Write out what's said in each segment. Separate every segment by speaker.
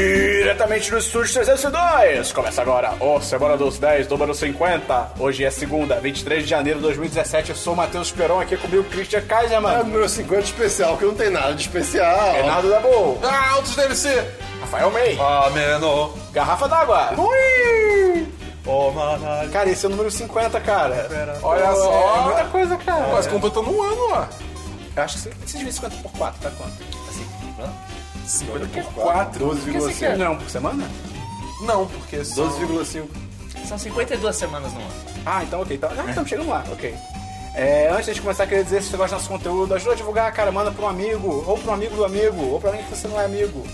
Speaker 1: diretamente do estúdio 302. Começa agora o Semana dos 10, número 50. Hoje é segunda, 23 de janeiro de 2017. Eu sou o Matheus Peron, aqui comigo Christian Kaiser,
Speaker 2: É o
Speaker 1: mano.
Speaker 2: número 50 especial, que não tem nada de especial.
Speaker 1: Bernardo da Boa.
Speaker 3: Ah, Altos DLC!
Speaker 1: Rafael May.
Speaker 3: Ah, meno!
Speaker 1: Garrafa d'água.
Speaker 2: Ui!
Speaker 3: Oh, mano!
Speaker 1: Cara, esse é o número 50, cara.
Speaker 3: Olha só.
Speaker 1: É muita coisa, cara.
Speaker 3: Quase completando um ano, ó.
Speaker 1: Eu acho que você- você divide 50 por 4, tá quanto? Assim, hã?
Speaker 3: 50 por
Speaker 2: 4,
Speaker 3: 4.
Speaker 1: Por que você
Speaker 2: 12,5.
Speaker 1: quer? é- Não, por semana?
Speaker 3: Não, porque são...
Speaker 2: 12,5.
Speaker 4: São 52 semanas no ano.
Speaker 1: Ah, então ok. Então, ah, então chegamos lá, ok. É, antes de começar, queria dizer, se você gosta do nosso conteúdo, ajuda a divulgar, cara, manda pra um amigo, ou pra um amigo do amigo, ou pra alguém que você não é amigo.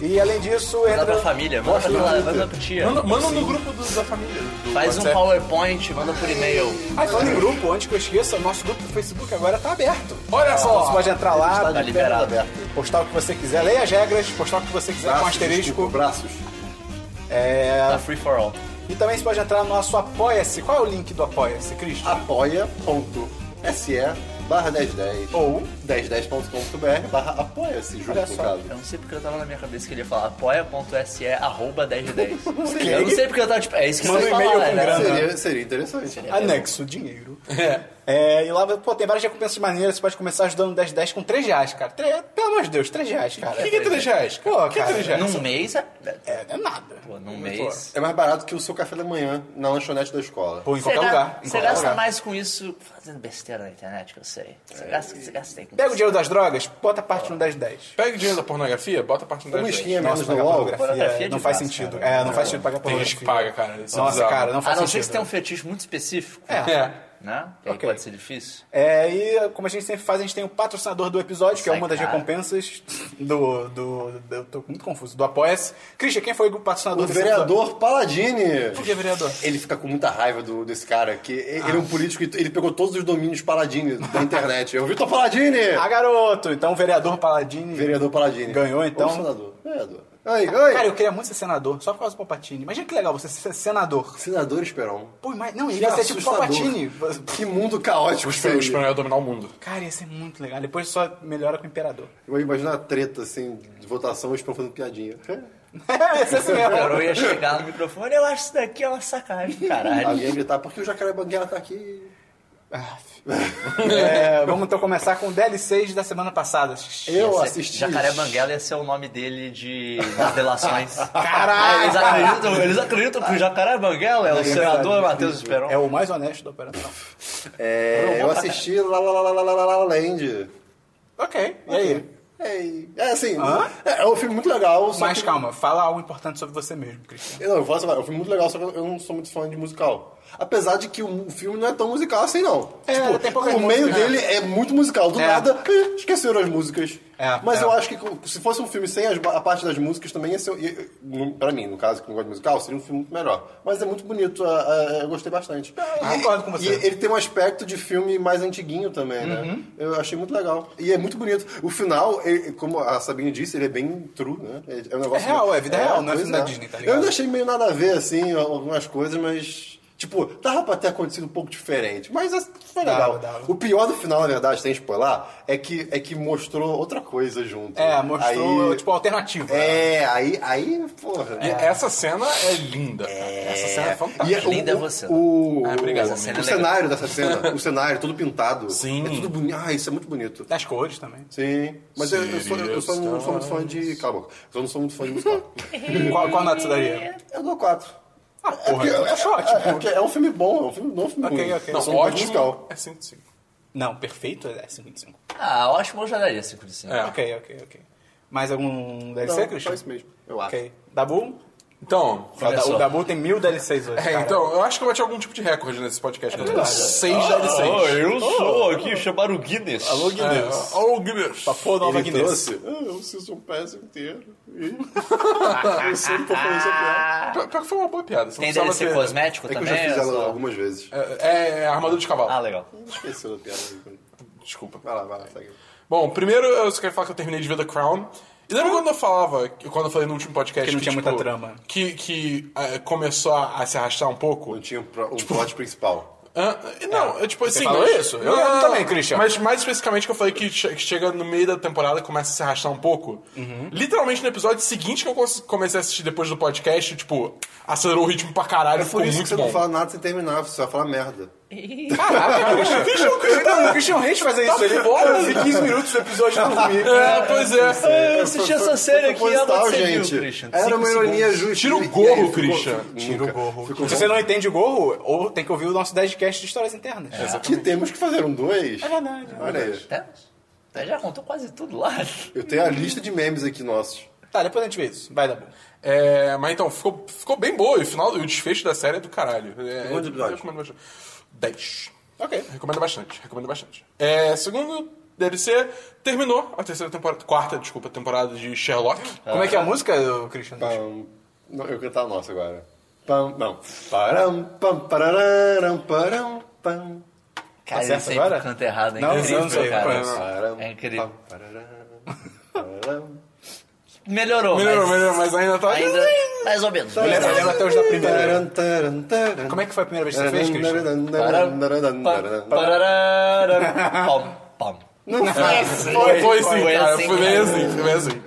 Speaker 1: E além disso,
Speaker 4: Manda pra
Speaker 1: entra...
Speaker 4: família, manda pra,
Speaker 2: Mostra no
Speaker 4: manda
Speaker 2: Twitter.
Speaker 4: pra tia.
Speaker 3: Manda, manda no grupo do- da família. do
Speaker 4: Faz um
Speaker 3: WhatsApp.
Speaker 4: PowerPoint, manda por e-mail.
Speaker 1: Ah, falando em grupo, antes que eu esqueça, o nosso grupo do Facebook agora tá aberto.
Speaker 3: Olha
Speaker 1: Então, Você
Speaker 3: só!
Speaker 1: pode entrar lá,
Speaker 4: Tá liberado.
Speaker 1: postar o que você quiser, leia as regras, postar o que você quiser com
Speaker 2: Braços, desculpa,
Speaker 1: asterisco.
Speaker 2: braços.
Speaker 1: É.
Speaker 4: Tá free for all.
Speaker 1: E também você pode entrar no nosso Apoia-se. Qual é o link do Apoia-se, Cristo?
Speaker 2: apoia.se barra 1010
Speaker 1: Ou
Speaker 2: 1010.com.br barra apoia-se, junto
Speaker 1: Olha
Speaker 2: com o
Speaker 1: só.
Speaker 2: caso.
Speaker 4: Eu não sei porque eu tava na minha cabeça que ele ia falar apoia.se arroba 1010.
Speaker 2: Ok.
Speaker 4: Eu não sei porque eu tava tipo, é isso que
Speaker 1: Manda
Speaker 4: você
Speaker 1: um e-mail
Speaker 4: fala,
Speaker 1: com
Speaker 4: né?
Speaker 1: grana.
Speaker 2: Seria, seria interessante. Ah,
Speaker 3: É
Speaker 1: Anexo, dinheiro. É, e lá pô, tem várias recompensas maneiras. Você pode começar ajudando 10 10 com 3 reais, cara. Tre- pelo amor de Deus, 3 reais, cara.
Speaker 3: O que, que é 3 reais?
Speaker 1: Pô,
Speaker 3: O que é
Speaker 1: cara,
Speaker 3: 3 reais?
Speaker 4: Num mês é. é-
Speaker 1: É, é nada.
Speaker 4: Pô, num mês.
Speaker 2: É mais barato que o seu café da manhã na lanchonete da escola.
Speaker 1: Pô, em
Speaker 4: Você
Speaker 1: qualquer
Speaker 4: ga-
Speaker 1: lugar. Em
Speaker 4: Você
Speaker 1: qualquer
Speaker 4: gasta
Speaker 1: lugar.
Speaker 4: mais com isso fazendo besteira na internet, que eu sei. Você gasta, você gasta em-
Speaker 1: Pega o dinheiro das drogas, bota a parte no 10 10.
Speaker 3: Pega o dinheiro da pornografia, bota a parte
Speaker 2: Uma
Speaker 3: da
Speaker 2: esquinha
Speaker 3: gente.
Speaker 2: menos
Speaker 1: Nossa,
Speaker 2: no
Speaker 1: pagar
Speaker 2: LOL.
Speaker 1: pornografia
Speaker 4: Pornografia
Speaker 1: não
Speaker 4: de
Speaker 1: faz
Speaker 4: graça,
Speaker 1: sentido.
Speaker 4: cara.
Speaker 1: É, não faz sentido pagar
Speaker 3: Tem gente
Speaker 1: pornografia.
Speaker 3: que paga, cara. Isso é
Speaker 1: Nossa,
Speaker 3: bizarro.
Speaker 1: cara, não
Speaker 4: A
Speaker 1: faz
Speaker 4: não ser que
Speaker 1: sentido. né?
Speaker 4: você tenha um fetiche muito específico,
Speaker 3: É.
Speaker 4: né? E aí
Speaker 1: Ok.
Speaker 4: pode ser difícil.
Speaker 1: É, e como a gente sempre faz, a gente tem o patrocinador do episódio, que é
Speaker 4: Sai,
Speaker 1: uma das
Speaker 4: cara.
Speaker 1: recompensas do, do, do- Eu tô muito confuso. Do Apoia-se. Christian, quem foi o patrocinador
Speaker 2: O
Speaker 1: desse
Speaker 2: vereador Paladini.
Speaker 1: episódio? Por que vereador?
Speaker 2: Ele fica com muita raiva do- desse cara, que ele é
Speaker 1: Ah.
Speaker 2: um político e ele pegou todos os domínios Paladini da internet. É o Vitor Paladini!
Speaker 1: Ah, garoto! Então, o vereador Paladini.
Speaker 2: Vereador Paladini.
Speaker 1: Ganhou, então?
Speaker 2: Ou senador. Vereador. Ai, ai.
Speaker 1: Cara, eu queria muito ser senador, só por causa do Palpatine. Imagina que legal você ser senador.
Speaker 2: Senador Esperon.
Speaker 1: Pô, mas não, ele
Speaker 2: Que
Speaker 1: ia ser tipo
Speaker 2: assustador.
Speaker 1: Palpatine.
Speaker 2: Que mundo caótico
Speaker 3: O espanhol- o
Speaker 2: seria.
Speaker 3: espanhol ia dominar o mundo.
Speaker 1: Cara, ia ser muito legal. Depois só melhora com o imperador.
Speaker 2: Eu imagino a treta, assim, de votação, o Esperon fazendo piadinha.
Speaker 1: ia ser assim
Speaker 4: O Carol
Speaker 1: mesmo.
Speaker 4: ia chegar no microfone, eu acho isso daqui é uma sacanagem, do caralho.
Speaker 2: Alguém ia gritar, porque o Jacaré Banguela tá aqui?
Speaker 1: Ah, É, vamos então começar com o DLC da semana passada.
Speaker 2: Eu
Speaker 4: Ia ser-
Speaker 2: assisti.
Speaker 4: Jacaré Banguela ia ser o nome dele de nas delações.
Speaker 1: Caralho!
Speaker 4: Eles acreditam, eles acreditam que o Jacaré Banguela é o senador Matheus Esperon.
Speaker 1: É o mais honesto da operação.
Speaker 2: É, eu assisti La La La La La La La La Land.
Speaker 1: Ok, e aí?
Speaker 2: É, é assim,
Speaker 1: Hã?
Speaker 2: é, é um filme muito legal, só
Speaker 1: Mas
Speaker 2: que-
Speaker 1: calma, fala algo importante sobre você mesmo, Cristian.
Speaker 2: Eu Não, eu faço, é um filme muito legal, só que eu não sou muito fã de musical. Apesar de que o filme não é tão musical assim, não.
Speaker 1: É, tem poucas
Speaker 2: o meio
Speaker 1: músicas, né?
Speaker 2: dele é muito musical. Do
Speaker 1: É.
Speaker 2: nada, eh, esqueceram as músicas.
Speaker 1: É,
Speaker 2: Mas
Speaker 1: é.
Speaker 2: eu acho que co- se fosse um filme sem as- a parte das músicas também ia ser. um, ia- no- Pra mim, no caso, que não gosto de musical, seria um filme muito melhor. Mas é muito bonito, a- a- eu gostei bastante.
Speaker 1: eu concordo com você. Uhum.
Speaker 2: E ele tem um aspecto de filme mais antiguinho também, né? Eu achei muito legal. E é muito bonito. O final, ele- como a Sabine disse, ele é bem true, né? É, um negócio
Speaker 1: É real, é vida real, não é
Speaker 2: pois
Speaker 1: filme da Disney, tá ligado?
Speaker 2: Eu ainda achei meio nada a ver, assim, algumas coisas, mas. Tipo, dava pra ter acontecido um pouco diferente. Mas assim, foi
Speaker 1: Dava,
Speaker 2: legal.
Speaker 1: dava.
Speaker 2: O pior do final, na verdade, sem spoiler, é que, é que mostrou outra coisa junto.
Speaker 1: É, mostrou,
Speaker 2: Aí-
Speaker 1: tipo, alternativa.
Speaker 2: É, aí, aí, porra.
Speaker 3: E essa cena é linda, cara. Essa cena é fantástica.
Speaker 2: E
Speaker 4: Linda
Speaker 2: o-
Speaker 4: é você.
Speaker 2: O,
Speaker 4: Ah, obrigado.
Speaker 2: o-
Speaker 4: Essa cena
Speaker 2: o
Speaker 4: é legal.
Speaker 2: cenário dessa cena, o cenário todo pintado.
Speaker 3: Sim.
Speaker 2: É tudo bonito. Ah, isso é muito bonito.
Speaker 1: Das cores também.
Speaker 2: Sim. Mas eu, eu sou, eu sou, não sou muito fã de. Calma, eu só não sou muito fã de musical.
Speaker 1: Qual, qual nota você daria?
Speaker 2: Eu dou quatro.
Speaker 1: Ah, porra,
Speaker 2: é,
Speaker 1: então tá ótimo.
Speaker 2: é porque é um filme bom, é um filme, não é um filme
Speaker 1: Ok,
Speaker 2: ruim.
Speaker 1: ok.
Speaker 2: Eu
Speaker 3: Não,
Speaker 2: sou um fã de musical.
Speaker 3: ótimo. É 5 de 5.
Speaker 1: Não, perfeito é 55.
Speaker 4: Ah, ótimo, eu já daria 5 de 5.
Speaker 3: É.
Speaker 1: Ok, ok, ok. Mais algum
Speaker 2: Não, é
Speaker 1: DLC, Christian?
Speaker 2: só isso mesmo, eu acho.
Speaker 1: Ok. Dabu?
Speaker 3: Então,
Speaker 4: Começou.
Speaker 1: O Dabu tem mil DLCs hoje.
Speaker 3: é,
Speaker 1: cara.
Speaker 3: então, eu acho que eu bati algum tipo de recorde nesse podcast. Eu tô com
Speaker 1: É verdade. Oh,
Speaker 3: 6 DLCs.
Speaker 4: É, eu sou aqui, chamaram o Guinness.
Speaker 1: Alô, Guinness.
Speaker 3: É, oh, Guinness.
Speaker 1: Papo Nova
Speaker 2: Ele
Speaker 1: Guinness.
Speaker 2: trouxe. Ah, eu preciso de um peso inteiro. Ih. eu sempre tô falando isso aqui.
Speaker 3: Pior pior que foi uma boa piada. Você
Speaker 4: Tem
Speaker 3: não
Speaker 4: DLC
Speaker 3: precisava ter-
Speaker 4: cosmético
Speaker 2: É que eu
Speaker 4: também?
Speaker 2: já fiz
Speaker 4: ou
Speaker 2: ela
Speaker 4: só-
Speaker 2: algumas vezes.
Speaker 3: É, é armadura de cavalo.
Speaker 4: Ah, legal.
Speaker 2: Esqueci da piada. né?
Speaker 3: Desculpa.
Speaker 2: Vai lá, vai lá, segue.
Speaker 3: Bom, primeiro eu só quero falar que eu terminei de ver The Crown. E lembra quando eu falava, que- quando eu falei no último podcast
Speaker 1: Que não tinha
Speaker 3: tipo,
Speaker 1: muita trama.
Speaker 3: Que, que, eh, começou a, a se arrastar um pouco?
Speaker 2: Não tinha um, pro- um plot principal.
Speaker 3: Ah, não, é, tipo assim.
Speaker 1: falou
Speaker 3: mas-
Speaker 1: isso? Eu também, Christian.
Speaker 3: Mas mais especificamente que eu falei que, che- que chega no meio da temporada e começa a se arrastar um pouco.
Speaker 1: Uhum.
Speaker 3: Literalmente no episódio seguinte que eu cons- comecei a assistir depois do podcast, tipo, acelerou o ritmo pra caralho,
Speaker 2: É
Speaker 3: ficou
Speaker 2: por isso que
Speaker 3: muito
Speaker 2: você
Speaker 3: bom.
Speaker 2: não fala nada sem terminar, você só fala merda.
Speaker 1: Caraca, Christian. Não, o Christian Reis faz isso. Ele
Speaker 3: fora.
Speaker 1: eu vi 15 minutos do episódio tá e dormi.
Speaker 3: É, pois é.
Speaker 4: Eu assisti essa série aqui e ela
Speaker 2: Proposital,
Speaker 4: você viu,
Speaker 2: tá, gente.
Speaker 4: Christian.
Speaker 2: Era
Speaker 4: Cinco
Speaker 2: uma ironia justa.
Speaker 3: Tira o
Speaker 2: E aí
Speaker 3: gorro,
Speaker 2: ficou-
Speaker 3: Christian.
Speaker 2: Tira o gorro. Ficou
Speaker 1: Se
Speaker 2: bom.
Speaker 1: você não entende o gorro, ou tem que ouvir o nosso 10cast de histórias internas.
Speaker 2: Que temos que fazer um dois.
Speaker 1: É verdade.
Speaker 2: Olha aí.
Speaker 4: segundos. Até já contou quase tudo lá.
Speaker 2: Eu tenho a lista de memes aqui nossos.
Speaker 1: Tá, depois a gente vê isso. Vai dar bom.
Speaker 3: É, mas então, ficou, ficou bem boa. E o final, e o desfecho da série é do caralho. É,
Speaker 2: Quantos episódios?
Speaker 3: eu recomendo bastante. 10.
Speaker 1: Ok.
Speaker 3: Recomendo bastante, recomendo bastante. É, segundo DLC, terminou a terceira temporada. Quarta, desculpa, temporada de Sherlock.
Speaker 1: Como é que é a música, do Christian?
Speaker 2: Pam. Não, eu cantar a nossa agora. Pam, não. Param, pam, pararam, param, pam.
Speaker 4: Cara,
Speaker 1: certo
Speaker 4: ele sempre
Speaker 1: agora?
Speaker 4: canta errado, é
Speaker 1: Não,
Speaker 4: incrível,
Speaker 1: não sei,
Speaker 4: cara.
Speaker 1: não.
Speaker 2: Param,
Speaker 4: É incrível.
Speaker 2: pam, pararam, param.
Speaker 4: Melhorou,
Speaker 3: Melhorou,
Speaker 4: mas...
Speaker 3: melhorou, mas ainda tá.
Speaker 4: Ainda, mais ou menos. né?
Speaker 1: Eu lembro, eu lembro até hoje da primeira.
Speaker 2: Taran, taran, taran.
Speaker 1: Como é que foi a primeira vez que você fez, Christian?
Speaker 2: Taran, taran,
Speaker 4: Param,
Speaker 2: taran,
Speaker 4: pam,
Speaker 2: taran.
Speaker 4: pararam, pam, pam.
Speaker 2: né? Não foi assim.
Speaker 3: Foi, foi sim,
Speaker 4: Foi
Speaker 3: cara.
Speaker 4: assim,
Speaker 3: foi bem
Speaker 4: cara.
Speaker 3: assim, foi bem assim.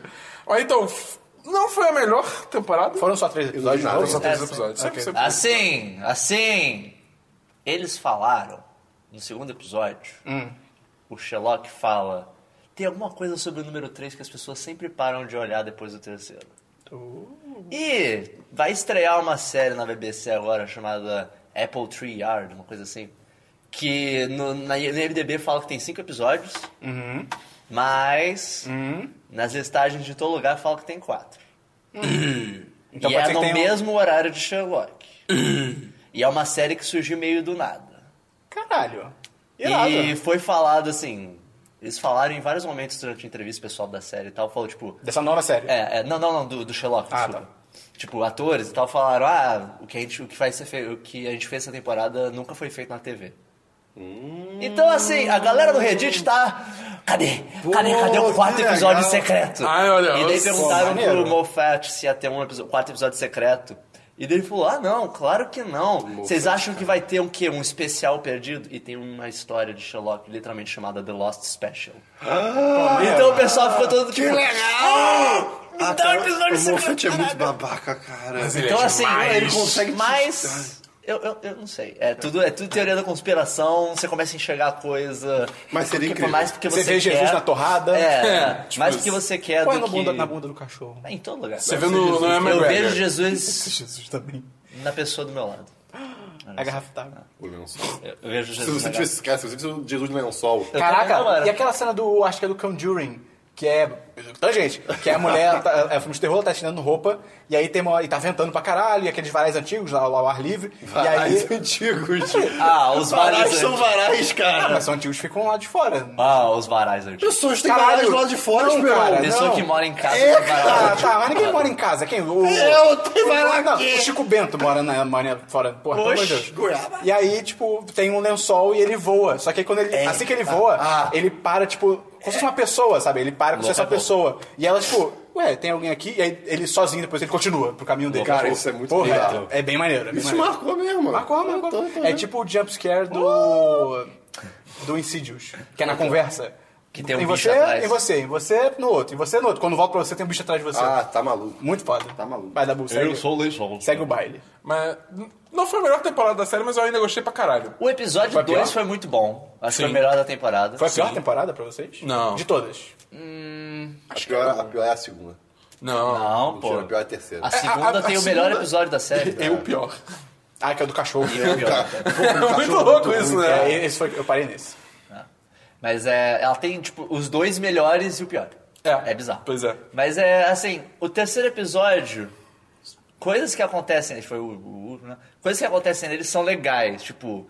Speaker 3: Ó, então, f- não foi a melhor temporada.
Speaker 1: Foram só três episódios,
Speaker 2: Não,
Speaker 1: não?
Speaker 2: só
Speaker 3: Só três
Speaker 4: É,
Speaker 3: episódios. Sempre, sempre.
Speaker 4: Assim, assim. Eles falaram no segundo episódio.
Speaker 2: Hum.
Speaker 4: O Sherlock fala. Tem alguma coisa sobre o número 3 que as pessoas sempre param de olhar depois do terceiro. E vai estrear uma série na BBC agora chamada Apple Tree Yard, uma coisa assim. Que no, na, no IMDB fala que tem cinco episódios,
Speaker 1: Uhum.
Speaker 4: mas nas listagens de todo lugar fala que tem quatro
Speaker 1: Então
Speaker 4: e
Speaker 1: pode
Speaker 4: é
Speaker 1: ser que
Speaker 4: no
Speaker 1: tenha um- Uhum.
Speaker 4: mesmo horário de Sherlock. e é uma série que surgiu meio do nada.
Speaker 1: Caralho. Irado.
Speaker 4: E foi falado assim. Eles falaram em vários momentos durante a entrevista pessoal da série e tal. Falou, tipo.
Speaker 1: Dessa nova série.
Speaker 4: É, é, não, não, não, do, do Sherlock,
Speaker 1: Ah,
Speaker 4: desculpa.
Speaker 1: tá.
Speaker 4: Tipo, atores e tal falaram, ah, o que a gente, o que vai ser fe- o que a gente fez essa temporada nunca foi feito na TV. Então, assim, a galera do Reddit tá. Cadê? Cadê? Cadê o
Speaker 2: Pô,
Speaker 4: quarto
Speaker 2: que
Speaker 4: episódio
Speaker 2: legal.
Speaker 4: secreto?
Speaker 3: Ai, olha,
Speaker 4: e daí
Speaker 3: eu-
Speaker 4: perguntaram
Speaker 1: Pô, maneiro.
Speaker 4: pro Moffat se ia ter um episo- quarto episódio secreto. E daí ele falou: Ah, não, claro que não. Vocês acham que vai ter um quê? Um especial perdido? E tem uma história de Sherlock literalmente chamada The Lost Special. então o pessoal ficou todo tipo.
Speaker 2: Ah,
Speaker 4: Me dá um
Speaker 2: cara,
Speaker 4: episódio
Speaker 2: O Moffat é
Speaker 4: secreto,
Speaker 2: muito
Speaker 4: caralho.
Speaker 2: babaca, cara.
Speaker 3: Mas ele
Speaker 4: Então,
Speaker 3: é
Speaker 4: assim,
Speaker 3: demais.
Speaker 4: ele
Speaker 2: consegue te
Speaker 4: Mas. Eu, eu, eu não sei. É tudo, é tudo teoria da conspiração, você começa a enxergar a coisa.
Speaker 2: Mas seria
Speaker 4: porque,
Speaker 2: incrível.
Speaker 4: Mais porque
Speaker 1: Você
Speaker 4: você
Speaker 1: vê
Speaker 4: quer,
Speaker 1: Jesus na torrada.
Speaker 4: É,
Speaker 3: É, tipo
Speaker 4: mais
Speaker 3: isso.
Speaker 4: porque você quer
Speaker 1: Põe
Speaker 4: do
Speaker 1: na
Speaker 4: que...
Speaker 1: bunda, na bunda do cachorro.
Speaker 4: É, em todo lugar.
Speaker 3: Você vê no, no
Speaker 4: eu
Speaker 3: McGregor.
Speaker 4: vejo Jesus tá
Speaker 1: Jesus também.
Speaker 4: na pessoa do meu lado.
Speaker 1: A garrafa d'água.
Speaker 2: O lençol.
Speaker 1: É,
Speaker 4: Eu, eu vejo
Speaker 2: Se
Speaker 4: Jesus
Speaker 2: você
Speaker 4: na
Speaker 2: tivesse, cara, se você tivesse o Jesus no lençol,
Speaker 4: Eu também não
Speaker 1: Caraca,
Speaker 4: era.
Speaker 1: e aquela cena do, acho que é do Conjuring, que é, tá gente, que é a mulher, tá, é filme de terror, tá tirando roupa, e aí tem uma, e tá ventando pra caralho, e aqueles varais antigos lá, lá ao ar livre,
Speaker 2: varais
Speaker 1: e aí...
Speaker 2: antigos.
Speaker 4: Ah, os
Speaker 2: varais
Speaker 4: varais
Speaker 2: são
Speaker 4: antigos.
Speaker 2: varais,
Speaker 1: Ah,
Speaker 2: cara.
Speaker 1: mas são antigos que ficam lá de fora.
Speaker 4: Ah, os varais antigos.
Speaker 2: Pessoas têm
Speaker 1: Caralho.
Speaker 2: varais do lado de fora,
Speaker 1: Não,
Speaker 2: meu.
Speaker 1: cara,
Speaker 4: A pessoa
Speaker 1: não.
Speaker 4: que mora em casa
Speaker 2: É,
Speaker 4: tem varal
Speaker 1: Ah,
Speaker 4: antigo.
Speaker 1: tá, mas ninguém mora em casa, quem? O,
Speaker 2: Eu, tem varal
Speaker 1: Não,
Speaker 2: aqui.
Speaker 1: o Chico Bento mora na mora fora, porra, pelo amor de Deus.
Speaker 4: Oxe,
Speaker 1: E aí, tipo, tem um lençol e ele voa. Só que aí quando
Speaker 2: É,
Speaker 1: ele. assim que ele
Speaker 2: tá.
Speaker 1: voa,
Speaker 2: Ah.
Speaker 1: ele para, tipo, como se fosse uma pessoa, sabe? Ele para como se fosse uma
Speaker 4: Louco é
Speaker 1: pessoa. E ela, tipo, ué, tem alguém aqui? E aí ele sozinho, depois ele continua pro caminho dele.
Speaker 2: Cara,
Speaker 1: Tipo,
Speaker 2: isso é muito
Speaker 1: porra,
Speaker 2: legal.
Speaker 1: É, é bem maneiro. É bem
Speaker 2: Isso
Speaker 1: maneiro.
Speaker 2: marcou mesmo.
Speaker 1: Marcou, marcou.
Speaker 2: Eu tô- tô
Speaker 1: é
Speaker 2: vendo. Uh!
Speaker 1: tipo o jumpscare do. do Insidious, que é na conversa.
Speaker 4: Que tem um
Speaker 1: em
Speaker 4: bicho
Speaker 1: você,
Speaker 4: atrás.
Speaker 1: em você, em você, no outro, em você, no outro. Quando volta pra você, tem um bicho atrás de você.
Speaker 2: Ah, tá maluco.
Speaker 1: Muito foda.
Speaker 2: Tá maluco.
Speaker 1: Vai dar bull, segue,
Speaker 4: lençol.
Speaker 1: segue o baile.
Speaker 3: Mas n- não foi a melhor temporada da série, mas eu ainda gostei pra caralho.
Speaker 4: O episódio
Speaker 1: Foi pior?
Speaker 4: 2 foi muito bom. Acho que foi
Speaker 3: Sim.
Speaker 4: o melhor da temporada.
Speaker 1: Foi a pior temporada pra vocês?
Speaker 3: Não.
Speaker 1: De todas.
Speaker 2: A pior, a pior é a segunda.
Speaker 3: Não. Ah,
Speaker 4: Não, pô.
Speaker 2: Mentira, a pior é a terceira.
Speaker 4: A segunda
Speaker 3: a- a
Speaker 4: tem o melhor
Speaker 3: segunda-
Speaker 4: episódio da série. né?
Speaker 3: É o pior.
Speaker 1: Ah, que é o do cachorro.
Speaker 4: Um
Speaker 3: É muito louco isso,
Speaker 1: É,
Speaker 3: né?
Speaker 1: esse foi, eu parei nesse.
Speaker 4: Mas é, ela tem, tipo, os dois melhores e o pior.
Speaker 3: É.
Speaker 4: É bizarro.
Speaker 3: Pois é.
Speaker 4: Mas é, assim, o terceiro episódio, coisas que acontecem, foi o, o último, né? Coisas que acontecem neles são legais, tipo,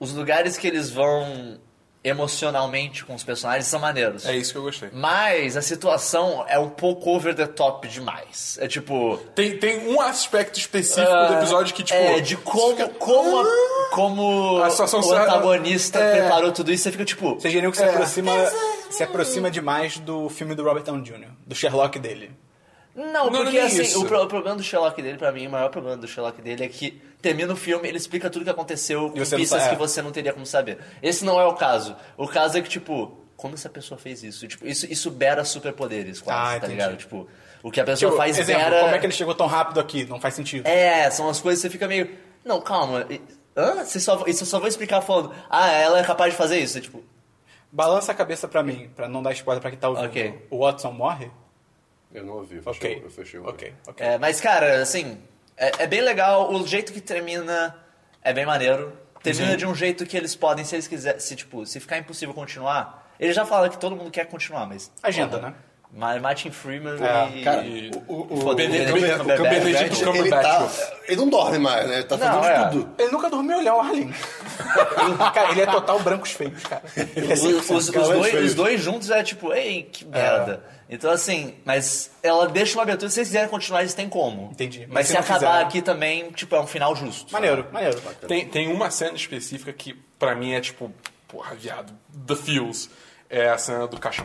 Speaker 4: os lugares que eles vão emocionalmente com os personagens são maneiros.
Speaker 3: É isso que eu gostei.
Speaker 4: Mas a situação é um pouco over the top demais. É tipo,
Speaker 3: Tem, tem um aspecto específico do episódio que, tipo.
Speaker 4: Ah, é, de como, como,
Speaker 1: Ah!
Speaker 4: a- como
Speaker 3: A situação
Speaker 4: o
Speaker 3: se-
Speaker 4: antagonista
Speaker 3: é.
Speaker 4: preparou tudo isso, você fica tipo.
Speaker 1: Vocês diriam que se, aproxima, se aproxima demais do filme do Robert Downey Jr., do Sherlock dele.
Speaker 4: Não,
Speaker 3: Não,
Speaker 4: porque
Speaker 3: nem
Speaker 4: assim,
Speaker 3: isso.
Speaker 4: o, pro- o problema do Sherlock dele, pra mim, o maior problema do Sherlock dele é que termina o filme, ele explica tudo o que aconteceu com
Speaker 1: você não
Speaker 4: pistas
Speaker 1: sabe,
Speaker 4: que
Speaker 1: é.
Speaker 4: você não teria como saber. Esse não é o caso. O caso é que, tipo, como essa pessoa fez isso? Tipo, isso, isso beira superpoderes, quase,
Speaker 1: Ah,
Speaker 4: tá
Speaker 1: entendi.
Speaker 4: ligado? Tipo, o que a pessoa
Speaker 1: Tipo,
Speaker 4: faz
Speaker 1: exemplo,
Speaker 4: beira.
Speaker 1: como é que ele chegou tão rápido aqui? Não faz sentido.
Speaker 4: É, são as coisas que você fica meio. Não, calma. e- Hã? Você só, isso eu só vou explicar falando. Ah, ela é capaz de fazer isso. É tipo.
Speaker 1: Balança a cabeça pra mim, pra não dar spoiler pra quem tá ouvindo.
Speaker 4: Ok.
Speaker 1: O Watson morre?
Speaker 2: Eu não ouvi, eu fechei,
Speaker 1: Ok.
Speaker 2: eu fechei o
Speaker 1: ok, ok.
Speaker 4: é, mas, cara, assim. É, é bem legal. O jeito que termina é bem maneiro. Termina de um jeito que eles podem, se eles quiserem. Se, tipo, se ficar impossível continuar. Ele já fala que todo mundo quer continuar, mas.
Speaker 1: Agenda,
Speaker 4: porra,
Speaker 1: né?
Speaker 4: Ma- Martin
Speaker 1: É,
Speaker 4: Freeman e. Então,
Speaker 2: cara,
Speaker 3: E-
Speaker 2: o- o-
Speaker 4: foda-
Speaker 2: o-
Speaker 4: Benedict
Speaker 3: Cumber-
Speaker 4: Cumberbatch.
Speaker 3: o Benedict
Speaker 2: Cumberbatch, ele,
Speaker 3: Cumberbatch.
Speaker 2: tá, ele não dorme mais, né? Ele tá fazendo
Speaker 4: Não,
Speaker 2: de
Speaker 4: é.
Speaker 2: tudo.
Speaker 1: Ele nunca dormiu, ele é o Arlen. cara, ele é total brancos feios, cara. Ele é
Speaker 4: Os,
Speaker 1: 100%
Speaker 4: os- os
Speaker 2: galãs
Speaker 4: dois,
Speaker 2: feios.
Speaker 4: os dois juntos é tipo, ei, que merda. Então, assim, mas ela deixa uma abertura. Se vocês quiserem continuar, eles têm como.
Speaker 1: Entendi.
Speaker 4: Mas,
Speaker 1: Mas se
Speaker 4: se
Speaker 1: não
Speaker 4: acabar
Speaker 1: quiser, né?
Speaker 4: aqui também, tipo, é um final justo.
Speaker 1: Maneiro, maneiro.
Speaker 3: Tem, tem uma cena específica que pra mim é tipo, porra, viado, The Feels. É a cena do caixão.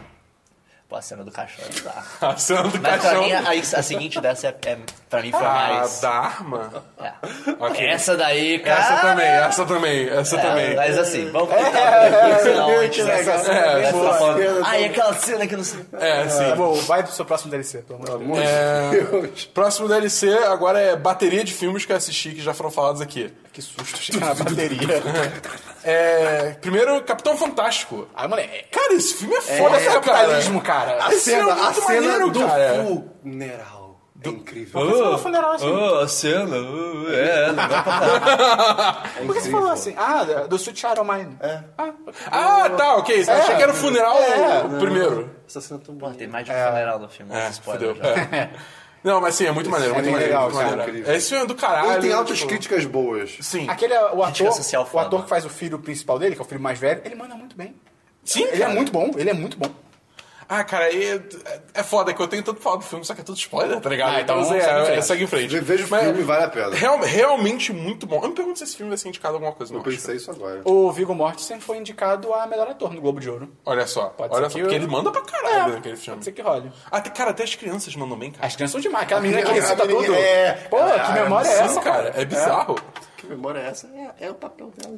Speaker 4: Pô, a cena do caixão é bizarra.
Speaker 3: A cena do
Speaker 4: Mas pra
Speaker 3: caixão.
Speaker 4: mim, a, a seguinte dessa é, é- pra mim foi
Speaker 3: Ah,
Speaker 4: mais.
Speaker 3: da arma?
Speaker 4: é.
Speaker 3: Ok.
Speaker 4: Essa daí, cara.
Speaker 3: Essa também,
Speaker 2: é-
Speaker 3: essa também, essa
Speaker 4: É,
Speaker 3: também.
Speaker 4: mas assim, vamos comentar aqui, senão a gente
Speaker 2: Que
Speaker 4: vai
Speaker 2: legal.
Speaker 4: ficar- vai
Speaker 2: Boa.
Speaker 4: ficar falando.
Speaker 2: Esquerda,
Speaker 4: Ah, e aquela cena que não sei.
Speaker 3: É,
Speaker 1: Tá
Speaker 3: sim.
Speaker 1: bom, vai pro seu próximo DLC, pelo amor de Deus.
Speaker 2: Amor de Deus.
Speaker 3: Próximo DLC agora é bateria de filmes que eu assisti que já foram falados aqui.
Speaker 1: Que susto, chegar na bateria.
Speaker 3: É, primeiro, Capitão Fantástico.
Speaker 1: Ai, Ah, moleque.
Speaker 3: Cara, esse filme é foda,
Speaker 1: Foda-se o capitalismo, cara.
Speaker 2: A
Speaker 3: Esse é
Speaker 2: cena, a
Speaker 3: muito
Speaker 2: cena
Speaker 3: maneiro,
Speaker 2: do
Speaker 3: cara. É.
Speaker 2: funeral. É
Speaker 1: Por
Speaker 2: incrível.
Speaker 1: que você falou funeral assim?
Speaker 4: Oh, a cena. oh, é, não vai pra
Speaker 2: É
Speaker 1: Por que você
Speaker 2: incrível.
Speaker 1: falou assim? Ah, do Sweet Shadow Mine. É. Ah, ok.
Speaker 3: Ah, tá, ok.
Speaker 2: É.
Speaker 3: Achei que era o funeral o primeiro.
Speaker 2: Essa cena é tão
Speaker 4: Pô,
Speaker 2: boa.
Speaker 4: tem mais de um funeral no filme,
Speaker 3: É,
Speaker 4: esse spoiler
Speaker 3: fudeu.
Speaker 4: já.
Speaker 3: É. Não, mas sim, é muito maneiro,
Speaker 2: é
Speaker 3: muito
Speaker 2: bem
Speaker 3: maneiro.
Speaker 2: legal,
Speaker 3: muito
Speaker 2: cara,
Speaker 3: maneiro.
Speaker 2: incrível.
Speaker 3: Esse filme é do caralho.
Speaker 2: Ele tem altas
Speaker 3: tipo,
Speaker 2: críticas boas.
Speaker 3: Sim.
Speaker 1: Aquele, é o
Speaker 4: Crítica
Speaker 1: ator,
Speaker 4: social
Speaker 1: o
Speaker 4: foda.
Speaker 1: ator que faz o filho principal dele, que é o filho mais velho, ele manda muito bem.
Speaker 3: Sim,
Speaker 1: Ele é muito bom, ele é muito bom.
Speaker 3: Ah, cara, aí é, é foda que eu tenho tanto falar do filme, só que é tudo spoiler, tá ligado?
Speaker 1: Ah, então segue
Speaker 3: assim,
Speaker 1: em
Speaker 3: é,
Speaker 1: frente.
Speaker 3: é, segue em frente.
Speaker 2: Ve- Veja o
Speaker 3: Mas
Speaker 2: filme, vale a pena.
Speaker 3: real- realmente muito bom. Eu me pergunto se esse filme vai ser indicado a alguma coisa, não.
Speaker 2: Eu pensei isso agora.
Speaker 1: O Viggo Mortensen foi indicado a melhor ator no Globo de Ouro.
Speaker 3: Olha só,
Speaker 1: Pode ser
Speaker 3: olha só,
Speaker 1: que
Speaker 3: porque
Speaker 1: eu-
Speaker 3: ele manda pra caralho né, naquele filme.
Speaker 1: Pode ser que role.
Speaker 3: Até, cara, até as crianças mandam bem, cara.
Speaker 1: As crianças são demais. Aquela menina que
Speaker 2: menina-
Speaker 1: recita
Speaker 2: a menina-
Speaker 1: tudo.
Speaker 2: é.
Speaker 1: Pô, que
Speaker 2: Ah,
Speaker 1: memória é
Speaker 3: Sim,
Speaker 1: essa, cara?
Speaker 3: cara, é bizarro.
Speaker 2: Que memória é essa? É, é o papel dela.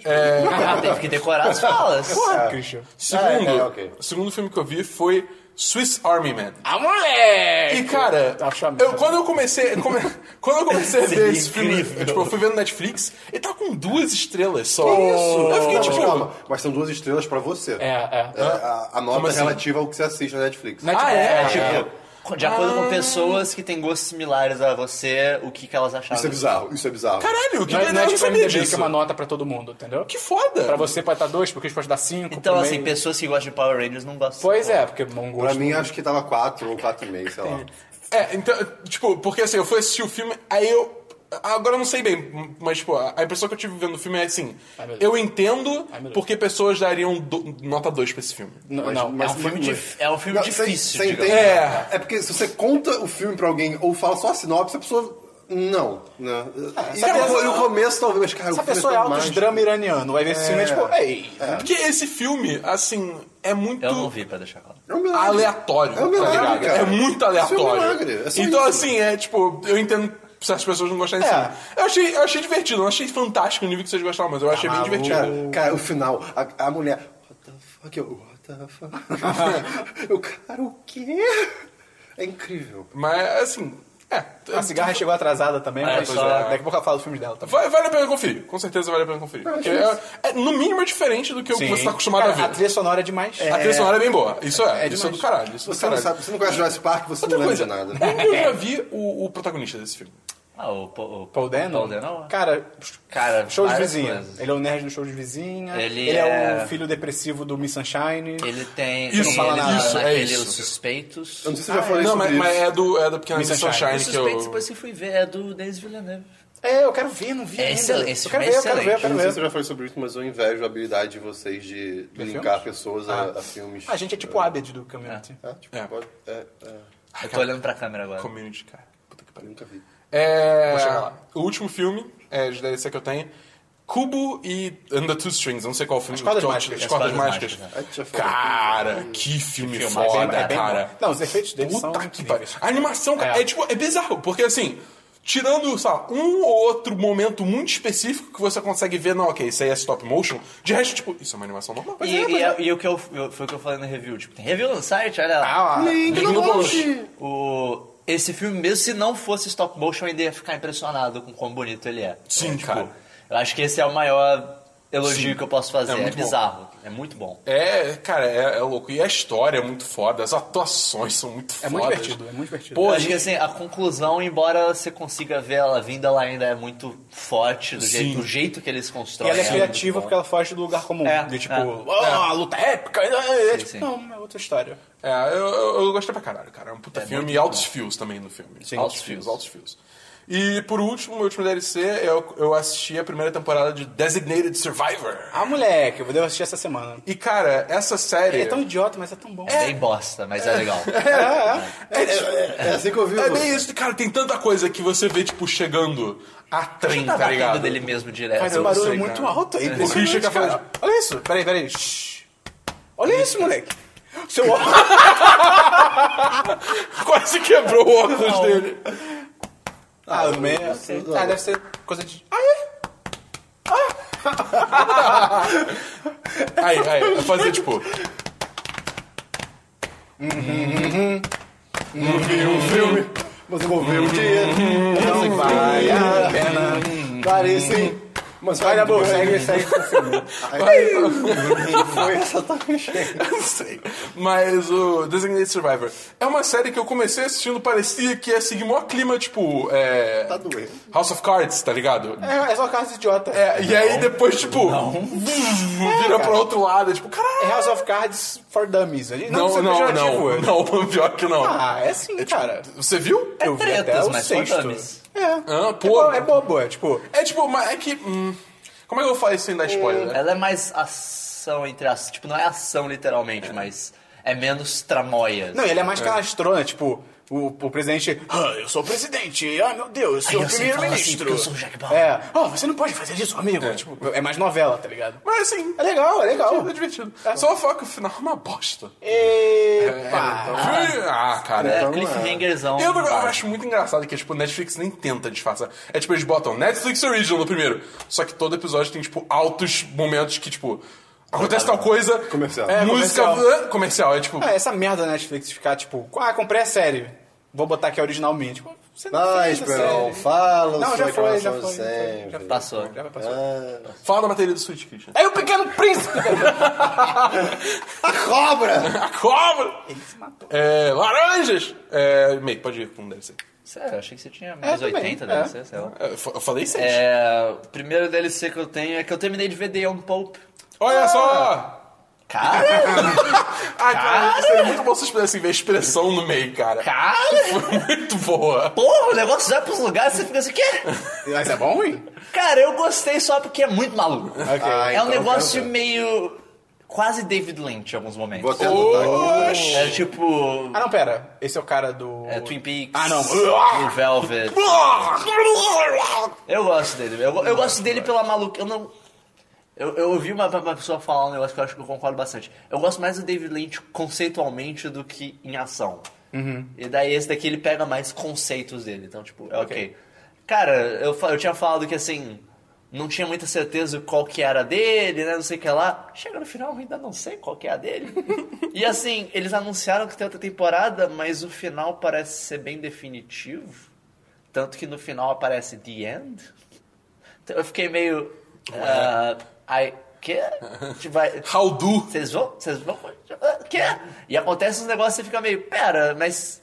Speaker 4: Ah, teve que decorar as falas.
Speaker 1: Porra, Christian.
Speaker 3: Segundo,
Speaker 2: é, ok.
Speaker 3: segundo filme que eu vi foi Swiss Army Man.
Speaker 1: Ah, moleque!
Speaker 3: E, cara,
Speaker 1: É, Acho a merda.
Speaker 3: eu, quando eu comecei. come- quando eu comecei a ver
Speaker 4: Seria
Speaker 3: esse filme,
Speaker 4: incrível.
Speaker 3: tipo, eu fui ver no Netflix, ele tá com duas estrelas só.
Speaker 1: isso?
Speaker 3: Eu fiquei
Speaker 2: Mas
Speaker 3: tipo.
Speaker 2: calma, mas são duas estrelas pra você.
Speaker 1: É, é.
Speaker 2: a, a nota
Speaker 3: assim?
Speaker 2: relativa ao que você assiste na Netflix.
Speaker 1: Net-
Speaker 3: Ah, é?
Speaker 1: É,
Speaker 3: Tipo,
Speaker 4: Tipo, de acordo com pessoas que têm gostos similares a você, o que, que elas acharam.
Speaker 2: Isso é bizarro, isso é bizarro.
Speaker 3: Caralho, que
Speaker 1: Não é, não
Speaker 3: verdade,
Speaker 1: é
Speaker 3: eu não
Speaker 1: tipo
Speaker 3: sabia
Speaker 1: MDB
Speaker 3: disso.
Speaker 1: que é uma nota pra todo mundo, entendeu?
Speaker 3: Que foda.
Speaker 1: Pra você pode estar dois, porque a gente pode dar cinco.
Speaker 4: Então,
Speaker 1: pro
Speaker 4: assim,
Speaker 1: meio.
Speaker 4: pessoas que gostam de Power Rangers não gostam.
Speaker 1: Pois é, porque bom gosto.
Speaker 2: Pra mim, acho que tava 4 ou 4,5, sei lá.
Speaker 3: É, então, tipo, porque assim, eu fui assistir o filme, aí eu. Agora eu não sei bem, mas tipo, a a impressão que eu tive vendo o filme é assim:
Speaker 1: Ai, meu Deus.
Speaker 3: eu entendo
Speaker 1: Ai, meu Deus.
Speaker 3: porque pessoas dariam do- nota 2 pra esse filme.
Speaker 1: Não,
Speaker 2: Mas-
Speaker 1: não.
Speaker 4: É
Speaker 2: mas-
Speaker 4: um filme, dif- é um filme
Speaker 2: Não, você-
Speaker 4: difícil,
Speaker 2: você
Speaker 4: digamos.
Speaker 2: entende?
Speaker 3: É.
Speaker 2: É. porque se você conta o filme pra alguém ou fala só a sinopse, a pessoa. Não, né? E
Speaker 1: sabe,
Speaker 2: no-
Speaker 1: mas-
Speaker 2: e o começo, talvez, mas, cara,
Speaker 1: Essa
Speaker 2: o filme
Speaker 1: pessoa é
Speaker 2: é tão
Speaker 1: alto de
Speaker 2: mágico.
Speaker 1: drama iraniano, vai ver esse filme é tipo, ei.
Speaker 3: Porque esse filme, assim, é muito.
Speaker 4: Eu não vi, pra deixar claro.
Speaker 2: É um milagre.
Speaker 3: aleatório.
Speaker 2: É um milagre,
Speaker 3: tá ligado?
Speaker 2: cara.
Speaker 3: É muito
Speaker 2: Isso é um
Speaker 3: aleatório.
Speaker 2: milagre. É só
Speaker 3: então,
Speaker 2: isso.
Speaker 3: assim, é tipo, eu entendo se as pessoas não gostarem desse
Speaker 1: É.
Speaker 3: filme. Eu achei, eu achei divertido, eu não achei fantástico o nível que vocês gostaram, mas eu achei bem
Speaker 2: Maluco.
Speaker 3: divertido.
Speaker 2: Cara, É, cara, o final, a, a mulher. What the fuck? Eu, what the fuck? eu, cara, o quê? É incrível.
Speaker 3: Mas, assim, é.
Speaker 1: A cigarra chegou atrasada também,
Speaker 4: tipo, É,
Speaker 1: mas
Speaker 4: pois
Speaker 1: ó,
Speaker 4: é.
Speaker 1: daqui a pouco ela fala dos filmes dela também.
Speaker 3: Vale, vale a pena conferir, com certeza vale a pena conferir. Porque é, é, no mínimo é diferente do que o que você tá acostumado
Speaker 1: Cara,
Speaker 3: a
Speaker 1: A
Speaker 3: ver.
Speaker 1: trilha sonora é demais.
Speaker 3: A trilha sonora é bem boa, isso é,
Speaker 1: É
Speaker 3: isso é do
Speaker 1: demais.
Speaker 3: caralho, isso é do
Speaker 2: Você não
Speaker 3: caralho.
Speaker 2: sabe, você não conhece Jurassic Park, você
Speaker 3: Outra
Speaker 2: não lembra
Speaker 3: coisa, É.
Speaker 2: de nada.
Speaker 3: onde eu já vi o, o protagonista desse filme?
Speaker 4: Ah, o, Pa- o
Speaker 1: Paul Dano?
Speaker 4: Paul Dano? é
Speaker 1: Cara,
Speaker 4: Cara,
Speaker 1: show de
Speaker 4: várias
Speaker 1: vizinha.
Speaker 4: coisas.
Speaker 1: Ele é o nerd do show de vizinha.
Speaker 4: Ele
Speaker 1: é...
Speaker 4: é
Speaker 1: o filho depressivo do Miss Sunshine.
Speaker 4: Ele tem.
Speaker 3: Isso,
Speaker 4: tem
Speaker 1: fala
Speaker 4: ele
Speaker 1: nada.
Speaker 4: na-
Speaker 3: Isso, é
Speaker 4: naquele
Speaker 3: isso.
Speaker 4: Os Suspeitos.
Speaker 2: Eu não sei se eu já
Speaker 1: Ah,
Speaker 2: falei
Speaker 3: Não,
Speaker 2: sobre
Speaker 3: mas, mas
Speaker 2: isso.
Speaker 3: é do, é do Pequena
Speaker 1: Miss
Speaker 3: Miss
Speaker 1: Sunshine.
Speaker 3: Sunshine,
Speaker 4: Os
Speaker 3: que eu...
Speaker 4: Suspeitos, depois que fui ver, é do Denis Villeneuve.
Speaker 1: É, eu quero ver, não vi
Speaker 4: É
Speaker 1: ainda.
Speaker 4: excelente, esse
Speaker 1: eu quero
Speaker 4: filme é
Speaker 1: ver, eu quero ver, eu
Speaker 2: Eu
Speaker 1: quero
Speaker 2: não sei se
Speaker 1: ver.
Speaker 2: eu já falei sobre isso, mas eu invejo a habilidade de vocês de linkar pessoas a, a filmes.
Speaker 1: A gente é tipo o Abed do Community.
Speaker 2: É, tipo,
Speaker 3: É.
Speaker 2: pode- é, é,
Speaker 4: Eu tô olhando pra câmera agora.
Speaker 3: Community, cara. Puta que pariu.
Speaker 2: nunca vi.
Speaker 3: É,
Speaker 1: chegar lá.
Speaker 3: O último filme é, de DLC que eu tenho Cubo e And the Two Strings, eu não sei qual filme.
Speaker 1: Cordas
Speaker 3: que eu-
Speaker 1: Mágicas.
Speaker 3: As Cordas
Speaker 4: As Cordas
Speaker 3: Mágicas.
Speaker 4: Mágicas,
Speaker 2: Aí tu já falou.
Speaker 3: Cara, que filme
Speaker 4: filme, é
Speaker 3: foda,
Speaker 4: bem- é
Speaker 1: bem
Speaker 3: cara.
Speaker 1: bom. Não, os efeitos dele
Speaker 3: Puta
Speaker 1: são
Speaker 3: que pariu.
Speaker 1: incríveis.
Speaker 3: A animação, cara, é.
Speaker 1: É.
Speaker 3: tipo, é bizarro, porque assim, tirando, sei lá, um ou outro momento muito específico que você consegue ver, não, ok, isso aí é stop motion, de resto, tipo, isso é uma animação normal.
Speaker 4: E, e é- e o que eu, eu- foi o que eu falei no review. Tipo, tem review no site, olha lá.
Speaker 1: Ah, lá.
Speaker 2: Link
Speaker 3: Link no
Speaker 2: no
Speaker 3: post.
Speaker 2: post.
Speaker 4: O, esse filme, mesmo se não fosse stop motion, eu ainda ia ficar impressionado com quão bonito ele é.
Speaker 3: Sim,
Speaker 4: É, tipo,
Speaker 3: cara.
Speaker 4: Eu acho que esse é o maior elogio
Speaker 3: Sim.
Speaker 4: que eu posso fazer.
Speaker 3: É
Speaker 4: É,
Speaker 3: muito bom.
Speaker 4: bizarro. É muito bom.
Speaker 3: É, cara, é, é louco. E a história é muito foda, as atuações são muito
Speaker 1: É
Speaker 3: fodas.
Speaker 1: muito divertido, é muito divertido.
Speaker 3: Pô,
Speaker 4: eu
Speaker 3: a
Speaker 4: acho que assim, a conclusão, embora você consiga ver ela vinda, ela ainda é muito forte do,
Speaker 3: Sim.
Speaker 4: jeito, do jeito que eles
Speaker 1: E
Speaker 4: constroem.
Speaker 1: ela é
Speaker 4: muito
Speaker 1: criativa
Speaker 4: bom.
Speaker 1: porque ela foge do lugar comum.
Speaker 4: É,
Speaker 1: de tipo,
Speaker 4: é.
Speaker 1: "Ah, luta épica. é, é", tipo,
Speaker 4: sim.
Speaker 1: Não, é outra história.
Speaker 3: É, eu, eu, eu gostei pra caralho, cara. É um puta filme. E altos fios também no filme.
Speaker 1: Sim,
Speaker 3: altos
Speaker 1: altos
Speaker 3: fios, altos fios. E por último, meu último DLC, eu, eu assisti a primeira temporada de Designated Survivor.
Speaker 1: Ah, moleque, eu vou assistir essa semana.
Speaker 3: E cara, essa série.
Speaker 1: Ele é tão idiota, mas é Tá tão bom.
Speaker 4: É bem bosta, mas é legal.
Speaker 2: É assim que eu vi.
Speaker 3: É
Speaker 2: o-
Speaker 3: bem isso, cara, tem tanta coisa que você vê, tipo, chegando a trem,
Speaker 4: Quem
Speaker 3: tá
Speaker 4: tá
Speaker 3: ligado?
Speaker 4: batendo dele mesmo direto?
Speaker 1: Faz
Speaker 3: eu
Speaker 1: um
Speaker 3: não
Speaker 1: barulho
Speaker 3: sei,
Speaker 1: muito
Speaker 3: cara.
Speaker 1: alto aí.
Speaker 3: O Christian tá falando-
Speaker 1: Olha isso. Peraí, peraí. Shhh. Olha isso, moleque. Seu óculos.
Speaker 3: Quase quebrou o óculos dele.
Speaker 1: Ah, o meio. Ah, deve ser coisa de. Ah,
Speaker 3: Aí, aí, eu fazia tipo.
Speaker 2: Mas envolveu o dinheiro. Não
Speaker 1: vai a
Speaker 2: pena. Parecem. Mas vai
Speaker 1: olha a
Speaker 2: na
Speaker 1: boca.
Speaker 2: boa.
Speaker 1: Segue, segue com o filme.
Speaker 2: Foi essa tá taca cheia.
Speaker 3: Eu não sei. Mas o Designated Survivor é uma série que eu comecei assistindo, parecia que ia seguir o maior clima, tipo. É...
Speaker 2: Tá doendo.
Speaker 3: House of Cards, tá ligado?
Speaker 1: É, é só caso de idiota.
Speaker 3: É, e aí depois, tipo, vira pro outro lado, é tipo,
Speaker 1: É
Speaker 3: caralho.
Speaker 1: House of Cards for Dummies. A gente É, não,
Speaker 3: Não,
Speaker 1: precisa é
Speaker 3: não,
Speaker 1: ser
Speaker 3: não,
Speaker 1: pejorativo.
Speaker 3: não, pior que não. tipo,
Speaker 1: Ah, é sim, cara. É
Speaker 3: Você viu?
Speaker 1: Eu vi
Speaker 4: tretas,
Speaker 1: até o
Speaker 4: mas são
Speaker 1: sexto.
Speaker 4: dummies.
Speaker 1: É.
Speaker 3: Ah,
Speaker 1: é,
Speaker 3: pô.
Speaker 1: bo- é bobo, é tipo...
Speaker 3: É tipo, mas é que. hum, como é que eu falo isso sem dar spoiler? né?
Speaker 4: Ela é mais ação entre as. Tipo, não é ação literalmente, mas é menos tramóias.
Speaker 1: Não, ele é mais canastrona, tipo... O, o presidente, ah, eu sou o presidente, ah, meu Deus, eu sou
Speaker 4: Aí
Speaker 1: o
Speaker 4: eu sei falar assim,
Speaker 1: primeiro-ministro.
Speaker 4: porque eu sou o Jack Bauer.
Speaker 1: é, oh, você não pode fazer isso, amigo. Tipo, é mais novela, tá ligado?
Speaker 3: Mas assim,
Speaker 1: É legal, é legal.
Speaker 3: é divertido. Só foca o final é uma bosta. É,
Speaker 1: Epa!
Speaker 3: Ah, cara.
Speaker 4: É um
Speaker 2: Então,
Speaker 4: cliffhangerzão.
Speaker 3: Eu, eu acho muito engraçado que, tipo, Netflix nem tenta disfarçar. É tipo, eles botam Netflix Original no primeiro. Só que todo episódio tem, tipo, altos momentos que, tipo, acontece tal coisa.
Speaker 2: Comercial.
Speaker 3: É,
Speaker 1: É,
Speaker 3: música
Speaker 1: comercial.
Speaker 3: comercial. comercial. É tipo.
Speaker 1: Ah, essa merda da Netflix ficar, tipo, ah, comprei a série, vou botar aqui originalmente. Tipo, você não fez
Speaker 2: Ah,
Speaker 1: a
Speaker 2: Esperão,
Speaker 1: série.
Speaker 2: fala
Speaker 1: Não,
Speaker 2: sua
Speaker 1: já foi, já
Speaker 2: reclamação
Speaker 1: foi.
Speaker 2: de
Speaker 1: já foi, Já
Speaker 2: sempre.
Speaker 4: Passou.
Speaker 1: Já passou.
Speaker 2: Ah,
Speaker 3: Fala da matéria do Switch, Christian.
Speaker 1: Aí o pequeno príncipe!
Speaker 2: A cobra!
Speaker 3: A cobra!
Speaker 1: Ele se matou.
Speaker 3: É, laranjas! É, meio, pode ir com DLC.
Speaker 4: Sério, eu achei que você tinha mais
Speaker 1: também,
Speaker 4: 80,
Speaker 1: é.
Speaker 4: deve ser, sei lá.
Speaker 3: É, eu fa- eu falei seis.
Speaker 4: É, o primeiro DLC que eu tenho é que eu terminei de ver The Young Pope.
Speaker 3: Olha só!
Speaker 4: Cara,
Speaker 3: Ah, cara, seria muito bom se vocês pudessem ver a expressão no meio, cara.
Speaker 4: cara,
Speaker 3: Foi muito boa.
Speaker 4: porra, o negócio vai pros lugares e você fica assim, quê?
Speaker 1: Mas é bom, hein?
Speaker 4: Cara, eu gostei só porque é muito maluco.
Speaker 2: Ah,
Speaker 4: é
Speaker 2: então eu quero
Speaker 4: um negócio
Speaker 2: ver.
Speaker 4: meio. quase David Lynch em alguns momentos.
Speaker 2: Vou até anotar aqui.
Speaker 4: É tipo.
Speaker 1: Ah, não, pera. Esse é o cara do...
Speaker 4: é, Twin Peaks.
Speaker 1: Ah, não.
Speaker 4: Blue Velvet. Eu gosto dele. Eu, eu gosto dele pela maluca. Eu não. Eu, eu ouvi uma, uma pessoa falar um negócio que eu acho que eu concordo bastante. Eu gosto mais do David Lynch conceitualmente do que em ação. E daí esse daqui ele pega mais conceitos dele. Então, tipo, é ok. Cara, eu, fa- eu tinha falado que assim. Não tinha muita certeza qual que era a dele, né? Não sei o que lá. Chega no final, eu ainda não sei qual que é a dele. e assim, eles anunciaram que tem outra temporada, mas o final parece ser bem definitivo. Tanto que no final aparece The End. Então eu fiquei meio. ah, ai. Quê? Tipo, vai-
Speaker 3: How do?
Speaker 4: Vocês vão? Vocês vão? ah, Quê? E acontece uns negócios e você fica meio. Pera, mas.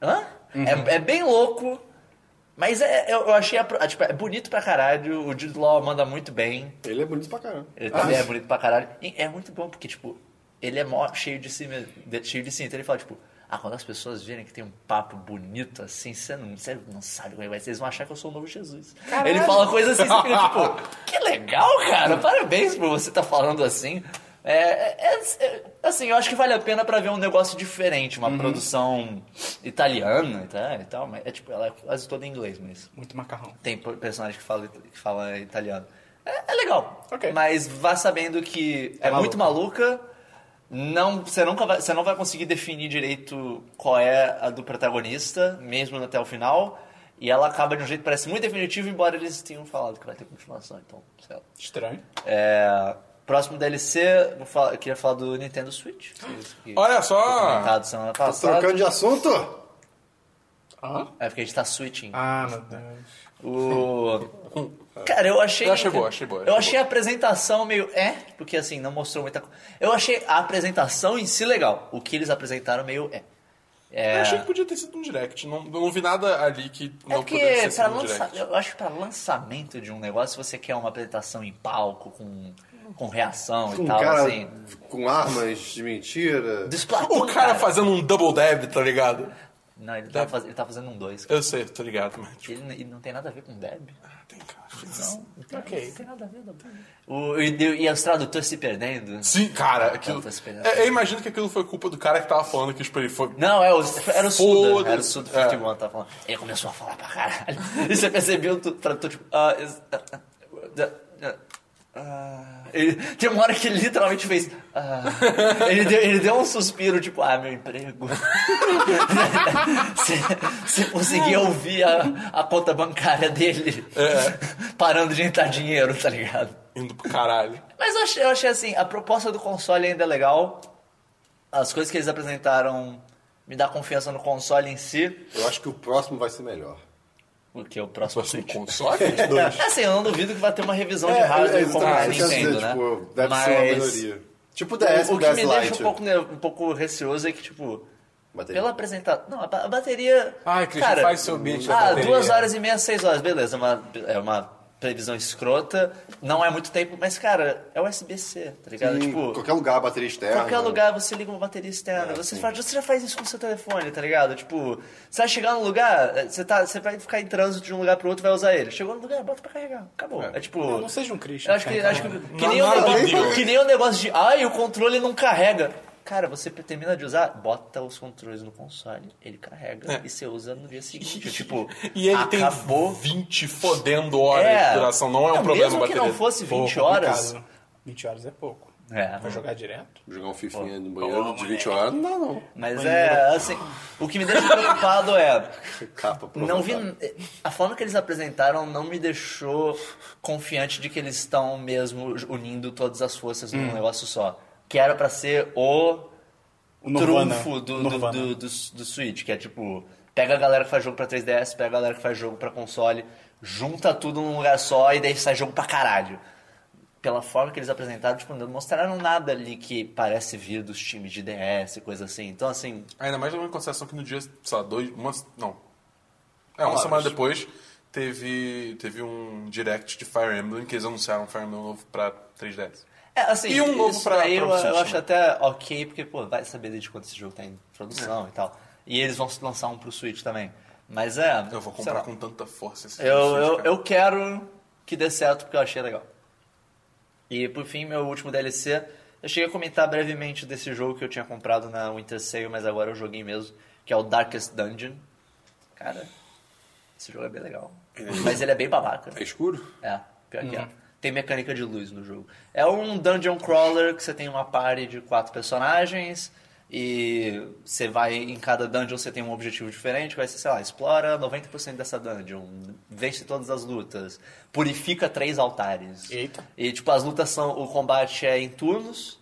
Speaker 4: Hã? É, é bem louco. Mas é, eu, eu achei. a pro- ah, tipo, é bonito pra caralho. O Jude Law manda muito bem.
Speaker 2: Ele é bonito pra caramba.
Speaker 4: Ele também é bonito pra caralho. E é muito bom, porque, tipo, ele é mó cheio de si mesmo. de- cheio de si. Então ele fala, tipo, ah, quando as pessoas virem que tem um papo bonito assim, você não, você não sabe como é que vai ser. Eles vão achar que eu sou o novo Jesus. Ele fala coisas assim, você fica, tipo, que legal, cara. Parabéns por você estar falando assim. É, é- é- é- assim, eu acho que vale a pena pra ver um negócio diferente, uma produção italiana e tal, e tal, mas é tipo, ela é quase toda em inglês, mas
Speaker 1: Muito macarrão.
Speaker 4: tem personagem que fala, que fala italiano. É, é legal.
Speaker 1: Ok.
Speaker 4: Mas vá sabendo que é, muito maluca. Não, você, nunca vai, você não vai conseguir definir direito qual é a do protagonista, mesmo até o final. E ela acaba de um jeito que parece muito definitivo, embora eles tenham falado que vai ter continuação. Então, sei lá.
Speaker 1: Estranho.
Speaker 4: É, próximo DLC, vou falar- eu queria falar do Nintendo Switch. que- que
Speaker 3: Olha
Speaker 4: foi
Speaker 3: só!
Speaker 4: comentado semana
Speaker 2: Tá Trocando
Speaker 4: passada.
Speaker 2: de assunto?
Speaker 1: Hã?
Speaker 4: É porque a gente tá switching.
Speaker 1: Ah, meu Deus.
Speaker 4: O... Cara, eu achei.
Speaker 3: Eu achei boa, achei boa, achei
Speaker 4: eu achei a apresentação meio. É, porque assim, não mostrou muita coisa. Eu achei a apresentação em si legal. O que eles apresentaram meio é. É,
Speaker 3: Eu achei que podia ter sido um direct. Não, não vi nada ali que
Speaker 4: é
Speaker 3: não
Speaker 4: porque
Speaker 3: pudesse ter
Speaker 4: pra
Speaker 3: sido um
Speaker 4: lança...
Speaker 3: direct.
Speaker 4: eu acho que pra lançamento de um negócio, se você quer uma apresentação em palco, com, com reação
Speaker 2: Com
Speaker 4: e tal,
Speaker 2: cara
Speaker 4: assim.
Speaker 2: com armas de mentira.
Speaker 4: Do Splatoon,
Speaker 3: O cara fazendo um double dab, tá ligado?
Speaker 4: Não, ele tá, faz- ele tá fazendo um 2.
Speaker 3: Eu sei, tô ligado, mas tipo,
Speaker 4: Ele, ele não tem nada a ver com Deb.
Speaker 3: tem cara.
Speaker 4: Então,
Speaker 1: Ok.
Speaker 4: Não tem nada a ver, não. O, e, e os tradutores se perdendo.
Speaker 3: Sim, cara, aquilo.
Speaker 4: Eu tô esperando.
Speaker 3: É, eu imagino que aquilo foi culpa do cara que tava falando que tipo, ele foi.
Speaker 4: Não, é o, era o Suda.
Speaker 3: Foda-se.
Speaker 4: Era o Suda
Speaker 3: É.
Speaker 4: 51 que tava falando. Ele começou a falar pra caralho. E você percebeu, tu, tra- tu, tipo... ah, is- ah, ah, ah, ah. Ele- tem uma hora que ele literalmente fez. ah. ele, deu, ele deu um suspiro, tipo, ah, meu emprego. Você- Você conseguia ouvir a, a conta bancária dele parando de entrar dinheiro, tá ligado?
Speaker 3: Indo pro caralho.
Speaker 4: Mas eu achei, eu achei assim, a proposta do console ainda é legal. As coisas que eles apresentaram me dá confiança no console em si.
Speaker 2: Eu acho que o próximo vai ser melhor.
Speaker 4: Porque o próximo
Speaker 3: Próximo
Speaker 4: Switch.
Speaker 3: console?
Speaker 2: Dois.
Speaker 4: Assim, eu não duvido que vai ter uma revisão de
Speaker 2: É, é,
Speaker 4: hardware
Speaker 2: é,
Speaker 4: como
Speaker 2: tá,
Speaker 4: a
Speaker 2: isso quer
Speaker 4: Nintendo,
Speaker 2: dizer,
Speaker 4: né?
Speaker 2: tipo, deve
Speaker 4: Mas
Speaker 2: ser uma melhoria. Tipo o DS,
Speaker 4: o que me
Speaker 2: DS
Speaker 4: deixa um
Speaker 2: Lite.
Speaker 4: pouco, ne- um pouco receoso é que, tipo,
Speaker 2: Bateria.
Speaker 4: pela apresentação... Não, a ba- a bateria...
Speaker 1: Ai, Christian,
Speaker 4: cara,
Speaker 1: faz seu beat da
Speaker 4: Ah,
Speaker 1: bateria.
Speaker 4: duas horas e meia, seis horas, beleza. é uma- é uma previsão escrota. Não é muito tempo, mas, cara, é USB-C, tá ligado?
Speaker 2: Em
Speaker 4: tipo...
Speaker 2: Hum, qualquer lugar, bateria externa. né?
Speaker 4: Qualquer lugar você liga uma bateria externa. você, faz, você já faz isso com o seu telefone, tá ligado? Tipo, você vai chegar num lugar, eh, você, tá, você vai ficar em trânsito de um lugar pro outro vai usar ele. Chegou no lugar, bota pra carregar. Acabou. É, tipo.
Speaker 1: Não, não seja um Christian.
Speaker 4: eu acho que,
Speaker 1: cara,
Speaker 4: acho que,
Speaker 1: então.
Speaker 4: que,
Speaker 3: Não, é
Speaker 4: nem o
Speaker 3: não,
Speaker 4: negócio,
Speaker 3: não.
Speaker 4: que nem o negócio de. Ai, o controle não carrega. Cara, você termina de usar, bota os controles no console, ele carrega e você usa no dia seguinte. tipo,
Speaker 3: É. E ele
Speaker 4: acabou.
Speaker 3: tem 20 fodendo horas de duração. Não é um problema
Speaker 4: mesmo
Speaker 3: bateria.
Speaker 4: que não fosse 20
Speaker 3: Porra.
Speaker 4: horas.
Speaker 1: Complicado. 20 horas é pouco.
Speaker 4: É,
Speaker 1: Vai jogar direto?
Speaker 2: Jogar um fifinha no banheiro de 20 horas? Não, não.
Speaker 4: mas é assim. O que me deixa preocupado é.
Speaker 2: Capa, pra
Speaker 4: Não vi.
Speaker 2: vontade.
Speaker 4: A forma que eles apresentaram não me deixou confiante de que eles estão mesmo unindo todas as forças
Speaker 1: Hum.
Speaker 4: num negócio só. Que era pra ser o
Speaker 1: O Nirvana.
Speaker 4: trunfo do, do,
Speaker 1: Nirvana.
Speaker 4: do, do, do Switch, que é tipo. Pega a galera que faz jogo pra 3DS, pega a galera que faz jogo pra console, junta tudo num lugar só e daí sai jogo pra caralho. Pela forma que eles apresentaram, tipo, não mostraram nada ali que parece vir dos times de DS e coisa assim. Então, assim,
Speaker 3: Ainda mais levando em consideração que no dia, sei lá, dois. Uma, não. É, uma semana depois teve, teve um direct de Fire Emblem que eles anunciaram um Fire Emblem novo pra 3DS.
Speaker 4: É, assim,
Speaker 3: E um novo
Speaker 4: isso
Speaker 3: pra-
Speaker 4: daí
Speaker 3: pra
Speaker 4: eu,
Speaker 3: você,
Speaker 4: eu
Speaker 3: né?
Speaker 4: acho até ok, porque, pô, vai saber desde quando esse jogo tá em
Speaker 3: É.
Speaker 4: produção e tal. E eles vão lançar um pro Switch também. Mas é...
Speaker 3: Eu vou
Speaker 4: sei lá.
Speaker 3: comprar com tanta força esse
Speaker 4: Eu,
Speaker 3: Switch,
Speaker 4: eu,
Speaker 3: cara.
Speaker 4: eu quero que dê certo, porque eu achei legal. E, por fim, meu último DLC. Eu cheguei a comentar brevemente desse jogo que eu tinha comprado na Winter Sale, mas agora eu joguei mesmo, que é o Darkest Dungeon. Cara, esse jogo é bem legal. Mas ele é bem babaca.
Speaker 2: É escuro?
Speaker 4: É, pior
Speaker 1: Uhum.
Speaker 4: que é. Tem mecânica de luz no jogo. É um dungeon crawler que você tem uma party de quatro personagens e você vai em cada dungeon você tem um objetivo diferente, vai ser, sei lá, explora 90% dessa dungeon, vence todas as lutas, purifica três altares.
Speaker 1: Eita.
Speaker 4: E tipo, as lutas são o combate é em turnos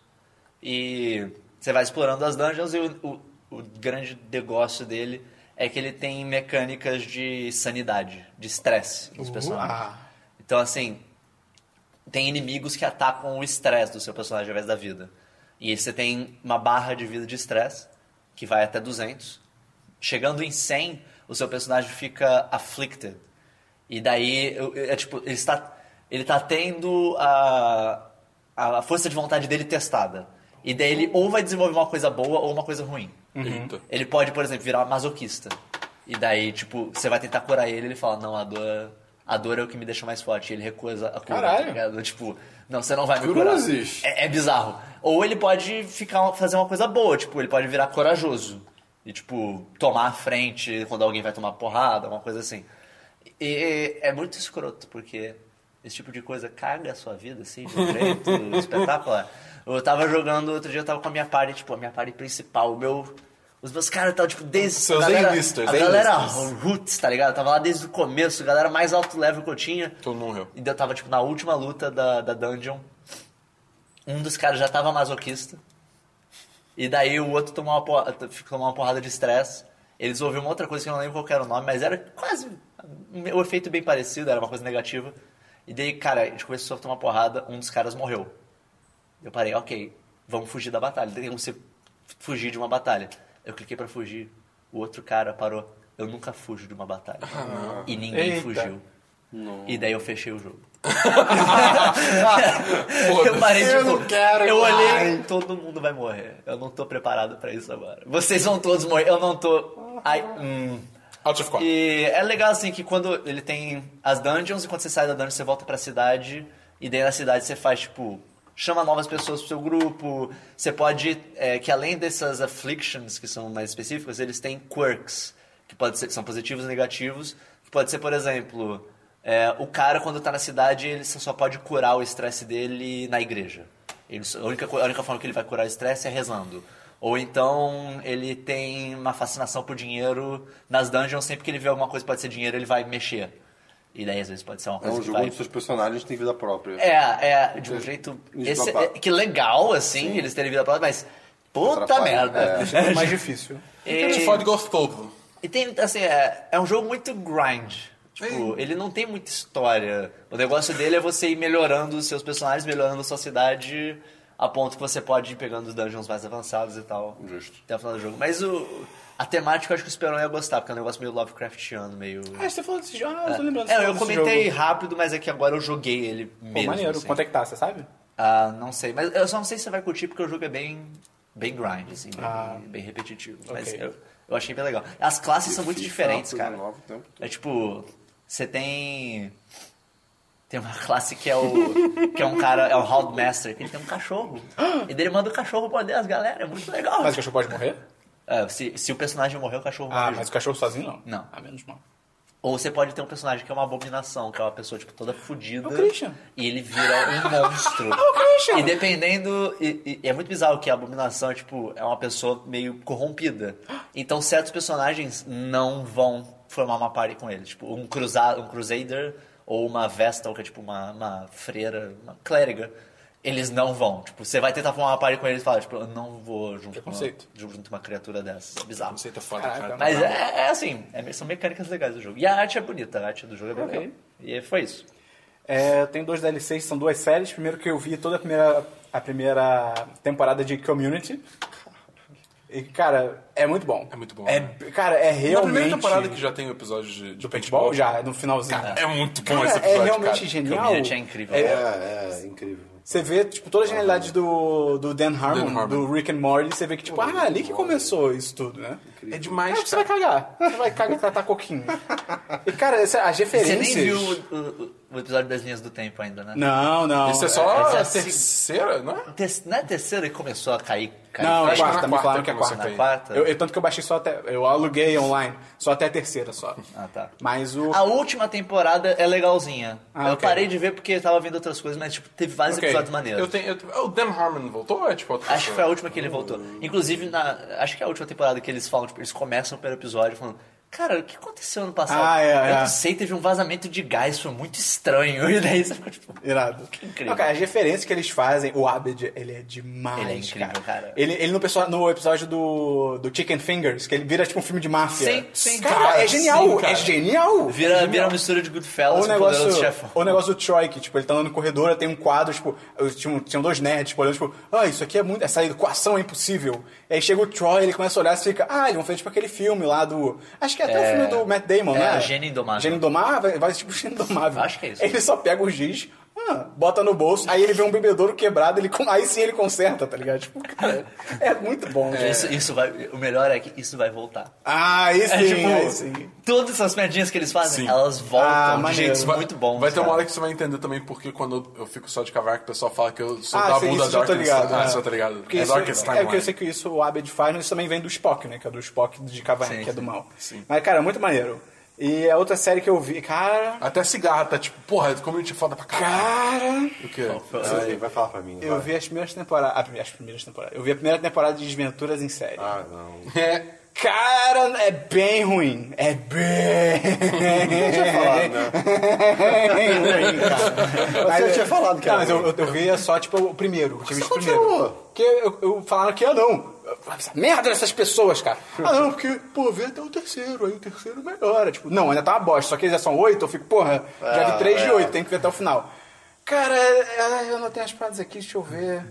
Speaker 4: e você vai explorando as dungeons e o, o, o grande negócio dele é que ele tem mecânicas de sanidade, de estresse nos
Speaker 1: Uh,
Speaker 4: personagens.
Speaker 1: ah.
Speaker 4: Então, assim, tem inimigos que atacam o estresse do seu personagem ao invés da vida. E você tem uma barra de vida de estresse que vai até 200. Chegando em 100, o seu personagem fica afflicted. E daí, eu- eu- é tipo, ele está, ele está tendo a, a força de vontade dele testada. E daí ele ou vai desenvolver uma coisa boa ou uma coisa ruim.
Speaker 3: Eita.
Speaker 4: Ele pode, por exemplo, virar masoquista. E daí, tipo, você vai tentar curar ele, ele fala, não, a dor, a dor é o que me deixa mais forte. E ele recusa a cura.
Speaker 1: Caralho.
Speaker 4: tá ligado? tipo, não, você não vai me
Speaker 2: Cura
Speaker 4: curar.
Speaker 2: não existe.
Speaker 4: É, é bizarro. Ou ele pode ficar, fazer uma coisa boa, tipo, ele pode virar corajoso. E, tipo, tomar a frente quando alguém vai tomar porrada, uma coisa assim. E é muito escroto, porque Esse tipo de coisa caga a sua vida, assim, de um jeito espetacular. Eu tava jogando, outro dia eu tava com a minha party, tipo, a minha party principal, o meu... Os meus caras estavam, tipo, desde...
Speaker 3: Seus
Speaker 4: galera,
Speaker 3: A-listers,
Speaker 4: A galera
Speaker 3: A-listers.
Speaker 4: roots, tá ligado? Eu tava lá desde o começo, a galera mais alto level que eu tinha.
Speaker 3: Todo mundo morreu.
Speaker 4: E daí eu tava, tipo, na última luta da, da dungeon. Um dos caras já tava masoquista. E daí o outro tomou uma, porra- tomou uma porrada de estresse. Eles ouviram uma outra coisa que eu não lembro qual que era o nome, mas era quase um- o efeito bem parecido, era uma coisa negativa. E daí, cara, a gente começou a tomar porrada, um dos caras morreu. Eu parei, ok, vamos fugir da batalha. Tem como você fugir de uma batalha. Eu cliquei pra fugir, o outro cara parou. Eu nunca fujo de uma batalha. e ninguém
Speaker 1: Eita.
Speaker 4: fugiu. E daí eu fechei o jogo. eu
Speaker 3: Foda-se.
Speaker 4: parei de
Speaker 2: Eu não quero
Speaker 4: Eu
Speaker 2: mais.
Speaker 4: olhei, todo mundo vai morrer. Eu não tô preparado pra isso agora. Vocês vão todos morrer. Eu não tô. Ai, hum.
Speaker 3: Out of 4.
Speaker 4: E é legal assim que quando ele tem as dungeons e quando você sai da dungeon você volta pra cidade e daí na cidade você faz tipo chama novas pessoas pro seu grupo. Você pode é, que além dessas afflictions que são mais específicas, eles têm quirks que pode ser que são positivos e negativos. Que pode ser, por exemplo, é, o cara quando tá na cidade, ele só pode curar o estresse dele na igreja. Ele, a, única, co- a única forma que ele vai curar o estresse é rezando. Ou então ele tem uma fascinação por dinheiro nas dungeons, sempre que ele vê alguma coisa que pode ser dinheiro, ele vai mexer. E daí às vezes pode ser uma
Speaker 2: É
Speaker 4: coisa
Speaker 2: um
Speaker 4: que
Speaker 2: jogo
Speaker 4: vai...
Speaker 2: onde seus personagens têm vida própria.
Speaker 4: É, é, de um jeito... esse- é, que legal, assim, eles terem vida própria, mas... Puta
Speaker 2: Atrapalha, É.
Speaker 4: merda.
Speaker 1: Deixa tudo mais difícil.
Speaker 3: Ele fode gostoso.
Speaker 4: E tem, assim, é, é um jogo muito grind. Tipo, ele não tem muita história. O negócio dele é você ir melhorando os seus personagens, melhorando a sua cidade, a ponto que você pode ir pegando os dungeons mais avançados e tal.
Speaker 2: Justo.
Speaker 4: Até o final do jogo. Mas o, a temática eu acho que o Esperão ia gostar, porque é um negócio meio Lovecraftiano, meio.
Speaker 1: Ah, você falou desse jogo? Ah, eu tô lembrando.
Speaker 4: É,
Speaker 1: você
Speaker 4: eu
Speaker 1: falou desse
Speaker 4: comentei
Speaker 1: jogo.
Speaker 4: rápido, mas é que agora eu joguei ele
Speaker 1: Pô,
Speaker 4: mesmo.
Speaker 1: maneiro.
Speaker 4: assim.
Speaker 1: Quanto é que tá, você sabe?
Speaker 4: Ah, não sei. Mas eu só não sei se você vai curtir, porque o jogo é bem, bem grind, assim, bem,
Speaker 1: Ah.
Speaker 4: bem repetitivo. Mas eu, eu achei bem legal. As classes são muito
Speaker 2: Fica
Speaker 4: diferentes,
Speaker 2: uma coisa
Speaker 4: cara.
Speaker 2: nova o tempo todo.
Speaker 4: É tipo, você tem. Tem uma classe que é o. que é um cara, é o Houndmaster, que ele tem um cachorro. E daí ele manda o cachorro morder as galera, é muito legal.
Speaker 1: Mas o cachorro pode morrer?
Speaker 4: Ah, se, se o personagem morrer, o cachorro
Speaker 1: Ah,
Speaker 4: morre.
Speaker 1: mas
Speaker 4: junto.
Speaker 1: o cachorro sozinho não?
Speaker 4: Não.
Speaker 1: Ah, menos mal.
Speaker 4: Ou você pode ter um personagem que é uma abominação, que é uma pessoa, tipo, toda fodida.
Speaker 1: É o Christian.
Speaker 4: E ele vira um monstro.
Speaker 3: Ah,
Speaker 1: o Christian.
Speaker 4: E dependendo. E, e- é muito bizarro que a abominação é, tipo, é uma pessoa meio corrompida. Então certos personagens não vão formar uma party com ele. Tipo, um, cruza, um Crusader ou uma Vestal, que é tipo uma, uma freira, uma clériga. Eles não vão. Tipo, você vai tentar formar uma party com eles e fala, tipo, eu não vou junto, com uma,
Speaker 1: Preconceito.
Speaker 4: junto com uma criatura dessa. É bizarro.
Speaker 3: Não sei, tá foda,
Speaker 1: Caraca,
Speaker 3: cara.
Speaker 4: Mas é, é assim, é- são mecânicas legais do jogo. E a arte é bonita, a arte do jogo é bem
Speaker 1: Ok.
Speaker 4: legal. E foi isso.
Speaker 1: É, eu tenho dois DLCs, são duas séries. Primeiro que eu vi toda a primeira, a primeira temporada de Community. E, cara, é muito bom.
Speaker 3: É muito bom,
Speaker 1: É,
Speaker 3: né?
Speaker 1: Cara, é
Speaker 3: Na
Speaker 1: realmente...
Speaker 3: primeira temporada que já tem o episódio de, de
Speaker 1: Do paintball, já, é no finalzinho.
Speaker 3: Cara, é muito bom
Speaker 1: Cara,
Speaker 3: esse episódio,
Speaker 1: é realmente
Speaker 3: cara.
Speaker 1: genial.
Speaker 4: Community é incrível.
Speaker 2: É,
Speaker 1: É,
Speaker 2: é, incrível.
Speaker 1: Você vê, tipo, toda a genialidade do, do Dan, Harmon,
Speaker 3: Dan Harmon.
Speaker 1: do Rick and Morty, você vê que, tipo, ah, ali que começou isso tudo, né?
Speaker 3: É
Speaker 1: Mas
Speaker 3: demais,
Speaker 1: você
Speaker 3: cara.
Speaker 1: vai cagar. Você vai cagar, tratar coquinho. E, cara, essa- as
Speaker 4: Você
Speaker 1: referências...
Speaker 4: nem viu o, o- o episódio das linhas do tempo ainda, né?
Speaker 1: Não, não. assim.
Speaker 3: Isso é só
Speaker 4: Essa é
Speaker 3: a
Speaker 4: a seg-
Speaker 3: terceira, não é?
Speaker 4: Te- não é a terceira que começou a cair? cair
Speaker 1: Não, é
Speaker 4: fora?
Speaker 3: acho que
Speaker 1: quarta,
Speaker 3: na
Speaker 1: me falaram
Speaker 3: quarta
Speaker 1: que é
Speaker 3: começou a
Speaker 1: quarta.
Speaker 4: Na quarta?
Speaker 1: Eu, eu- tanto que eu baixei só até. Eu aluguei online, só até a terceira só.
Speaker 4: Ah, tá.
Speaker 1: Mas o.
Speaker 4: A última temporada é legalzinha.
Speaker 1: Ah,
Speaker 4: eu
Speaker 1: ok.
Speaker 4: parei de ver porque tava vendo outras coisas, mas tipo, teve vários
Speaker 3: Ok.
Speaker 4: episódios maneiros.
Speaker 3: Eu tenho, eu tenho- Ah, o Dan Harmon voltou? ou É tipo outra
Speaker 4: Acho que foi um
Speaker 3: pessoa?
Speaker 4: a última que ele voltou. Inclusive, na, acho que é a última temporada que eles falam, tipo, eles começam pelo episódio falando. Cara, o que aconteceu ano passado?
Speaker 1: Ah, é,
Speaker 4: eu
Speaker 1: é.
Speaker 4: não sei, teve um vazamento de gás, foi muito estranho. E daí você fica tipo.
Speaker 1: Irado.
Speaker 4: Que incrível.
Speaker 1: Não, cara, as referências que eles fazem, o Abed, ele é demais.
Speaker 4: Ele é incrível, cara.
Speaker 1: Ele, ele no, pessoa- no episódio do, do Chicken Fingers, que ele vira tipo um filme de máfia.
Speaker 4: Sim, sim.
Speaker 1: Cara,
Speaker 3: Cara,
Speaker 1: é genial,
Speaker 3: sim, cara.
Speaker 1: é genial.
Speaker 4: Vira,
Speaker 1: é
Speaker 4: vira
Speaker 1: genial.
Speaker 4: uma mistura de
Speaker 1: Ou
Speaker 4: Goodfellas
Speaker 1: o
Speaker 4: com o poderoso
Speaker 1: negócio,
Speaker 4: chefão.
Speaker 1: ou o negócio do Troy, que, tipo, ele tá andando no corredor, tem um quadro, tipo, eu- tinha, um- tinham dois nerds, tipo, olhando, tipo, ah, isso aqui é muito, essa equação é impossível. E aí chega o Troy, ele começa a olhar e fica, ah, eles vão fazer, tipo, aquele filme lá do, acho que é até
Speaker 4: É.
Speaker 1: o filme do Matt Damon,
Speaker 4: É,
Speaker 1: né?
Speaker 4: Gênio Indomável.
Speaker 1: Gênio Indomável, vai, tipo, Gênio Indomável.
Speaker 4: Acho que é isso.
Speaker 1: Ele só pega o giz, ah, bota no bolso, aí ele vê um bebedouro quebrado, ele, con- aí sim ele conserta, tá ligado? Tipo, cara, é muito bom, gente.
Speaker 4: Isso, isso vai, o melhor é que isso vai voltar.
Speaker 1: Ah, aí sim,
Speaker 4: É tipo,
Speaker 1: aí sim.
Speaker 4: todas essas piadinhas que eles fazem,
Speaker 3: Sim.
Speaker 4: elas voltam
Speaker 1: Ah,
Speaker 4: de
Speaker 1: maneiro.
Speaker 4: jeitos muito bons.
Speaker 3: Vai ter uma
Speaker 4: cara.
Speaker 3: hora que você vai entender também porque quando eu fico só de cavarco, o pessoal fala que eu sou
Speaker 1: Ah,
Speaker 3: da
Speaker 1: sim,
Speaker 3: bunda
Speaker 1: isso já
Speaker 3: Darkness.
Speaker 1: tô ligado,
Speaker 2: né?
Speaker 3: Ah,
Speaker 1: é.
Speaker 3: isso eu tô ligado.
Speaker 1: Porque
Speaker 3: é
Speaker 1: isso,
Speaker 3: Darkness
Speaker 1: é porque eu
Speaker 3: Timeline.
Speaker 1: sei que isso o Abed faz, mas isso também vem do Spock, né? Que é do Spock de Caverna,
Speaker 4: Sim,
Speaker 1: que é
Speaker 4: sim.
Speaker 1: do mal.
Speaker 3: Sim.
Speaker 1: Mas, cara, muito maneiro. E a outra série que eu vi, cara.
Speaker 3: Até cigarra tá tipo, porra, como a gente é foda pra caralho.
Speaker 1: Cara!
Speaker 3: O quê?
Speaker 4: Então,
Speaker 2: Vai, vai falar pra mim.
Speaker 1: Eu
Speaker 2: vai.
Speaker 1: vi as primeiras temporadas. ah, As primeiras temporadas. Eu vi a primeira temporada de Desventuras em Série.
Speaker 2: Ah, não.
Speaker 3: É.
Speaker 1: Cara, é bem ruim. É bem.
Speaker 2: Eu tinha falado, né?
Speaker 1: ruim, cara.
Speaker 2: Você
Speaker 1: eu-
Speaker 2: tinha falado que era
Speaker 1: Não, mas eu,
Speaker 2: ruim.
Speaker 1: eu, eu via só, tipo, o primeiro. O time
Speaker 2: você
Speaker 1: de primeiro.
Speaker 2: continuou?
Speaker 1: Porque eu, eu falaram que eu não. Essa merda dessas pessoas, cara. Ah, não, porque, pô, vê até o terceiro, aí o terceiro melhora. Tipo, não, ainda tá uma bosta, só que eles já são oito, eu fico, porra, já vi três de
Speaker 2: é.
Speaker 1: oito, tem que ver até o final. Cara, é, eu não tenho as paradas aqui, deixa eu ver.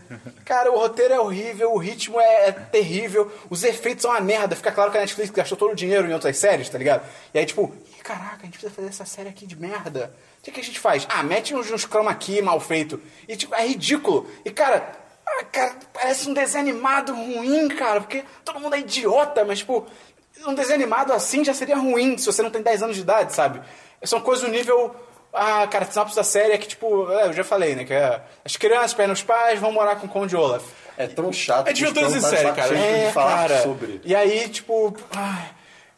Speaker 1: Cara, o roteiro é horrível, o ritmo é, é terrível, os efeitos são uma merda. Fica claro que a Netflix gastou todo o dinheiro em outras séries, tá ligado? E aí, tipo, "Ih, caraca, a gente precisa fazer essa série aqui de merda. O que, que a gente faz? Ah, mete uns, uns chroma aqui mal feito. E, tipo, é ridículo. E, cara, ah, cara, parece um desenho animado ruim, cara, porque todo mundo é idiota, mas, tipo, um desenho animado assim já seria ruim se você não tem 10 anos de idade, sabe? É São coisas do nível. Ah, cara, a sinopse da série é que, tipo, é, eu já falei, né? Que é, as crianças perdem os pais, vão morar com o Conde Olaf.
Speaker 2: É tão chato.
Speaker 1: É
Speaker 4: tipo
Speaker 1: Desventuras
Speaker 2: que
Speaker 1: em Série,
Speaker 2: os caras tá
Speaker 1: cara.
Speaker 2: cheio
Speaker 1: É,
Speaker 2: de falar
Speaker 1: cara.
Speaker 2: sobre. Ah.
Speaker 1: E aí, tipo... ai,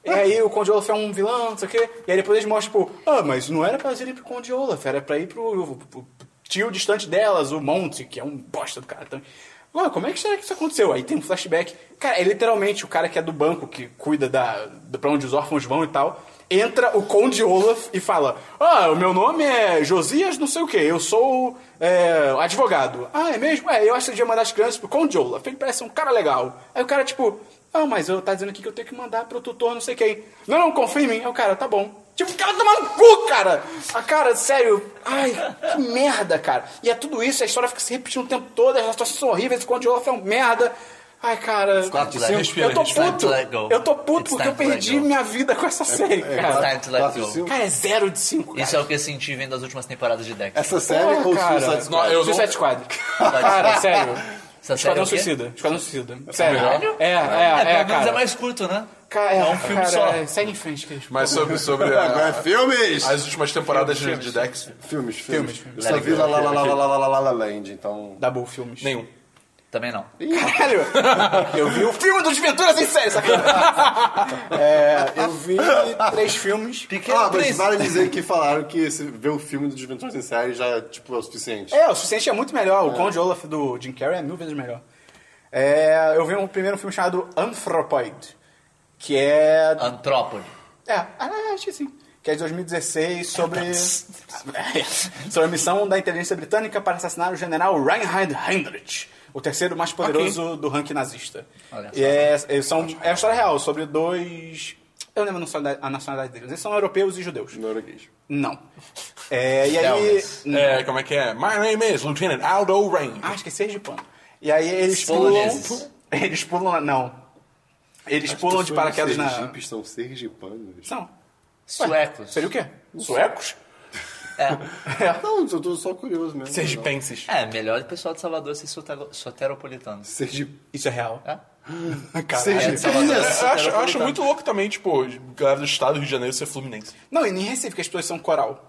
Speaker 1: E aí o Conde Olaf é um vilão, não sei o quê. E aí depois eles mostram, tipo... Ah, mas não era pra eles irem pro Conde Olaf. Era pra ir pro, pro tio distante delas, o Monte, que é um bosta do cara também. Ué, como é que será que isso aconteceu? Aí tem um flashback. Cara, é literalmente o cara que é do banco, que cuida da, da pra onde os órfãos vão e tal. Entra o Conde Olaf e fala: Ah, o meu nome é Josias não sei o que, eu sou é, advogado. Ah, é mesmo? É, eu acho que eu devia mandar as crianças pro Conde Olaf, ele parece um cara legal. Aí o cara, tipo, ah, mas eu tá dizendo aqui que eu tenho que mandar pro tutor não sei quem. Não, não, confia em mim. Aí o cara, tá bom. Tipo, o cara toma no cu, cara! A cara, sério, ai, que merda, cara. E é tudo isso, a história fica se repetindo o tempo todo, as situações são horríveis, o Conde Olaf é um merda. Ai, cara.
Speaker 4: Quatro,
Speaker 1: eu
Speaker 3: respira,
Speaker 1: tô
Speaker 3: respira.
Speaker 1: puto.
Speaker 4: Let go.
Speaker 1: Eu tô puto
Speaker 4: It's
Speaker 1: porque
Speaker 4: time
Speaker 1: eu
Speaker 4: to let
Speaker 1: perdi
Speaker 4: go.
Speaker 1: minha vida com essa série,
Speaker 4: It's
Speaker 1: cara.
Speaker 4: time to let
Speaker 2: é, Quatro,
Speaker 4: go.
Speaker 2: cinco.
Speaker 1: Cara, é zero de cinco, cara.
Speaker 4: Isso é o que eu senti vendo as últimas temporadas de Dexter.
Speaker 2: Essa série
Speaker 1: Porra,
Speaker 2: ou
Speaker 1: cara. é tipo-
Speaker 2: Suicide
Speaker 3: Não,
Speaker 2: Squad?
Speaker 3: eu não...
Speaker 1: Suicide Squad. Cara, sério.
Speaker 4: Essa série
Speaker 1: Esquadrão
Speaker 4: é o quê?
Speaker 1: Suicida. Esquadrão Suicida. Sério.
Speaker 4: Caralho?
Speaker 1: É,
Speaker 4: É,
Speaker 1: um é, é,
Speaker 4: pelo menos
Speaker 1: cara.
Speaker 4: é mais curto, né?
Speaker 1: Cara,
Speaker 4: é um filme
Speaker 1: cara,
Speaker 4: só.
Speaker 1: é, Segue em frente, Cris.
Speaker 3: Mas sobre, sobre
Speaker 2: Agora é
Speaker 3: a-
Speaker 2: filmes!
Speaker 3: as últimas temporadas de, de Dex,
Speaker 2: Filmes, filmes.
Speaker 1: Filmes.
Speaker 2: Eu só vi La La La La La La La La La La Land, então...
Speaker 1: Double Filmes.
Speaker 3: nenhum.
Speaker 4: Também não.
Speaker 1: Ah, Caralho! Eu vi o filme dos Venturas em série, sacanagem. É, eu vi três filmes.
Speaker 4: Pequeno
Speaker 2: Ah, mas
Speaker 4: príncipe.
Speaker 2: vale dizer que falaram que esse- ver o filme do Desventuras em Série já tipo, é o suficiente.
Speaker 1: É, o suficiente é muito melhor. O Conde Olaf do Jim Carrey é mil vezes melhor. É, eu vi um primeiro filme chamado Anthropoid, que é
Speaker 4: Antrópode.
Speaker 1: É, ah, acho que sim. Que é de 2016, sobre. sobre a missão da inteligência britânica para assassinar o general Reinhard Heydrich, o terceiro mais poderoso do ranking nazista.
Speaker 4: Olha
Speaker 1: E é, é- são, é a história real, sobre dois. Eu não lembro a nacionalidade- a nacionalidade deles. Eles são europeus e judeus.
Speaker 2: Norueguês.
Speaker 1: Não. É, e aí.
Speaker 4: Belgas.
Speaker 3: É, como é que é? My name is Lieutenant Aldo Rain.
Speaker 1: Ah, esqueci de pano. E aí eles
Speaker 4: Poloneses.
Speaker 1: pulam. Eles pulam. na- Não. Eles pulam de paraquedas
Speaker 2: Os
Speaker 1: na.
Speaker 2: Sergipes são sergipanos?
Speaker 1: São.
Speaker 4: Suecos.
Speaker 1: Seria o quê? Suecos?
Speaker 2: Não, eu tô só curioso mesmo.
Speaker 3: Sergipenses.
Speaker 4: É, melhor o pessoal de Salvador ser sotero- soteropolitano.
Speaker 2: Sergip...
Speaker 1: Isso é real.
Speaker 4: É?
Speaker 1: Caralho.
Speaker 4: É, de Salvador.
Speaker 3: Eu acho, eu acho muito louco também, tipo, galera do estado do Rio de Janeiro ser fluminense.
Speaker 1: Não, e nem Recife, porque as pessoas são coral.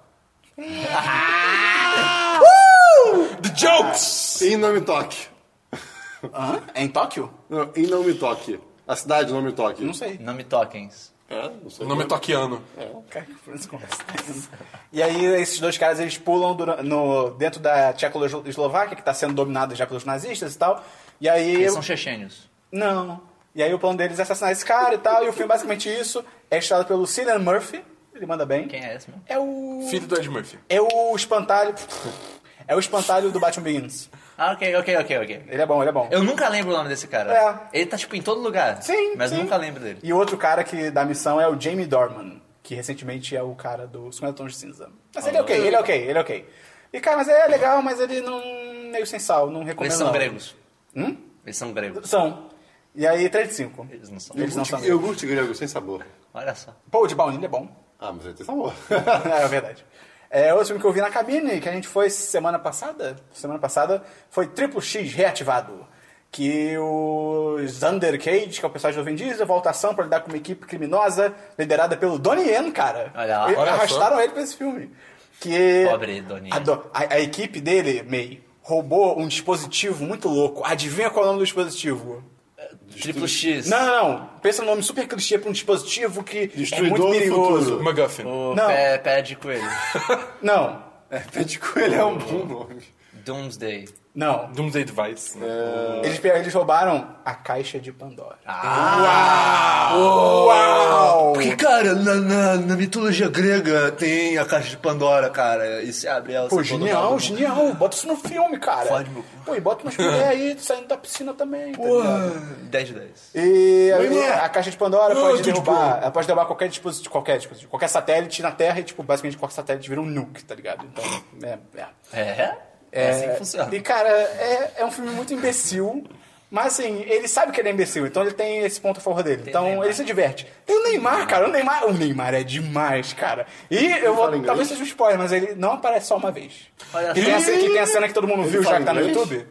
Speaker 3: The Jokes!
Speaker 2: Em Não Me Toque.
Speaker 1: Hã? É em Tóquio?
Speaker 2: Não, em Não Me Toque. A cidade Não Me Toque.
Speaker 1: Não sei.
Speaker 4: Não me toquem.
Speaker 2: É, não sei.
Speaker 3: O nome é Toquiano.
Speaker 1: Cara, que coisa conversa. E aí, esses dois caras, eles pulam dura- no, dentro da Tchecoslováquia, que está sendo dominada já pelos nazistas e tal. E aí...
Speaker 4: Eles são chechênios.
Speaker 1: Não. E aí o plano deles é assassinar esse cara e tal. E o filme, basicamente, isso. É estrelado pelo Cillian Murphy. Ele manda bem.
Speaker 4: Quem é esse, mano?
Speaker 1: É o...
Speaker 3: Filho do Ed Murphy.
Speaker 1: É o espantalho... É o espantalho do Batman Begins.
Speaker 4: Ah, ok, ok, ok, ok.
Speaker 1: Ele é bom, ele é bom.
Speaker 4: Eu nunca lembro o nome desse cara. Ele tá, tipo, em todo lugar.
Speaker 1: É. Sim,
Speaker 4: Mas
Speaker 1: sim.
Speaker 4: nunca lembro dele.
Speaker 1: E o outro cara que da missão é o Jamie Dorman, que recentemente é o cara do 50 Tons de Cinza. Mas
Speaker 4: Ah,
Speaker 1: ele é ok, ele é ok, ele é ok. E cara, mas é legal, mas ele não. meio sem sal, não recomendo.
Speaker 4: Eles são
Speaker 1: não.
Speaker 4: gregos.
Speaker 1: é Hum?
Speaker 4: Eles são gregos.
Speaker 1: São. E aí, 3 de 5.
Speaker 4: Eles não são.
Speaker 1: Eles não são.
Speaker 2: Iogurte grego sem sabor.
Speaker 4: Olha só.
Speaker 1: Pô, o de baunilha é bom.
Speaker 2: Ah, mas ele tem sabor.
Speaker 1: é verdade. É, outro filme que eu vi na cabine, que a gente foi semana passada, semana passada, foi Triplo X reativado. Que o Xander Cage, que é o personagem do Vin Diesel, volta à ação pra lidar com uma equipe criminosa liderada pelo Donnie Yen, cara.
Speaker 4: Olha lá.
Speaker 1: Ele-
Speaker 3: Olha só.
Speaker 1: arrastaram ele pra esse filme. Que
Speaker 4: Pobre Donnie Yen.
Speaker 1: A, do- a- a equipe dele, May, roubou um dispositivo muito louco. Adivinha qual é o nome do dispositivo?
Speaker 4: Triplo X.
Speaker 1: Não, não, não. Pensa num nome super clichê pra um dispositivo que é
Speaker 2: Destruidor
Speaker 1: muito
Speaker 2: do
Speaker 1: perigoso.
Speaker 2: futuro.
Speaker 3: MacGuffin.
Speaker 2: Oh.
Speaker 4: O
Speaker 1: Não.
Speaker 4: pé, pé de coelho.
Speaker 1: Não,
Speaker 2: É, pé de coelho é um bom nome.
Speaker 4: Doomsday.
Speaker 1: não.
Speaker 3: Doomsday Device. né?
Speaker 1: Eles, pe- eles roubaram a caixa de Pandora.
Speaker 4: Ah. Porque, cara, na, na- na mitologia grega tem a caixa de Pandora, cara. E se abre ela...
Speaker 1: Pô,
Speaker 4: sai todo
Speaker 1: genial,
Speaker 4: mundo.
Speaker 1: genial. Bota isso no filme, cara.
Speaker 4: Fode meu cu.
Speaker 1: Pô, e bota umas mulheres aí saindo da piscina também. tá ligado?
Speaker 4: 10 de 10.
Speaker 1: E a-
Speaker 2: Mulher.
Speaker 1: a, caixa de Pandora pode
Speaker 3: eu tô de
Speaker 1: derrubar. Ela pode derrubar qualquer dispositivo, qualquer dispositivo, qualquer satélite na Terra e, tipo, basicamente qualquer satélite vira um nuke, tá ligado? Então, é. é.
Speaker 4: É? É
Speaker 1: É,
Speaker 4: assim que funciona.
Speaker 1: E, cara, é, é um filme muito imbecil. Mas, assim, ele sabe que ele é imbecil, então ele tem esse ponto a favor dele.
Speaker 4: o
Speaker 1: então,
Speaker 4: Neymar.
Speaker 1: ele se diverte. Tem o Neymar, cara. O Neymar, o Neymar é demais, cara. E eu vou...
Speaker 2: fala inglês?
Speaker 1: Talvez seja um spoiler, mas ele não aparece só uma vez.
Speaker 4: Olha
Speaker 1: Que
Speaker 4: só.
Speaker 1: tem, a, ce- que tem a cena que todo mundo viu já
Speaker 2: fala
Speaker 1: que tá no
Speaker 2: inglês?
Speaker 1: YouTube.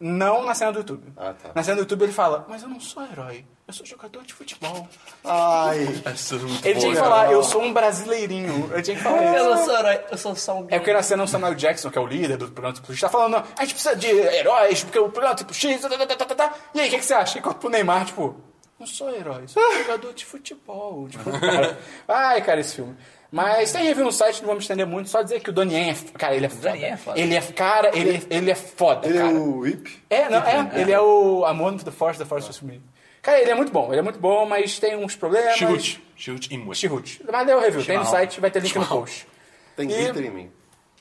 Speaker 1: Não na cena do YouTube.
Speaker 2: Ah, tá.
Speaker 1: Na cena do YouTube ele fala, mas eu não sou herói, eu sou jogador de futebol.
Speaker 2: Ai.
Speaker 3: Essa é muito
Speaker 1: Ele
Speaker 3: boa,
Speaker 1: tinha que
Speaker 3: cara.
Speaker 1: falar, eu sou um brasileirinho. Eu tinha que falar isso.
Speaker 4: Eu não sou herói, eu sou só um...
Speaker 1: É porque na cena o Samuel Jackson, que é o líder do Programa Tipo X, tá falando, "Não, a gente precisa de heróis, porque o Programa Tipo X, tá, tá, tá, tá, tá, tá." e aí, o que, que você acha? E corta pro Neymar, tipo, não sou herói, sou um jogador de futebol. Tipo, cara. Ai, cara, esse filme. Mas tem review no site, não vamos estender muito, só dizer que o Donnie é, f- cara, ele é foda.
Speaker 4: Donnie é foda.
Speaker 1: Ele é, cara, ele, ele é foda,
Speaker 2: Ele é
Speaker 1: cara.
Speaker 2: o Whip?
Speaker 1: É, não, é, ele é o Amon of the Force, The Force of Me. Cara, ele é muito bom, ele é muito bom, mas tem uns problemas.
Speaker 3: Chihut. Chihut Imwe.
Speaker 1: Chihut. Mas é o review, tem no
Speaker 4: Chimarrão.
Speaker 1: site, vai ter link no post.
Speaker 2: Tem
Speaker 1: E-
Speaker 2: glitter em mim.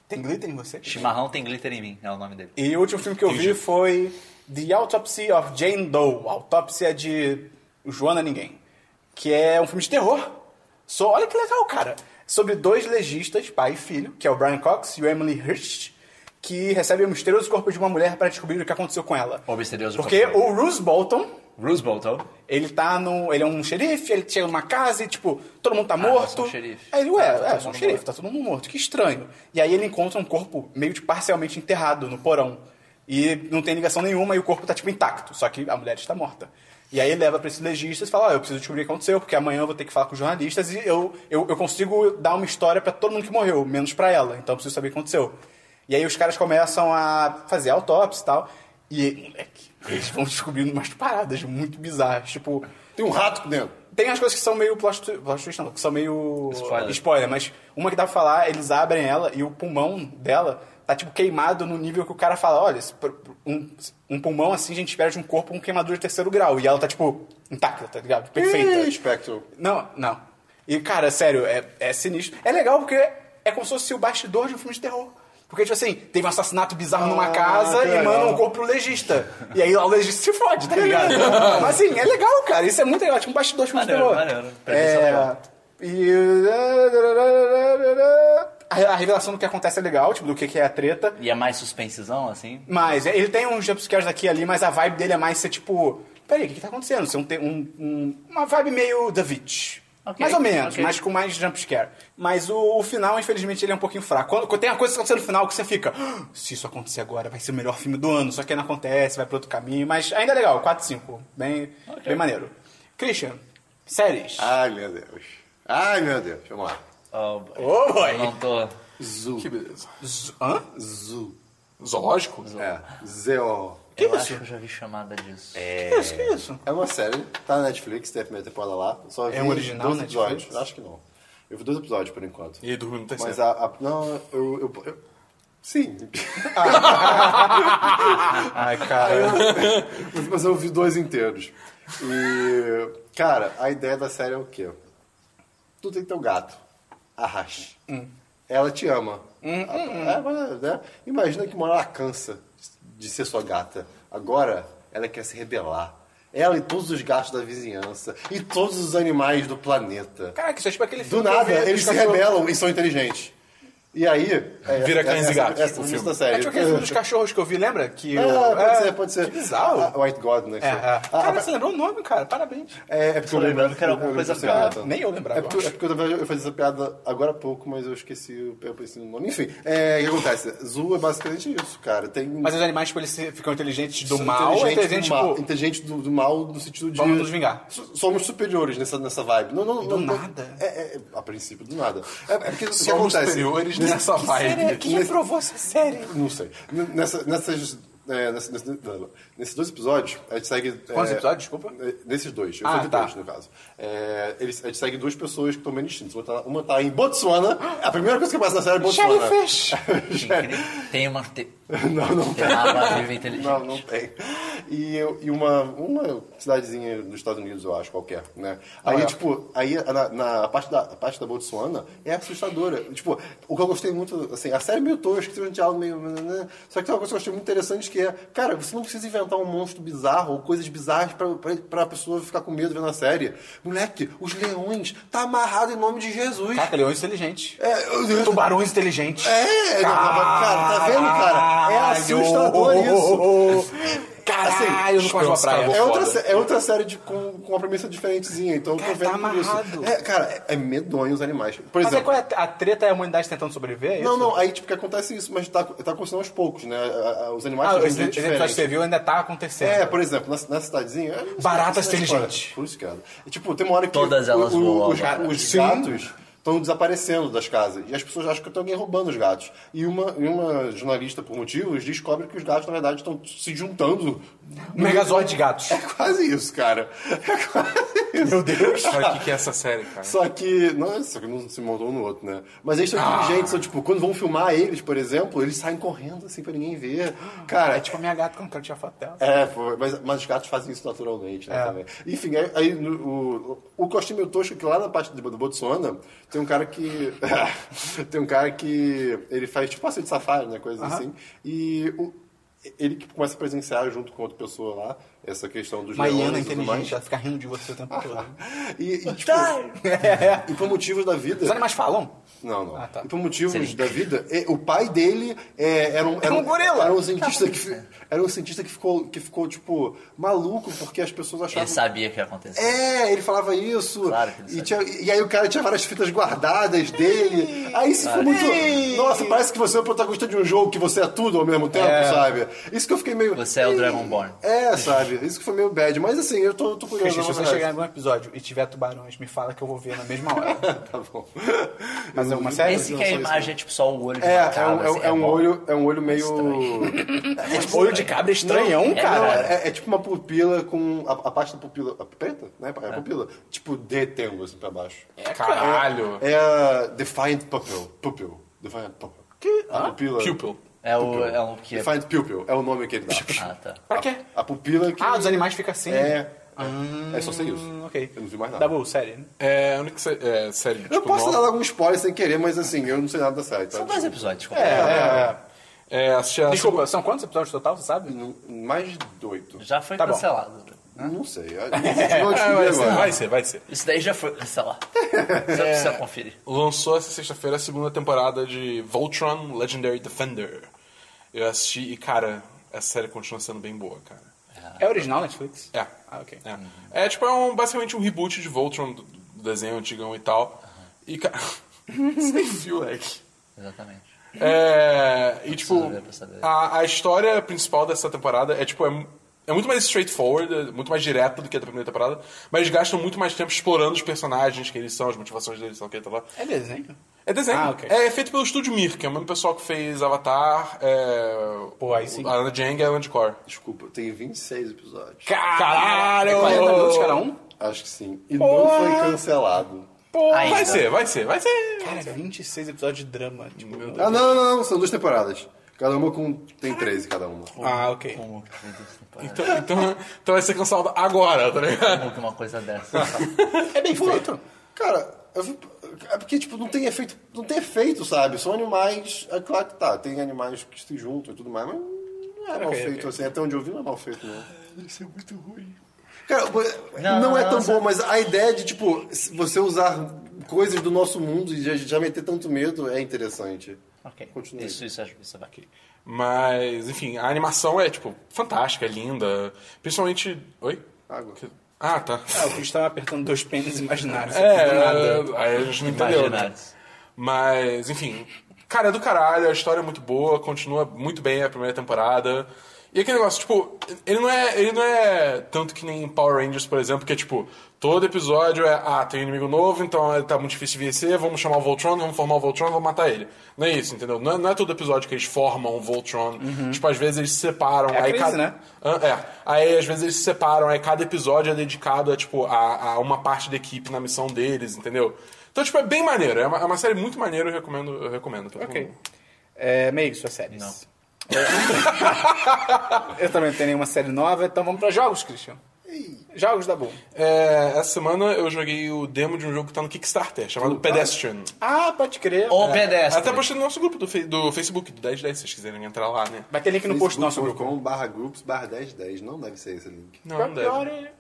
Speaker 1: Tem glitter em você?
Speaker 4: Chimarrão tem glitter em mim, é o nome dele.
Speaker 1: E o último filme que eu vi
Speaker 3: Entendi.
Speaker 1: foi The Autopsy of Jane Doe. Autópsia de Joana Ninguém. Que é um filme de terror. So, olha que legal, cara. Sobre dois legistas, pai e filho, que é o Brian Cox e o Emily Hirsch, que recebem o misterioso corpo de uma mulher para descobrir o que aconteceu com ela.
Speaker 4: O misterioso
Speaker 1: Porque
Speaker 4: corpo.
Speaker 1: o Bruce Bolton,
Speaker 4: Roosevelt, ó.
Speaker 1: ele tá no. Ele é um xerife, ele chega numa casa e, tipo, todo mundo tá
Speaker 4: eu
Speaker 1: morto.
Speaker 4: sou um xerife.
Speaker 1: Aí ele, ué,
Speaker 4: Ah, tá
Speaker 1: é,
Speaker 4: todo
Speaker 1: eu sou um
Speaker 4: mundo
Speaker 1: xerife,
Speaker 4: morto.
Speaker 1: tá todo mundo morto, que estranho. E aí ele encontra um corpo meio que parcialmente enterrado no porão. E não tem ligação nenhuma e o corpo tá, tipo, intacto, só que a mulher está morta. E aí ele leva pra esses legistas e fala, ó, eu preciso descobrir o que aconteceu, porque amanhã eu vou ter que falar com os jornalistas e eu, eu, eu consigo dar uma história pra todo mundo que morreu, menos pra ela, então eu preciso saber o que aconteceu. E aí os caras começam a fazer autópsia e tal, e, moleque, eles vão descobrindo umas paradas muito bizarras, tipo...
Speaker 2: Tem um rato dentro.
Speaker 1: Tem as coisas que são meio plot, twi- plot twist, não, que são meio
Speaker 4: Spoiler.
Speaker 1: mas uma que dá pra falar, eles abrem ela e o pulmão dela tá tipo queimado no nível que o cara fala, olha, esse pr- pr- um, um pulmão assim a gente espera de um corpo com queimadura de terceiro grau. E ela tá tipo intacta, tá ligado?
Speaker 2: Ih,
Speaker 1: Perfeita.
Speaker 2: Spectro.
Speaker 1: Não, não. E, cara, sério, é, é sinistro. É legal porque é como se fosse o bastidor de um filme de terror. Porque, tipo assim, teve um assassinato bizarro
Speaker 4: Ah,
Speaker 1: numa casa
Speaker 2: que
Speaker 1: e mandam
Speaker 2: legal.
Speaker 1: um corpo pro legista. E aí lá o legista se fode, tá ligado? Mas, assim, é legal, cara. Isso é muito legal. Tipo um bastidor de filme de
Speaker 4: Maneiro,
Speaker 1: terror.
Speaker 4: maneiro. Pra mim isso é legal.
Speaker 1: E... A a revelação do que acontece é legal, tipo, do que que é a treta.
Speaker 4: E é mais suspensezão, assim?
Speaker 1: Mas é, ele tem uns jumpscares aqui e ali, mas a vibe dele é mais ser tipo. Peraí, o que, que tá acontecendo? Ser um, te- um- um- uma vibe meio The Witch.
Speaker 4: Ok,
Speaker 1: mais ou menos,
Speaker 4: ok.
Speaker 1: mas com mais jumpscare. Mas o, o final, infelizmente, ele é um pouquinho fraco. Quando, quando tem uma coisa que acontece no final que você fica. "Ah, Se isso acontecer agora, vai ser o melhor filme do ano. Só que não acontece, vai pra outro caminho. Mas ainda é legal, 4, 5. Bem,
Speaker 4: Ok.
Speaker 1: bem maneiro. Christian, séries.
Speaker 2: Ai, meu Deus. Ai, meu Deus. Vamos lá.
Speaker 4: Oh, boy.
Speaker 1: Oh, boy.
Speaker 4: Eu não tô...
Speaker 2: Zoo.
Speaker 3: Que beleza.
Speaker 1: Z- Hã?
Speaker 2: Zoo.
Speaker 3: Zoológico?
Speaker 2: É. Z-O.
Speaker 1: Que
Speaker 4: eu
Speaker 1: isso?
Speaker 4: acho que eu já vi chamada disso.
Speaker 1: Que isso, que isso?
Speaker 2: É uma série, tá na Netflix, tem a primeira temporada lá. Eu Só vi
Speaker 1: É um original
Speaker 2: dois
Speaker 1: Netflix? é.
Speaker 2: episódios. Acho que não. Eu vi dois episódios por enquanto.
Speaker 3: E aí dormiu no terceiro.
Speaker 2: Mas a, a- Não, eu. eu- eu- sim.
Speaker 1: Ai, cara.
Speaker 2: Mas eu vi dois inteiros. E. Cara, a ideia da série é o quê? Tu tem teu gato. Arraste.
Speaker 3: Hum.
Speaker 2: Ela te ama. Ela- é, mas, né? Imagina que uma hora ela cansa de ser sua gata. Agora ela quer se rebelar. Ela e todos os gatos da vizinhança. E todos os animais do planeta.
Speaker 1: Caraca, isso é tipo aquele
Speaker 2: Do
Speaker 1: filme. que eu
Speaker 2: nada,
Speaker 1: vi dos
Speaker 2: eles se
Speaker 1: cachorros.
Speaker 2: rebelam e são inteligentes. E aí. é-
Speaker 3: Vira
Speaker 2: é-
Speaker 3: cães e
Speaker 2: é-
Speaker 3: gatos,
Speaker 2: É,
Speaker 3: o
Speaker 2: o
Speaker 3: filme.
Speaker 2: filme da
Speaker 1: É
Speaker 2: série.
Speaker 1: tipo aquele filme dos cachorros que eu vi, lembra? Que
Speaker 2: É,
Speaker 1: o-
Speaker 2: pode
Speaker 1: é,
Speaker 2: ser, pode ser.
Speaker 1: Que bizarro.
Speaker 2: A- a White God, né? que
Speaker 1: É, é.
Speaker 2: foi.
Speaker 1: Cara, você lembrou o nome, cara? Parabéns.
Speaker 2: É, é porque
Speaker 4: Tô
Speaker 2: eu
Speaker 4: lembrando que era alguma
Speaker 2: eu
Speaker 4: coisa
Speaker 2: lembrei dessa
Speaker 1: Ah,
Speaker 2: piada.
Speaker 1: nem eu lembrava,
Speaker 2: É porque,
Speaker 1: eu
Speaker 2: é porque, na verdade, eu fazia essa piada agora há pouco, mas eu esqueci o, eu pensei no nome. Enfim, é, o que acontece? Zoo é basicamente isso, cara. Tem
Speaker 1: Mas os animais, tipo, eles se- ficam inteligentes do
Speaker 2: são
Speaker 1: mal ou
Speaker 2: inteligentes
Speaker 1: inteligentes,
Speaker 2: do mal,
Speaker 1: tipo...
Speaker 2: inteligentes do, do mal no sentido de.
Speaker 1: Vamos nos vingar.
Speaker 2: So- Somos superiores nessa, nessa vibe. Não, não,
Speaker 1: Do
Speaker 2: não-
Speaker 1: nada?
Speaker 2: É, é, a princípio, do nada. É, é porque o que
Speaker 3: Somos
Speaker 2: acontece?
Speaker 3: superiores nessa
Speaker 1: Que série é?
Speaker 3: vibe.
Speaker 1: Quem aprovou essa série?
Speaker 2: Não sei. N- Nessa, nessas É, nesse- nesse- não, nesses dois episódios, a gente segue.
Speaker 1: Quantos
Speaker 2: é,
Speaker 1: episódios? Desculpa.
Speaker 2: é, Nesses dois, eu
Speaker 1: Ah,
Speaker 2: ah,
Speaker 1: tá.
Speaker 2: dois, no caso. É, eles, a gente segue duas pessoas que estão meio distintas. Uma tá, uma tá em Botsuana, a primeira coisa que passa na série é Botsuana.
Speaker 1: Jellyfish!
Speaker 4: Incrível. Tem uma. Tem,
Speaker 2: não, não
Speaker 4: tem
Speaker 2: tem.
Speaker 4: uma barriga inteligente.
Speaker 2: Não, não tem. E, eu- e uma, uma cidadezinha dos Estados Unidos, eu acho, qualquer, né? Aí,
Speaker 1: é.
Speaker 2: tipo, aí na, na- a parte da, a parte da Botsuana é assustadora. Tipo, o que eu gostei muito, assim, a série é meio tosca, tem um diálogo meio... né? Só que tem uma coisa que eu achei muito interessante que é, cara, você não precisa inventar um monstro bizarro ou coisas bizarras pra, pra, pra pessoa ficar com medo vendo a série. Moleque, os leões tá amarrado em nome de Jesus.
Speaker 4: Tá
Speaker 1: Caraca, leões inteligentes.
Speaker 2: É, eu-
Speaker 1: Tubarões inteligentes.
Speaker 2: é, cara, tá vendo, cara? É assustador isso.
Speaker 1: Caralho, eu não gosto de uma
Speaker 3: Assim,
Speaker 1: praia.
Speaker 2: É outra,
Speaker 3: Foda.
Speaker 2: sé- é outra série de- com, com uma premissa diferentezinha, então eu
Speaker 1: Cara,
Speaker 2: tô vendo
Speaker 1: tá
Speaker 2: tudo
Speaker 1: amarrado.
Speaker 2: isso. É, cara, é, é medonho os animais. Por
Speaker 1: Mas aí
Speaker 2: exemplo.
Speaker 1: qual é a- a treta é a humanidade tentando sobreviver? é isso?
Speaker 2: Não, não, aí tipo que acontece isso, mas tá, tá acontecendo aos poucos, né? A- a- Os animais
Speaker 1: Ah,
Speaker 2: estão de um
Speaker 1: esse
Speaker 2: jeito
Speaker 1: esse episódio que você
Speaker 2: diferente.
Speaker 1: viu ainda tá acontecendo.
Speaker 2: É, por exemplo, na, na cidadezinha. é-
Speaker 1: Baratas
Speaker 2: essa é a história.
Speaker 1: inteligentes.
Speaker 2: Por isso, cara. E, tipo, tem uma hora que.
Speaker 4: Todas elas voam, né?
Speaker 2: Os,
Speaker 4: cara.
Speaker 2: os
Speaker 1: Sim.
Speaker 2: gatos estão desaparecendo das casas. E as pessoas acham que tem alguém roubando os gatos. E uma, e uma jornalista, por motivos, descobre que os gatos, na verdade, estão se juntando.
Speaker 1: Megazord de gatos.
Speaker 2: É quase isso, cara. É quase isso.
Speaker 1: Meu Deus.
Speaker 3: Cara, o que, que é essa série, cara?
Speaker 2: Só que, nossa, que não se montou um no outro, né? Mas eles são
Speaker 1: Ah.
Speaker 2: inteligentes, são tipo, quando vão filmar eles, por exemplo, eles saem correndo assim pra ninguém ver. Cara,
Speaker 1: É tipo a minha gata que eu não quero tirar foto dela.
Speaker 2: é, pô, mas, mas os gatos fazem isso naturalmente, né?
Speaker 1: É.
Speaker 2: Também. Enfim, aí, aí no- o, o Costinho meio tosco é que lá na parte do, do Botsuana tem um cara que. tem um cara que. Ele faz tipo passeio de safári, né? Coisa assim. E o- ele que começa a presenciar junto com outra pessoa lá essa questão dos
Speaker 1: Uma hiena
Speaker 2: leões e tudo
Speaker 1: inteligente,
Speaker 2: mais.
Speaker 1: ela fica rindo de você o tempo todo.
Speaker 2: E, e, tipo, e por motivos da vida.
Speaker 1: Os animais falam?
Speaker 2: Não, não.
Speaker 1: Ah, tá.
Speaker 2: E por motivos
Speaker 4: Seria
Speaker 2: da vida, eh, o pai dele eh, era um, era
Speaker 1: um gorila.
Speaker 2: Era um
Speaker 4: Tá
Speaker 2: cientista que fi- era um cientista que ficou que ficou tipo maluco porque as pessoas achavam
Speaker 4: Ele sabia o que ia acontecer.
Speaker 2: É, ele falava isso.
Speaker 4: Claro que ele
Speaker 2: e,
Speaker 4: sabia.
Speaker 2: tinha- e aí o cara tinha várias fitas guardadas dele. Aí isso ficou muito. Nossa, parece que você é o protagonista de um jogo que você é tudo ao mesmo tempo,
Speaker 1: É.
Speaker 2: sabe? Isso que eu fiquei meio.
Speaker 4: Você é o Dragonborn.
Speaker 2: É, sabe? Isso que foi meio bad. Mas assim, eu tô, tô curioso.
Speaker 1: Christian, se
Speaker 2: na
Speaker 1: você
Speaker 2: verdade.
Speaker 1: chegar em algum episódio e tiver tubarões, me fala que eu vou ver na mesma hora.
Speaker 2: Tá bom.
Speaker 1: Mas é uma série?
Speaker 4: Esse
Speaker 2: não
Speaker 4: que é a
Speaker 2: sou isso,
Speaker 4: imagem é tipo só o olho de
Speaker 2: É,
Speaker 4: uma
Speaker 2: é um,
Speaker 4: cabra,
Speaker 2: é um-
Speaker 4: assim,
Speaker 2: é um
Speaker 4: mó-
Speaker 2: olho, é um olho meio.
Speaker 1: É tipo, olho de cabra é estranhão,
Speaker 4: é,
Speaker 1: cara.
Speaker 2: Não, é, é tipo uma pupila com. A, a parte da pupila. A preta? Né? É a pupila. Tipo, detendo assim pra baixo.
Speaker 3: É. Caralho.
Speaker 2: É a Defiant Pupil. Pupil. Defiant Pupil. Que? A pupila.
Speaker 3: Pupil.
Speaker 4: É o, é o que...
Speaker 2: Defiant Pupil. É o nome que ele dá.
Speaker 4: Ah, tá.
Speaker 1: Pra quê?
Speaker 2: A pupila que.
Speaker 1: Ah, dos animais fica assim.
Speaker 2: É. É só sei isso.
Speaker 1: Hum, ok.
Speaker 2: Eu não vi mais nada.
Speaker 1: Dabu, sério.
Speaker 3: É a única sé- é, série, tipo,
Speaker 2: Eu posso
Speaker 3: nova.
Speaker 2: dar um algum spoiler sem querer, mas assim, eu não sei nada da série. Tá?
Speaker 4: São dois episódios.
Speaker 1: É,
Speaker 4: É.
Speaker 1: é.
Speaker 3: É, assisti a...
Speaker 1: Desculpa, são quantos episódios total, você sabe?
Speaker 2: Não- Mais de oito.
Speaker 4: Já foi
Speaker 1: Tá bom.
Speaker 4: cancelado.
Speaker 2: Não sei. Eu Não
Speaker 3: Ah,
Speaker 2: descobri
Speaker 3: vai, ser, vai
Speaker 2: agora.
Speaker 3: ser, vai ser.
Speaker 4: Isso daí já foi cancelado. Você precisa conferir.
Speaker 3: Lançou essa sexta-feira a segunda temporada de Voltron Legendary Defender. Eu assisti e, cara, essa série continua sendo bem boa, cara.
Speaker 1: É original Netflix?
Speaker 3: É.
Speaker 1: Ah, ok.
Speaker 3: É, é tipo, é um, basicamente um reboot de Voltron, do, do desenho antigão e tal. E, cara... Você nem viu, moleque.
Speaker 4: Exatamente.
Speaker 3: É, e
Speaker 4: preciso
Speaker 3: tipo,
Speaker 4: ver pra saber.
Speaker 3: a, a história principal dessa temporada é tipo, é, mu- é muito mais straightforward, é muito mais direta do que a da primeira temporada, mas gastam muito mais tempo explorando os personagens que eles são, as motivações deles, tal, que tal, lá.
Speaker 1: É desenho?
Speaker 3: É desenho.
Speaker 1: Ah, ok.
Speaker 3: é, feito pelo Estúdio Mir, que é o mesmo pessoal que fez Avatar, é,
Speaker 1: Pô, aí sim.
Speaker 3: a Ana Jang e a Land Core.
Speaker 2: Desculpa, tem 26 episódios.
Speaker 1: Caralho! É 40 minutos cada um?
Speaker 2: Acho que sim. E não foi cancelado.
Speaker 1: Pô,
Speaker 4: Ainda.
Speaker 3: Vai ser, vai ser, vai ser.
Speaker 1: Cara, 26 episódios de drama. Tipo,
Speaker 2: Ah, não, não, não. São duas temporadas. Cada uma com. Tem 13 cada uma.
Speaker 1: Ah, ok.
Speaker 4: Como que meu Deus, não parece.
Speaker 3: Então, então, então vai ser cancelado agora, tá ligado?
Speaker 4: Como que uma coisa dessa?
Speaker 1: É bem feito.
Speaker 2: Cara, eu vi- é porque, tipo, não tem efeito. Não tem efeito, sabe? São animais. É claro que tá. Tem animais que se juntam e tudo mais, mas não é mal
Speaker 1: ok.
Speaker 2: feito assim. Até onde eu vi não é mal feito, não.
Speaker 3: Isso é muito ruim.
Speaker 2: Cara, não,
Speaker 4: Não,
Speaker 2: é tão
Speaker 4: nossa.
Speaker 2: bom, mas a ideia de, tipo, se você usar coisas do nosso mundo e já, já meter tanto medo é interessante.
Speaker 4: ok.
Speaker 2: Continue.
Speaker 4: Isso, isso, acho que isso vai.
Speaker 3: Mas, enfim, a animação é, tipo, fantástica, é linda. Principalmente. Oi?
Speaker 2: Água.
Speaker 3: Que- Ah, tá.
Speaker 1: Ah, o Chris tava apertando dois pênis imaginários.
Speaker 3: É,
Speaker 1: do nada.
Speaker 3: aí a gente não entendeu. Né?
Speaker 4: Imaginários.
Speaker 3: Mas, enfim, Cara, é do caralho, a história é muito boa, continua muito bem a primeira temporada. E aquele negócio, tipo, ele não é, ele não é tanto que nem Power Rangers, por exemplo, que é tipo, todo episódio é, ah, tem um inimigo novo, então ele tá muito difícil de vencer, vamos chamar o Voltron, vamos formar o Voltron, vamos matar ele. Não é isso, entendeu? Não é, não é todo episódio que eles formam o Voltron. Tipo, às vezes eles se separam.
Speaker 1: Uhum. É a
Speaker 3: aí
Speaker 1: crise,
Speaker 3: cada-
Speaker 1: né?
Speaker 3: Hã? É. Aí às vezes eles se separam, aí cada episódio é dedicado a, tipo, a, a uma parte da equipe na missão deles, entendeu? Então, tipo, é bem maneiro. É uma, é uma série muito maneira, eu recomendo, eu recomendo. pra todo
Speaker 1: Ok.
Speaker 3: mundo.
Speaker 1: É, meio sua série.
Speaker 4: Não.
Speaker 1: Eu também não tenho nenhuma série nova, então vamos pra jogos, Christian. Jogos da Boom.
Speaker 3: É, essa semana eu joguei o demo de um jogo que tá no Kickstarter, chamado Pedestrian. É,
Speaker 1: Ah, pode crer.
Speaker 4: O pedestre.
Speaker 3: Até postei no nosso grupo do, fe- do Facebook, do 1010, se vocês quiserem entrar lá, né?
Speaker 1: Vai ter link no post do nosso grupo.
Speaker 2: Facebook.com barra groups barra 1010. Não deve ser esse link.
Speaker 3: Não, não deve.
Speaker 1: Pior é-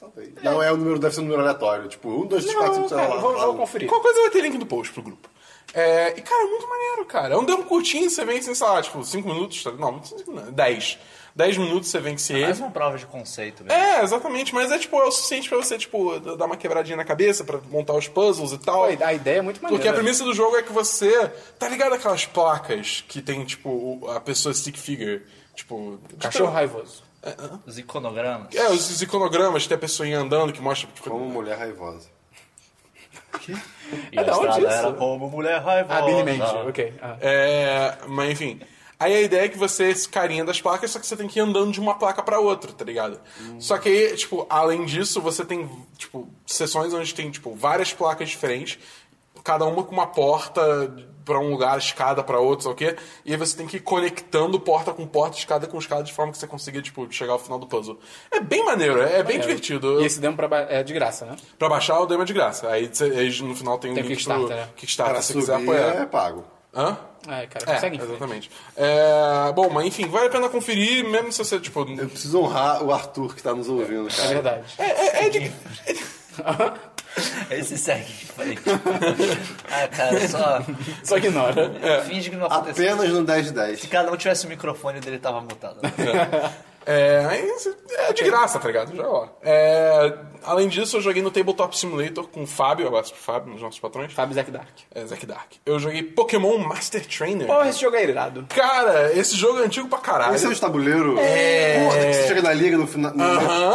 Speaker 2: Talvez. Não, é o número, deve ser um número aleatório. Tipo, 1, 2, 3, 4,
Speaker 1: Não,
Speaker 2: 5,
Speaker 1: cara, vou, vou conferir.
Speaker 3: Qualquer coisa vai ter link no post pro grupo. É, e, cara, é muito maneiro, cara. É um demo curtinho, você vence em, sei lá, tipo, 5 minutos. tá? Não, não 5 não, 10. 10 minutos você vence ele.
Speaker 4: Mais uma prova de conceito, velho.
Speaker 3: É, exatamente, mas é tipo, é o suficiente pra você, tipo, d- dar uma quebradinha na cabeça, pra montar os puzzles e tal.
Speaker 1: Pô, a ideia é muito maneira.
Speaker 3: Porque a premissa do jogo é que você. Tá ligado aquelas placas que tem, tipo, o- a pessoa stick figure? Tipo.
Speaker 1: Cachorro raivoso.
Speaker 4: Os iconogramas.
Speaker 3: É, os os iconogramas, tem a pessoinha andando que mostra. tipo,
Speaker 2: Como mulher raivosa.
Speaker 4: E a
Speaker 1: da onde
Speaker 4: estrada
Speaker 1: isso?
Speaker 4: era como mulher raivosa.
Speaker 1: Ah, Billy Mandy, ok. Ah.
Speaker 3: É, mas enfim. Aí a ideia é que você é esse carinha das placas, só que você tem que ir andando de uma placa pra outra, tá ligado? Só que aí, tipo, além disso, você tem, tipo, sessões onde tem, tipo, várias placas diferentes, cada uma com uma porta pra um lugar, escada pra outro, sei o quê? E aí você tem que ir conectando porta com porta, escada com escada, de forma que você consiga, tipo, chegar ao final do puzzle. É bem maneiro, é, é bem divertido.
Speaker 1: E esse demo pra ba- é de graça, né?
Speaker 3: Pra baixar, o demo é de graça. Aí, cê- aí no final tem um
Speaker 1: Tem
Speaker 3: link
Speaker 1: Kickstarter,
Speaker 3: pro
Speaker 1: né?
Speaker 3: Kickstarter,
Speaker 2: Pra
Speaker 3: se você quiser
Speaker 2: subir
Speaker 3: apoiar.
Speaker 2: é pago.
Speaker 3: Hã?
Speaker 1: É, cara,
Speaker 3: É,
Speaker 1: consegue. enfim.
Speaker 3: exatamente. É, bom, mas enfim, vale a pena conferir, mesmo se você, tipo...
Speaker 2: Eu preciso honrar o Arthur que tá nos ouvindo,
Speaker 1: É
Speaker 2: cara.
Speaker 1: verdade.
Speaker 4: Aí você segue de frente. ah, cara, só
Speaker 1: Só ignora.
Speaker 4: finge que não aconteceu.
Speaker 2: Apenas no 1010.
Speaker 4: Se cada um tivesse o microfone dele, tava mutado.
Speaker 3: É, mas é de graça, tá ligado? Já, ó. É, além disso, eu joguei no Tabletop Simulator com o Fábio, abraço pro Fábio, um dos nossos patrões,
Speaker 1: Fábio Zack Dark.
Speaker 3: é, Zack Dark. Eu joguei Pokémon Master Trainer.
Speaker 1: Porra, esse jogo é irado.
Speaker 3: Cara, esse jogo é antigo pra caralho.
Speaker 2: Esse é o de tabuleiro? É. Porra, que você chega na liga no final. no-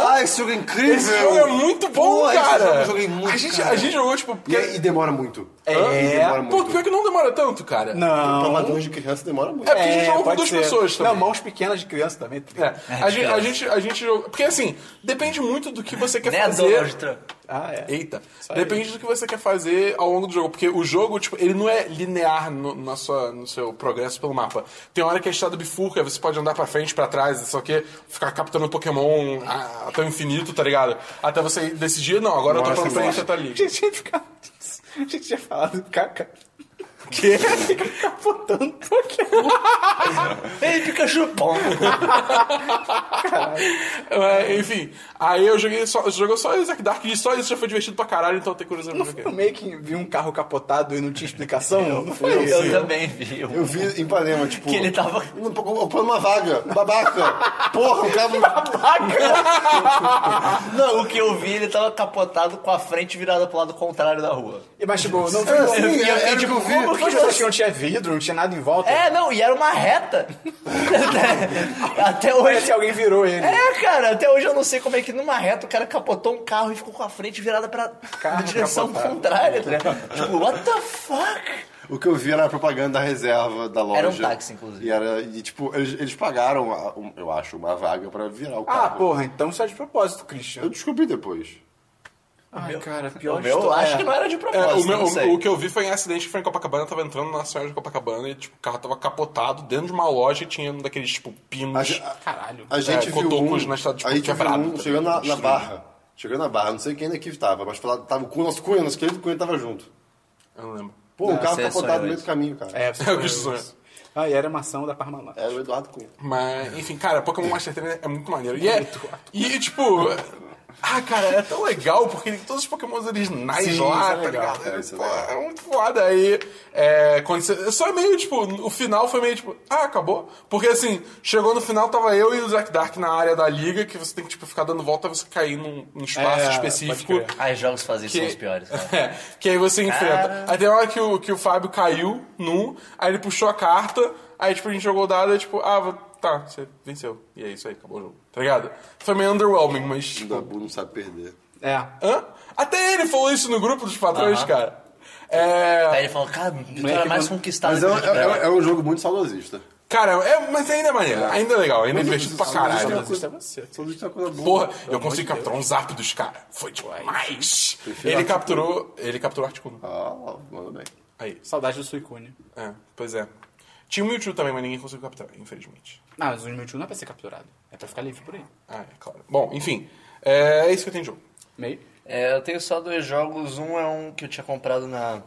Speaker 2: Ah, esse jogo é incrível!
Speaker 3: Esse jogo é muito bom,
Speaker 2: Porra,
Speaker 3: cara!
Speaker 2: Esse jogo eu joguei muito,
Speaker 3: a, gente,
Speaker 2: cara.
Speaker 3: a gente jogou, tipo... Porque...
Speaker 2: E, aí- e demora muito.
Speaker 3: Hã?
Speaker 2: E demora
Speaker 3: Pô,
Speaker 2: muito.
Speaker 3: pior É. que não demora tanto, cara.
Speaker 2: Pra
Speaker 1: Não.
Speaker 2: padrões de criança demora muito.
Speaker 3: É porque a gente jogou com
Speaker 1: pode
Speaker 3: duas
Speaker 1: ser.
Speaker 3: pessoas também.
Speaker 1: Não, mãos pequenas de criança também.
Speaker 3: É, a, gente, a, gente, a gente jogou. Porque assim, depende muito do que você quer
Speaker 4: né, Donald
Speaker 3: fazer.
Speaker 4: Trump?
Speaker 1: Ah, é.
Speaker 3: Eita.
Speaker 1: aí.
Speaker 3: Depende do que você quer fazer ao longo do jogo. Porque o jogo, tipo, ele não é linear no, na sua, no seu progresso pelo mapa. Tem hora que a estrada bifurca, você pode andar pra frente, pra trás, só que ficar captando Pokémon a- até o infinito, tá ligado? Até você decidir, não, agora eu tô
Speaker 2: Nossa,
Speaker 3: pra frente,
Speaker 2: nossa.
Speaker 3: até
Speaker 1: A
Speaker 3: ali.
Speaker 1: gente tinha ficado. A gente tinha falado do caca.
Speaker 3: Que?
Speaker 1: Fica capotando Pokémon.
Speaker 4: Ei, Pikachu! Bom,
Speaker 3: É, enfim, aí eu joguei só, jogou só o Zack Dark e só isso já foi divertido pra caralho, então eu tenho curiosidade pra
Speaker 1: Eu
Speaker 3: jogar.
Speaker 1: meio que vi um carro capotado e não tinha explicação. Não foi isso.
Speaker 4: eu também vi.
Speaker 2: Eu vi em Ipanema, tipo.
Speaker 4: Que ele
Speaker 3: tá-
Speaker 4: tava-
Speaker 2: Não, Ocupando uma vaga. Babaca. Porra, o cara.
Speaker 4: Não, o que eu vi, ele tava capotado com a frente virada pro lado contrário da rua.
Speaker 1: Mas, tipo, não foi
Speaker 2: É,
Speaker 1: bom.
Speaker 2: sim,
Speaker 1: Eu
Speaker 2: era
Speaker 1: fiquei, tipo,
Speaker 2: o que eu vi.
Speaker 1: Como que você acha que não tinha vidro, não tinha nada em volta?
Speaker 4: É, não, e era uma reta. até
Speaker 1: Parece
Speaker 4: hoje.
Speaker 1: que alguém virou ele.
Speaker 4: É, cara, até hoje eu não sei como é que numa reta o cara capotou um carro e ficou com a frente virada pra
Speaker 1: Carro
Speaker 4: direção
Speaker 1: capotado.
Speaker 4: contrária, tá ligado? Tipo, what the fuck?
Speaker 2: O que eu vi era a propaganda da reserva da loja.
Speaker 4: Era um táxi, inclusive.
Speaker 2: E, era, e tipo, eles, eles pagaram, a- um- eu acho, uma vaga pra virar o carro.
Speaker 1: Ah, porra, então isso é de propósito,
Speaker 2: Eu
Speaker 1: Christian.
Speaker 2: descobri depois.
Speaker 1: Ai, cara,
Speaker 4: O
Speaker 1: pior
Speaker 4: meu, eu
Speaker 1: história.
Speaker 4: acho que não era de
Speaker 3: É,
Speaker 4: propósito,
Speaker 3: o, meu-
Speaker 4: não sei.
Speaker 3: o- o que eu vi foi em acidente que foi em Copacabana, eu tava entrando na Senhora de Copacabana e tipo, o carro tava capotado dentro de uma loja e tinha um daqueles tipo
Speaker 2: A,
Speaker 3: pinos.
Speaker 2: ge- a-
Speaker 1: Caralho.
Speaker 2: a gente viu
Speaker 3: cotocos
Speaker 2: um,
Speaker 3: na estrada de
Speaker 2: a gente viu
Speaker 3: quebrado,
Speaker 2: um
Speaker 3: tá
Speaker 2: chegando na, na
Speaker 3: destruído.
Speaker 2: barra. Chegando na barra, não sei quem daqui tava, mas falava- tava o Cunha, nosso Cunha, nosso querido Cunha tava junto.
Speaker 3: Eu não lembro.
Speaker 2: Pô, o carro
Speaker 4: você é
Speaker 2: capotado no meio
Speaker 4: sonhador.
Speaker 2: do caminho, cara.
Speaker 1: É,
Speaker 3: É o que sonha.
Speaker 1: Ah, e era uma ação da Parmalat.
Speaker 2: Era o Eduardo Cunha.
Speaker 3: Mas, enfim, cara, Pokémon Master Trainer é muito maneiro. E, é, e tipo, Ah, cara, é tão legal, porque tem todos os pokémons originais
Speaker 2: Sim, isso é
Speaker 3: lá, tá
Speaker 2: legal,
Speaker 3: ligado?
Speaker 2: cara, isso é
Speaker 3: Pô,
Speaker 2: legal.
Speaker 3: é muito foda. Aí, é, quando você, só é meio, tipo, o final foi meio, tipo, ah, acabou. Porque, assim, chegou no final, tava eu e o Zack Dark na área da liga, que você tem que, tipo, ficar dando volta, você cair num, num espaço
Speaker 1: É, pode
Speaker 3: específico.
Speaker 1: crer.
Speaker 4: Ah, os jogos fazem isso
Speaker 3: Que-
Speaker 4: são os piores. cara.
Speaker 3: É, que aí você enfrenta.
Speaker 4: Cara.
Speaker 3: Aí tem uma hora que o, que o Fábio caiu num, aí ele puxou a carta, aí tipo, a gente jogou o dado e tipo, ah, vou- tá, você venceu. E é isso aí, acabou o jogo. Tá ligado? Foi meio underwhelming, mas.
Speaker 2: O
Speaker 3: tipo,
Speaker 2: Dabu não sabe perder.
Speaker 1: É.
Speaker 3: hã? Até ele falou isso no grupo dos patrões,
Speaker 4: Aham.
Speaker 3: cara. É.
Speaker 4: Aí ele falou, cara, vitória mais
Speaker 1: manda-
Speaker 4: conquistada.
Speaker 2: Mas é, um-
Speaker 4: que eu já
Speaker 2: é- é um jogo muito saudosista.
Speaker 3: Cara, é, mas ainda é maneiro, ainda é legal, ainda é
Speaker 2: Mas
Speaker 3: divertido pra
Speaker 2: isso- isso é uma
Speaker 3: caralho.
Speaker 2: coisa-
Speaker 1: Isso é você.
Speaker 2: Saudosista é uma coisa boa.
Speaker 3: Porra, eu consegui capturar um Zapdos, cara. Foi demais. Ele
Speaker 2: Articuno.
Speaker 3: capturou. Ele capturou Articuno.
Speaker 2: Ah, manda bem.
Speaker 3: Aí.
Speaker 1: Saudade do Suicune.
Speaker 3: É, pois é. Tinha o Mewtwo também, mas ninguém conseguiu capturar, infelizmente.
Speaker 1: Ah, mas o Mewtwo não é pra ser capturado. É pra ficar livre por aí.
Speaker 3: Ah, é claro. Bom, enfim. É, é isso que eu tenho de jogo.
Speaker 1: Meio.
Speaker 4: É, eu tenho só dois jogos. Um é um que eu tinha comprado na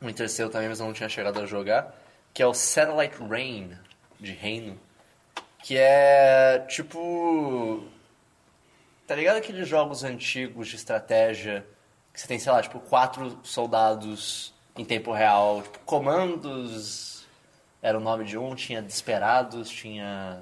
Speaker 4: no Intercell também, mas eu não tinha chegado a jogar. Que é o Satellite Rain, de Reino. Que é tipo. Tá ligado aqueles jogos antigos de estratégia que você tem, sei lá, tipo, quatro soldados em tempo real? Tipo, comandos era o nome de um, tinha Desperados, tinha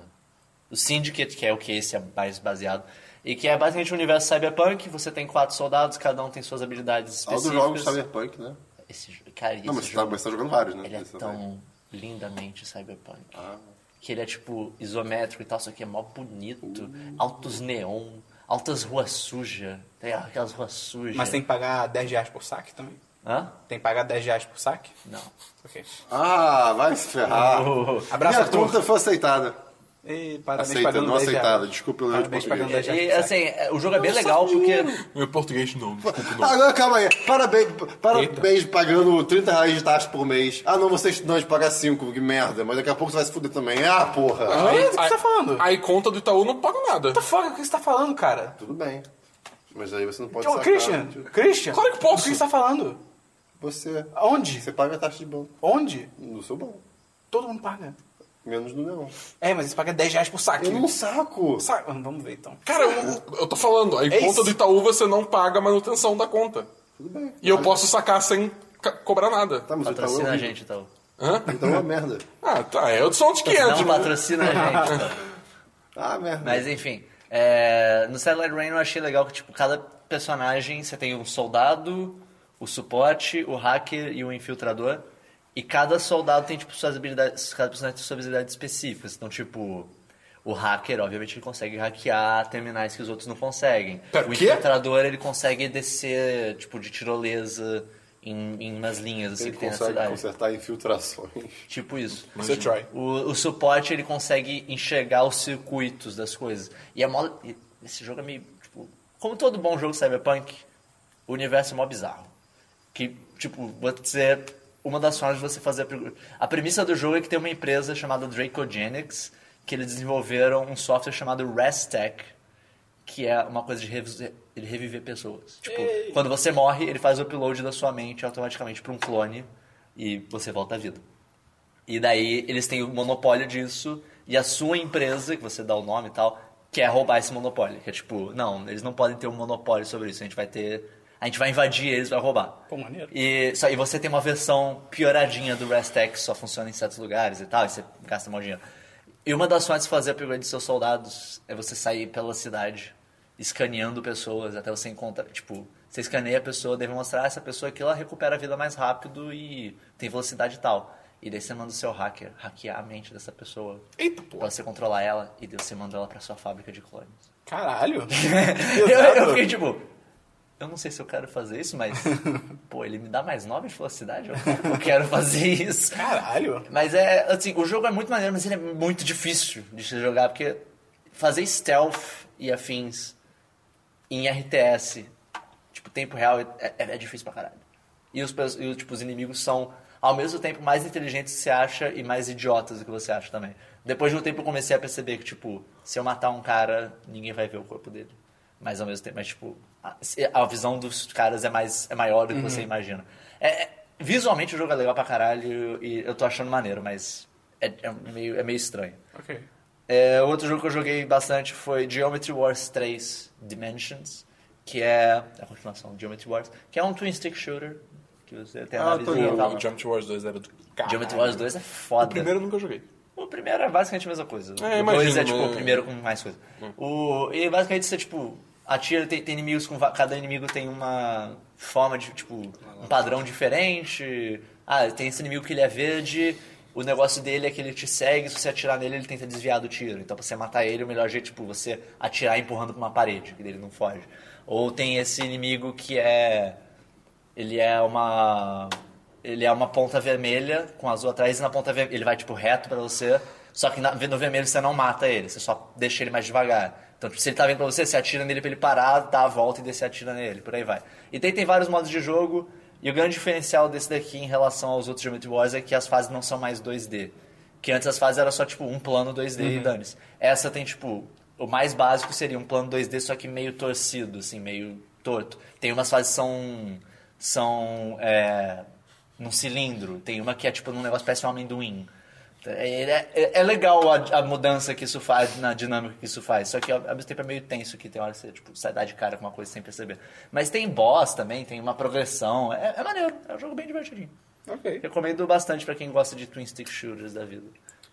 Speaker 4: o Syndicate, que é o que esse é mais baseado. E que é basicamente o universo cyberpunk, você tem quatro soldados, cada um tem suas habilidades
Speaker 2: Aldo
Speaker 4: específicas.
Speaker 2: joga o Cyberpunk, né?
Speaker 4: Esse, jo- cara, esse
Speaker 2: Não, mas você, tá,
Speaker 4: jogo,
Speaker 2: mas você tá jogando vários, né?
Speaker 4: ele é
Speaker 2: Esse também.
Speaker 4: tão lindamente cyberpunk.
Speaker 2: Ah.
Speaker 4: Que ele é tipo isométrico e tal, só que é mó bonito.
Speaker 2: Uh.
Speaker 4: Altos neon, altas ruas sujas. Tem aquelas ruas sujas.
Speaker 1: Mas tem que pagar 10 reais por saque também?
Speaker 4: Hã?
Speaker 1: Tem que pagar 10 reais por saque?
Speaker 4: Não.
Speaker 1: Ok.
Speaker 2: Ah, vai se ferrar.
Speaker 1: Abraço,
Speaker 2: Minha
Speaker 1: Arthur.
Speaker 2: conta foi aceitada.
Speaker 1: E parabéns
Speaker 2: Aceita,
Speaker 1: pagando
Speaker 2: não
Speaker 1: 10 reais.
Speaker 2: aceitada. Desculpa, eu erro de
Speaker 1: Parabéns pagando
Speaker 2: português.
Speaker 1: 10 reais
Speaker 4: E,
Speaker 1: por saque.
Speaker 4: assim, é- o jogo é bem legal porque.
Speaker 3: Meu português não, desculpa não.
Speaker 2: Agora, calma aí. Parabéns, parabéns pagando 30 reais de taxa por mês. Ah, não, você é estudante, paga 5, que merda. Mas daqui a pouco você vai se fuder também. Ah, porra.
Speaker 3: é
Speaker 1: Hã? O que você tá falando?
Speaker 3: Aí conta do Itaú não paga nada.
Speaker 1: What the fuck? O que você tá falando, cara?
Speaker 2: Tudo bem. Mas aí você não pode
Speaker 1: Ô,
Speaker 2: sacar.
Speaker 1: Christian, Christian.
Speaker 3: Claro que posso.
Speaker 1: O que você tá falando?
Speaker 2: Você,
Speaker 1: Onde?
Speaker 2: você paga a taxa de banco.
Speaker 1: Onde?
Speaker 2: No seu banco.
Speaker 1: Todo mundo paga.
Speaker 2: Menos no meu.
Speaker 1: É, mas você paga 10 reais por saque.
Speaker 2: Eu não saco.
Speaker 1: Sa- Vamos ver então.
Speaker 3: Cara, eu, eu tô falando, aí
Speaker 1: É
Speaker 3: conta
Speaker 1: isso.
Speaker 3: do Itaú você não paga a manutenção da conta.
Speaker 2: Tudo bem.
Speaker 3: E eu posso sacar sem ca- cobrar nada.
Speaker 2: Tá, mas o Itaú é
Speaker 4: Patrocina a
Speaker 2: horrível.
Speaker 4: gente, então.
Speaker 3: Hã?
Speaker 2: O Itaú é uma merda.
Speaker 3: Ah, tá, eu sou um de
Speaker 2: é
Speaker 3: 500,
Speaker 4: Não
Speaker 1: tá,
Speaker 3: mas-
Speaker 4: patrocina a gente, então.
Speaker 2: Ah, merda.
Speaker 4: Mas enfim, é, no Satellite Rain eu achei legal que tipo, cada personagem você tem um soldado, o suporte, o hacker e o infiltrador. E cada soldado tem tipo suas habilidades, cada personagem tem suas habilidades específicas. Então, tipo, o hacker, obviamente, ele consegue hackear terminais que os outros não conseguem.
Speaker 3: Pera,
Speaker 4: o
Speaker 3: o quê?
Speaker 4: infiltrador, ele consegue descer, tipo, de tirolesa em, em umas linhas assim
Speaker 2: Ele
Speaker 4: que tem na
Speaker 2: consegue
Speaker 4: cidade.
Speaker 2: consertar infiltrações.
Speaker 4: Tipo isso.
Speaker 1: Você try.
Speaker 4: O, o suporte ele consegue enxergar os circuitos das coisas. E é mó, e esse jogo é meio. Tipo, como todo bom jogo cyberpunk, o universo é mó bizarro. Que, tipo, você. Uma das formas de você fazer a pergunta. A premissa do jogo é que tem uma empresa chamada Dracogenics, que eles desenvolveram um software chamado Restec, que é uma coisa de revis- ele reviver pessoas. Tipo, quando você morre, ele faz o upload da sua mente automaticamente para um clone e você volta à vida. E daí eles têm o monopólio disso e a sua empresa, que você dá o nome e tal, quer roubar esse monopólio. Que é tipo, não, eles não podem ter um monopólio sobre isso. A gente vai ter. A gente vai invadir eles, vai roubar.
Speaker 1: Pô, maneiro.
Speaker 4: E, só, e você tem uma versão pioradinha do Restec, que só funciona em certos lugares e tal, e você gasta mal dinheiro. E uma das formas de fazer a upgrade dos seus soldados é você sair pela cidade escaneando pessoas até você encontrar. Tipo, você escaneia a pessoa, deve mostrar essa pessoa que ela recupera a vida mais rápido e tem velocidade e tal. E daí você manda o seu hacker hackear a mente dessa pessoa.
Speaker 3: Eita,
Speaker 4: Pra
Speaker 3: porra.
Speaker 4: você controlar ela e daí você manda ela pra sua fábrica de clones.
Speaker 1: Caralho.
Speaker 4: Eu, eu fiquei
Speaker 1: Pesado.
Speaker 4: tipo, eu não sei se eu quero fazer isso, mas. pô, ele me dá mais 9 de velocidade? Eu quero- eu quero fazer isso.
Speaker 1: Caralho.
Speaker 4: Mas é, assim, o jogo é muito maneiro, mas ele é muito difícil de se jogar, porque fazer stealth e afins em RTS, tipo, tempo real, é, é- é difícil pra caralho. E os, pers- e os, tipo, os inimigos são, ao mesmo tempo, mais inteligentes que você acha e mais idiotas do que você acha também. Depois de um tempo eu comecei a perceber que, tipo, se eu matar um cara, ninguém vai ver o corpo dele. Mas ao mesmo tempo, mas, tipo, a, se- a visão dos caras é, mais, é maior do que você imagina. É- é- visualmente o jogo é legal pra caralho e eu tô achando maneiro, mas é, é meio, é meio estranho.
Speaker 1: Ok.
Speaker 4: É, outro jogo que eu joguei bastante foi Geometry Wars 3 Dimensions, que é a continuação de Geometry Wars, que é um twin stick shooter que você tem a
Speaker 2: Ah, eu tô
Speaker 1: tá,
Speaker 4: navezinha e
Speaker 2: ligado.
Speaker 4: tal.
Speaker 3: O Jump Wars 2 era do caralho.
Speaker 4: Geometry Wars 2 é
Speaker 3: O
Speaker 4: foda.
Speaker 3: primeiro eu nunca joguei.
Speaker 4: O primeiro é basicamente a mesma coisa.
Speaker 3: É,
Speaker 4: o dois
Speaker 3: imagino,
Speaker 4: é tipo
Speaker 3: né? Hum.
Speaker 4: o primeiro com mais coisa. O, e basicamente você, tipo, atira, tem, tem inimigos com. va- Cada inimigo tem uma forma de, tipo, um padrão diferente. Ah, tem esse inimigo que ele é verde. O negócio dele é que ele te segue, se você atirar nele, ele tenta desviar do tiro. Então, pra você matar ele, o melhor jeito é tipo, você atirar empurrando pra uma parede, que ele não foge. Ou tem esse inimigo que é. Ele é uma. Ele é uma ponta vermelha com azul atrás e na ponta vermelha. Ele vai tipo reto pra você. Só que na- no vermelho você não mata ele, você só deixa ele mais devagar. Então, tipo, se ele tá vindo pra você, você atira nele pra ele parar, dá a volta e desce atira nele, por aí vai. E tem, tem vários modos de jogo, e o grande diferencial desse daqui em relação aos outros Geometry Wars é que as fases não são mais 2D. Que antes as fases era só tipo um plano 2D e dane-se. Essa tem tipo. O mais básico seria um plano 2D, só que meio torcido, assim, meio torto. Tem umas fases que são. são. É, num cilindro. Tem uma que é tipo num negócio que parece um amendoim. É, é- é- é legal a, a mudança que isso faz, na dinâmica que isso faz. Só que ao ao mesmo tempo é meio tenso que tem hora que você tipo, sai dar de cara com uma coisa sem perceber. Mas tem boss também, tem uma progressão. É, é maneiro, é um jogo bem divertidinho.
Speaker 1: Ok.
Speaker 4: Recomendo bastante pra quem gosta de Twin Stick Shooters da vida.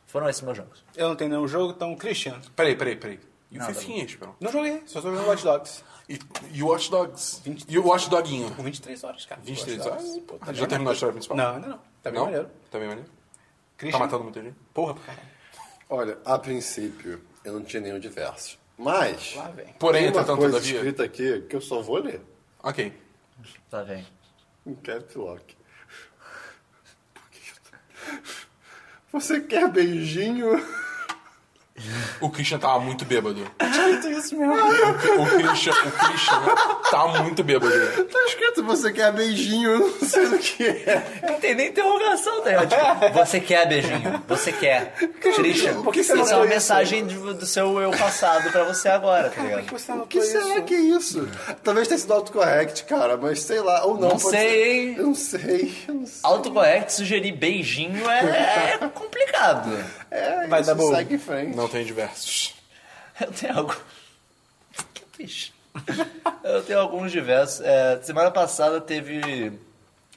Speaker 4: Foram esses meus jogos.
Speaker 1: Eu não tenho nenhum jogo, então, Christian.
Speaker 3: Peraí, peraí, peraí. E o
Speaker 4: Nada.
Speaker 3: Fifinha, Esperão?
Speaker 1: Não tá joguei, só tô jogando Watch Dogs.
Speaker 3: E, e o Watch Dogs? E o Watch Doguinho?
Speaker 1: Com 23 horas, cara.
Speaker 3: 23
Speaker 1: Watch Dogs.
Speaker 3: horas?
Speaker 1: Pô, tá
Speaker 3: Já
Speaker 1: bem
Speaker 3: terminou a
Speaker 1: maneiro.
Speaker 3: história principal?
Speaker 1: Não, ainda não. Tá bem
Speaker 3: Não?
Speaker 1: maneiro. um.
Speaker 3: Tá bem maneiro?
Speaker 1: Christian-
Speaker 3: Tá matando muita gente?
Speaker 1: Porra, pra caralho.
Speaker 2: Olha, a princípio, eu não tinha nenhum diverso. Mas,
Speaker 1: Lá vem.
Speaker 3: Porém,
Speaker 2: tem uma
Speaker 3: entretanto,
Speaker 2: coisa
Speaker 3: todavia-
Speaker 2: escrita aqui que eu só vou ler.
Speaker 3: Ok.
Speaker 4: Tá bem.
Speaker 2: Um caps lock. Por que que eu tô- Você quer beijinho?
Speaker 3: O Christian tava muito bêbado.
Speaker 1: Escrito isso mesmo.
Speaker 3: O, o Christian, o Christian tá muito bêbado.
Speaker 2: Tá escrito você quer beijinho, eu não sei do que é.
Speaker 4: Não tem nem interrogação, tá ligado? Tipo, você quer beijinho, você quer. Christian,
Speaker 1: por que você não
Speaker 4: isso é uma
Speaker 1: leu isso?
Speaker 4: mensagem do, do seu eu passado pra você agora, tá
Speaker 1: Por
Speaker 4: ligado?
Speaker 1: que você anotou
Speaker 2: O que será
Speaker 1: isso?
Speaker 2: que é isso? Talvez tenha sido autocorrect, cara, mas sei lá, ou não.
Speaker 4: Não
Speaker 2: pode
Speaker 4: sei,
Speaker 2: ser.
Speaker 4: hein?
Speaker 2: Eu não sei, eu não sei.
Speaker 4: Autocorrect sugerir beijinho é, é complicado.
Speaker 2: É,
Speaker 1: Vai
Speaker 2: isso
Speaker 1: dar bom.
Speaker 2: segue em frente.
Speaker 3: Não tem diversos.
Speaker 4: Eu tenho algo. Que bicho. Eu tenho alguns diversos. É, semana passada teve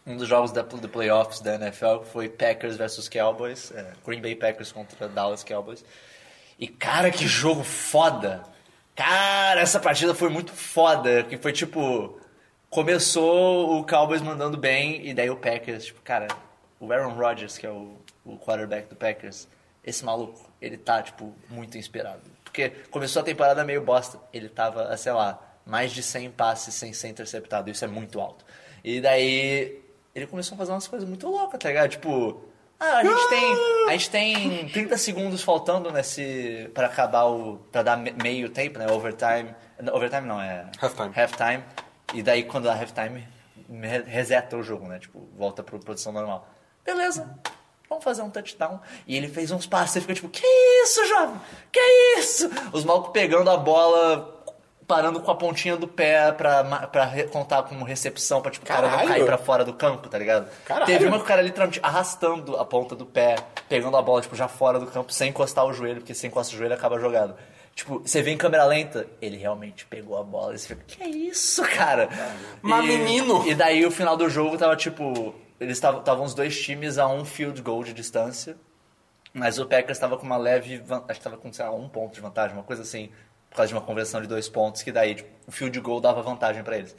Speaker 4: um dos jogos da, do playoffs da NFL que foi Packers versus Cowboys. é, Green Bay Packers contra Dallas Cowboys. E cara, que jogo foda! Cara, essa partida foi muito foda. Que foi tipo. Começou o Cowboys mandando bem, e daí o Packers, tipo, cara, o Aaron Rodgers, que é o, o quarterback do Packers, esse maluco, ele tá, tipo, muito inspirado. Porque começou a temporada meio bosta. Ele tava, ah, sei lá, mais de 100 passes sem ser interceptado. Isso é muito alto. E daí ele começou a fazer umas coisas muito loucas, tá ligado? Tipo, ah, a gente tem, a gente tem 30 segundos faltando nesse para acabar o para dar me- meio tempo, né? Overtime. Não, overtime não é
Speaker 3: Halftime.
Speaker 4: halftime. E daí quando dá halftime, re- reseta o jogo, né? Tipo, volta para produção normal. Beleza. Vamos fazer um touchdown. E ele fez uns passes, você fica tipo, que isso, jovem? Que isso? Os malucos pegando a bola, parando com a pontinha do pé pra, ma- pra re- contar como recepção, pra tipo, o cara não
Speaker 1: Caralho.
Speaker 4: cair pra fora do campo, tá ligado?
Speaker 1: Caralho.
Speaker 4: Teve uma que o cara literalmente arrastando a ponta do pé, pegando a bola, tipo, já fora do campo, sem encostar o joelho, porque se encosta o joelho acaba jogado. Tipo, você vê em câmera lenta, ele realmente pegou a bola. E você fica, que é isso, cara?
Speaker 3: Mas,
Speaker 4: E-
Speaker 3: menino!
Speaker 4: E daí o final do jogo tava tipo. Eles estavam tavam os dois times a um field goal de distância. Mas o Packers estava com uma leve. van- Acho que estava com, sei lá, um ponto de vantagem, uma coisa assim. Por causa de uma conversão de dois pontos, que daí tipo, o field goal dava vantagem pra eles.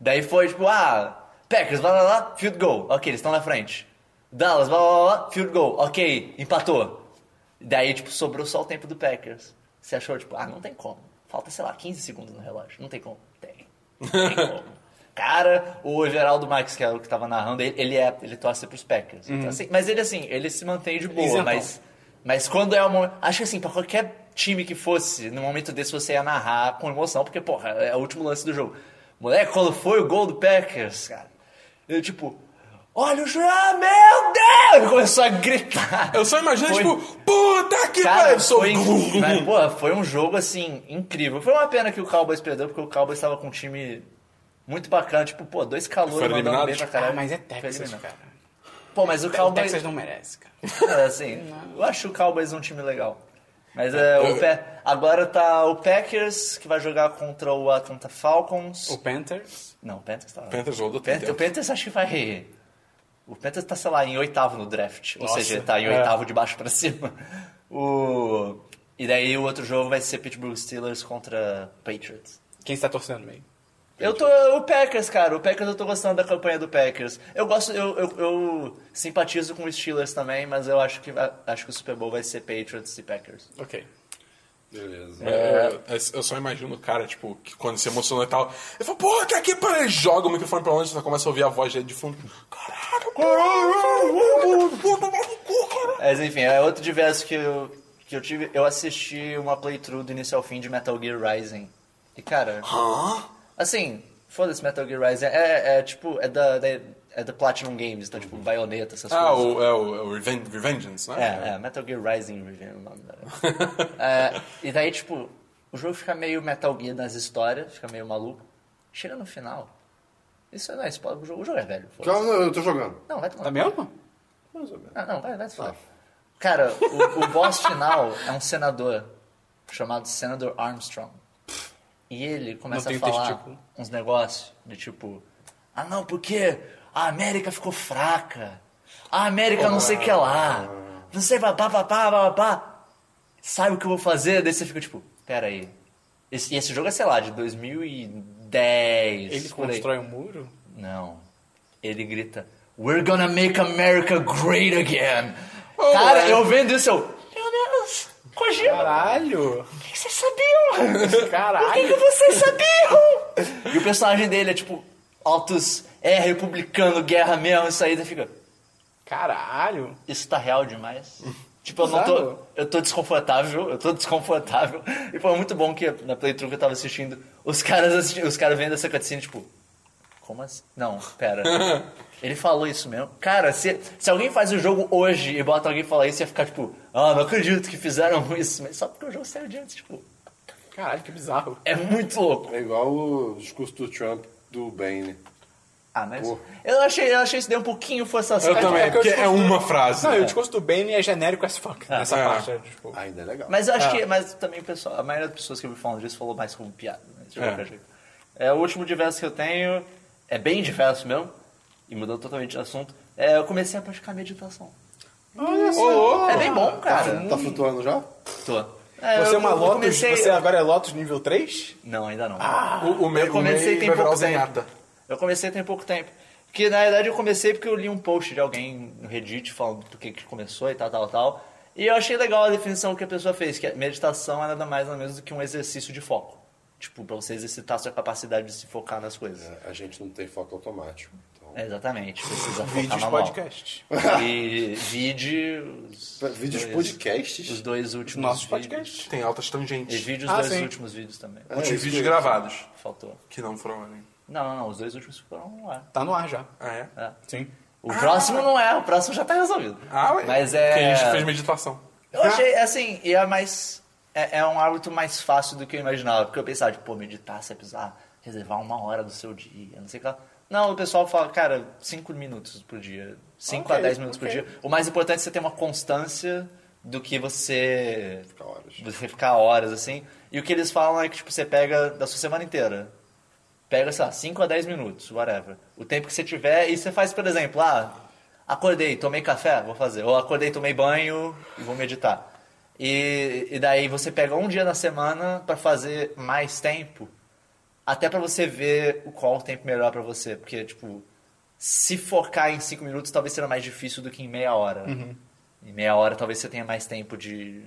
Speaker 4: Daí foi tipo, ah, Packers, blá blá blá, field goal. Ok, eles estão na frente. Dallas, blá blá blá, blá, field goal. Ok, empatou. Daí, tipo, sobrou só o tempo do Packers. Você achou, tipo, ah, não tem como. Falta, sei lá, 15 segundos no relógio. Não tem como. Tem. Não tem como. Cara, o Everaldo Max, que é o que tava narrando, ele, ele é, ele torce pros Packers.
Speaker 3: Uhum.
Speaker 4: Então, assim, mas ele, assim, ele se mantém de boa,
Speaker 1: Isentão.
Speaker 4: mas, mas quando é o momento... Acho que, assim, pra qualquer time que fosse, no momento desse, você ia narrar com emoção, porque, porra, é o último lance do jogo. Moleque, quando foi o gol do Packers, cara, eu, tipo... Olha o juiz, ah, meu Deus! Começou a gritar.
Speaker 3: Eu só imagino,
Speaker 4: Foi-
Speaker 3: tipo, puta que
Speaker 4: Cara,
Speaker 3: pariu! Sou-
Speaker 4: foi, mas, pô, foi um jogo, assim, incrível. Foi uma pena que o Cowboys perdeu, porque o Cowboys estava com um time muito bacana. Tipo, pô, dois calores
Speaker 3: Foram
Speaker 4: mandando bem
Speaker 3: eliminados?
Speaker 4: pra caralho.
Speaker 1: Ah, mas é
Speaker 4: Foi
Speaker 1: Texas,
Speaker 4: eliminado.
Speaker 1: cara.
Speaker 4: Pô, mas o
Speaker 1: O
Speaker 4: Cowboys...
Speaker 1: Texas não merece, cara.
Speaker 4: É, assim, eu acho o Cowboys um time legal. Mas é, o
Speaker 3: Eu-
Speaker 4: Pa- agora tá o Packers, que vai jogar contra o Atlanta Falcons.
Speaker 1: O Panthers.
Speaker 4: Não, o Panthers tá...
Speaker 3: Panthers ou do
Speaker 4: o Panthers, o Panthers acho que vai... O Panthers tá, sei lá, em oitavo no draft.
Speaker 1: Nossa,
Speaker 4: ou seja, ele tá em
Speaker 1: é.
Speaker 4: oitavo de baixo pra cima. O... E daí o outro jogo vai ser Pittsburgh Steelers contra Patriots.
Speaker 1: Quem está torcendo meio?
Speaker 4: Eu tô. O Packers, cara. O Packers eu tô gostando da campanha do Packers. Eu gosto. Eu, eu, eu simpatizo com os Steelers também, mas eu acho que, acho que o Super Bowl vai ser Patriots e Packers.
Speaker 1: Ok.
Speaker 2: Beleza.
Speaker 3: É, eu só imagino o cara, tipo, que quando se emocionou e tal, ele fala, pô, tá aqui pra ele joga o microfone pra longe, você começa a ouvir a voz dele de fundo. Caralho, caralho, pô, tá maluco, cara.
Speaker 4: Mas enfim, é outro diverso que eu, que eu tive. Eu assisti uma playthrough do início ao fim de Metal Gear Rising. E cara,
Speaker 3: Hã?
Speaker 4: assim, foda-se Metal Gear Rising. É, é tipo, é da, da- é da Platinum Games, então tipo, baioneta, essas
Speaker 3: Ah,
Speaker 4: coisas.
Speaker 3: o, é o, é o Reven- Revengeance, né?
Speaker 4: É, é, Metal Gear Rising Revenge, o nome da- É, E daí, tipo, o jogo fica meio Metal Gear nas histórias, fica meio maluco. Chega no final. Isso não é spoiler, o jogo, o jogo é velho. foda-se.
Speaker 2: Calma, Então, eu tô jogando.
Speaker 4: Não, vai tomar.
Speaker 1: Tá mesmo?
Speaker 2: Mais ou menos.
Speaker 1: Ah,
Speaker 4: Não, não, né? vai, vai se falar. Cara, o, o boss final é um senador chamado Senador Armstrong. E ele começa
Speaker 1: Não
Speaker 4: a
Speaker 1: tem
Speaker 4: falar
Speaker 1: testículo.
Speaker 4: uns negócios de tipo: Ah, não, porque a América ficou fraca. A América não sei o que lá. Não sei, babá, babá, babá. Sabe o que eu vou fazer? Daí você fica tipo: Pera aí. Esse, e esse jogo é, sei lá, de 2010.
Speaker 1: Ele
Speaker 4: por aí.
Speaker 1: constrói um muro?
Speaker 4: Não. Ele grita: We're gonna make America great again.
Speaker 3: Oh,
Speaker 4: Cara,
Speaker 3: é.
Speaker 4: eu vendo isso, eu. Meu Deus, Kojima,
Speaker 1: Caralho!
Speaker 4: o que que vocês sabiam? O que, que
Speaker 1: Caralho!
Speaker 4: vocês sabiam? e o personagem dele é tipo: Altos é republicano, guerra mesmo, isso aí. Daí fica:
Speaker 1: Caralho!
Speaker 4: Isso tá real demais. Tipo, eu não tô.
Speaker 1: Bizarro.
Speaker 4: Eu tô desconfortável, eu tô desconfortável. E foi muito bom que na playthrough que eu tava assistindo, os caras, assisti- os caras vendo essa cutscene, tipo. Como assim? Não, pera. Ele falou isso mesmo. Cara, se, se alguém faz o jogo hoje e bota alguém falar isso, ia ficar tipo, ah, não acredito que fizeram isso. Mas só porque o jogo saiu diante, tipo,
Speaker 1: Caralho, que bizarro.
Speaker 4: é muito louco.
Speaker 2: É igual o discurso do Trump do Bane.
Speaker 4: Ah, mas.
Speaker 2: Pô.
Speaker 4: Eu achei, eu achei isso daí um pouquinho forçação.
Speaker 3: Eu também,
Speaker 1: é que eu
Speaker 3: porque é
Speaker 1: discuto-
Speaker 3: uma frase.
Speaker 1: Não, e o discurso do Bane é genérico as fuck nessa
Speaker 3: é.
Speaker 1: parte. é, Tipo,
Speaker 2: Ainda é legal.
Speaker 4: Mas eu acho que. Mas também o pessoal. A maioria das pessoas que eu vi falando disso falou mais como piada. né? Mas de
Speaker 3: É.
Speaker 4: qualquer jeito. É, o último diverso que eu tenho. É bem diverso mesmo. E mudando totalmente de assunto. É, eu comecei a praticar meditação.
Speaker 1: Olha
Speaker 3: Ô,
Speaker 1: Oh!
Speaker 3: louco.
Speaker 4: é bem bom, cara.
Speaker 2: Tá flutuando já?
Speaker 4: Tô. É,
Speaker 1: Você é
Speaker 4: eu-
Speaker 1: uma
Speaker 4: eu
Speaker 1: Lotus,
Speaker 4: comecei-
Speaker 1: você agora é Ah! Lotus nível 3?
Speaker 4: Não, ainda não.
Speaker 3: o, o meu
Speaker 4: eu comecei tem
Speaker 3: vai virar o
Speaker 4: pouco
Speaker 3: Zenyatta.
Speaker 4: tempo. Eu comecei tem pouco tempo. Que na verdade eu comecei porque eu li um post de alguém no Reddit falando do que, que começou e tal, tal, tal. E eu achei legal a definição que a pessoa fez, que a meditação é nada mais nada menos do que um exercício de foco. Tipo, pra você exercitar a sua capacidade de se focar nas coisas.
Speaker 2: É, A gente não tem foco automático. Então...
Speaker 4: Exatamente, precisa focar
Speaker 1: Vídeos
Speaker 4: manual.
Speaker 1: podcast.
Speaker 4: E vídeos.
Speaker 2: Vídeos
Speaker 4: dois-
Speaker 2: podcasts?
Speaker 4: Os dois últimos
Speaker 1: Nossos
Speaker 4: vídeos.
Speaker 1: podcasts.
Speaker 3: Tem altas
Speaker 4: E
Speaker 3: tangentes.
Speaker 4: vídeos
Speaker 1: Ah,
Speaker 4: dos
Speaker 1: sim.
Speaker 4: últimos vídeos também.
Speaker 2: É,
Speaker 3: Os
Speaker 2: isso
Speaker 3: vídeos
Speaker 2: que-
Speaker 3: gravados,
Speaker 4: Faltou.
Speaker 3: que não foram ali.
Speaker 4: Não, não, não. Os dois últimos foram lá.
Speaker 1: Tá no ar já.
Speaker 3: Ah, é?
Speaker 4: É.
Speaker 1: Sim.
Speaker 4: O próximo não é, o próximo já tá resolvido.
Speaker 3: Ah, ué.
Speaker 4: Mas é.
Speaker 3: Porque a gente fez meditação.
Speaker 4: Eu achei, assim, e é mais. É, é um hábito mais fácil do que eu imaginava. Porque eu pensava, tipo, pô, meditar, você precisar reservar uma hora do seu dia, não sei o que lá. Não, o pessoal fala, cara, cinco minutos por dia. cinco
Speaker 1: Ok,
Speaker 4: a dez minutos
Speaker 1: ok.
Speaker 4: por dia. O mais importante é você ter uma constância do que você.
Speaker 2: Ficar horas.
Speaker 4: Você ficar horas, assim. E o que eles falam é que, tipo, você pega da sua semana inteira. Pega, sei lá, 5 a 10 minutos, whatever. O tempo que você tiver, e você faz, por exemplo, ah, acordei, tomei café, vou fazer. Ou acordei, tomei banho e vou meditar. E, e daí você pega um dia na semana pra fazer mais tempo, até pra você ver o qual o tempo melhor pra você. Porque, tipo, se focar em 5 minutos talvez seja mais difícil do que em meia hora. Em meia hora talvez você tenha mais tempo de,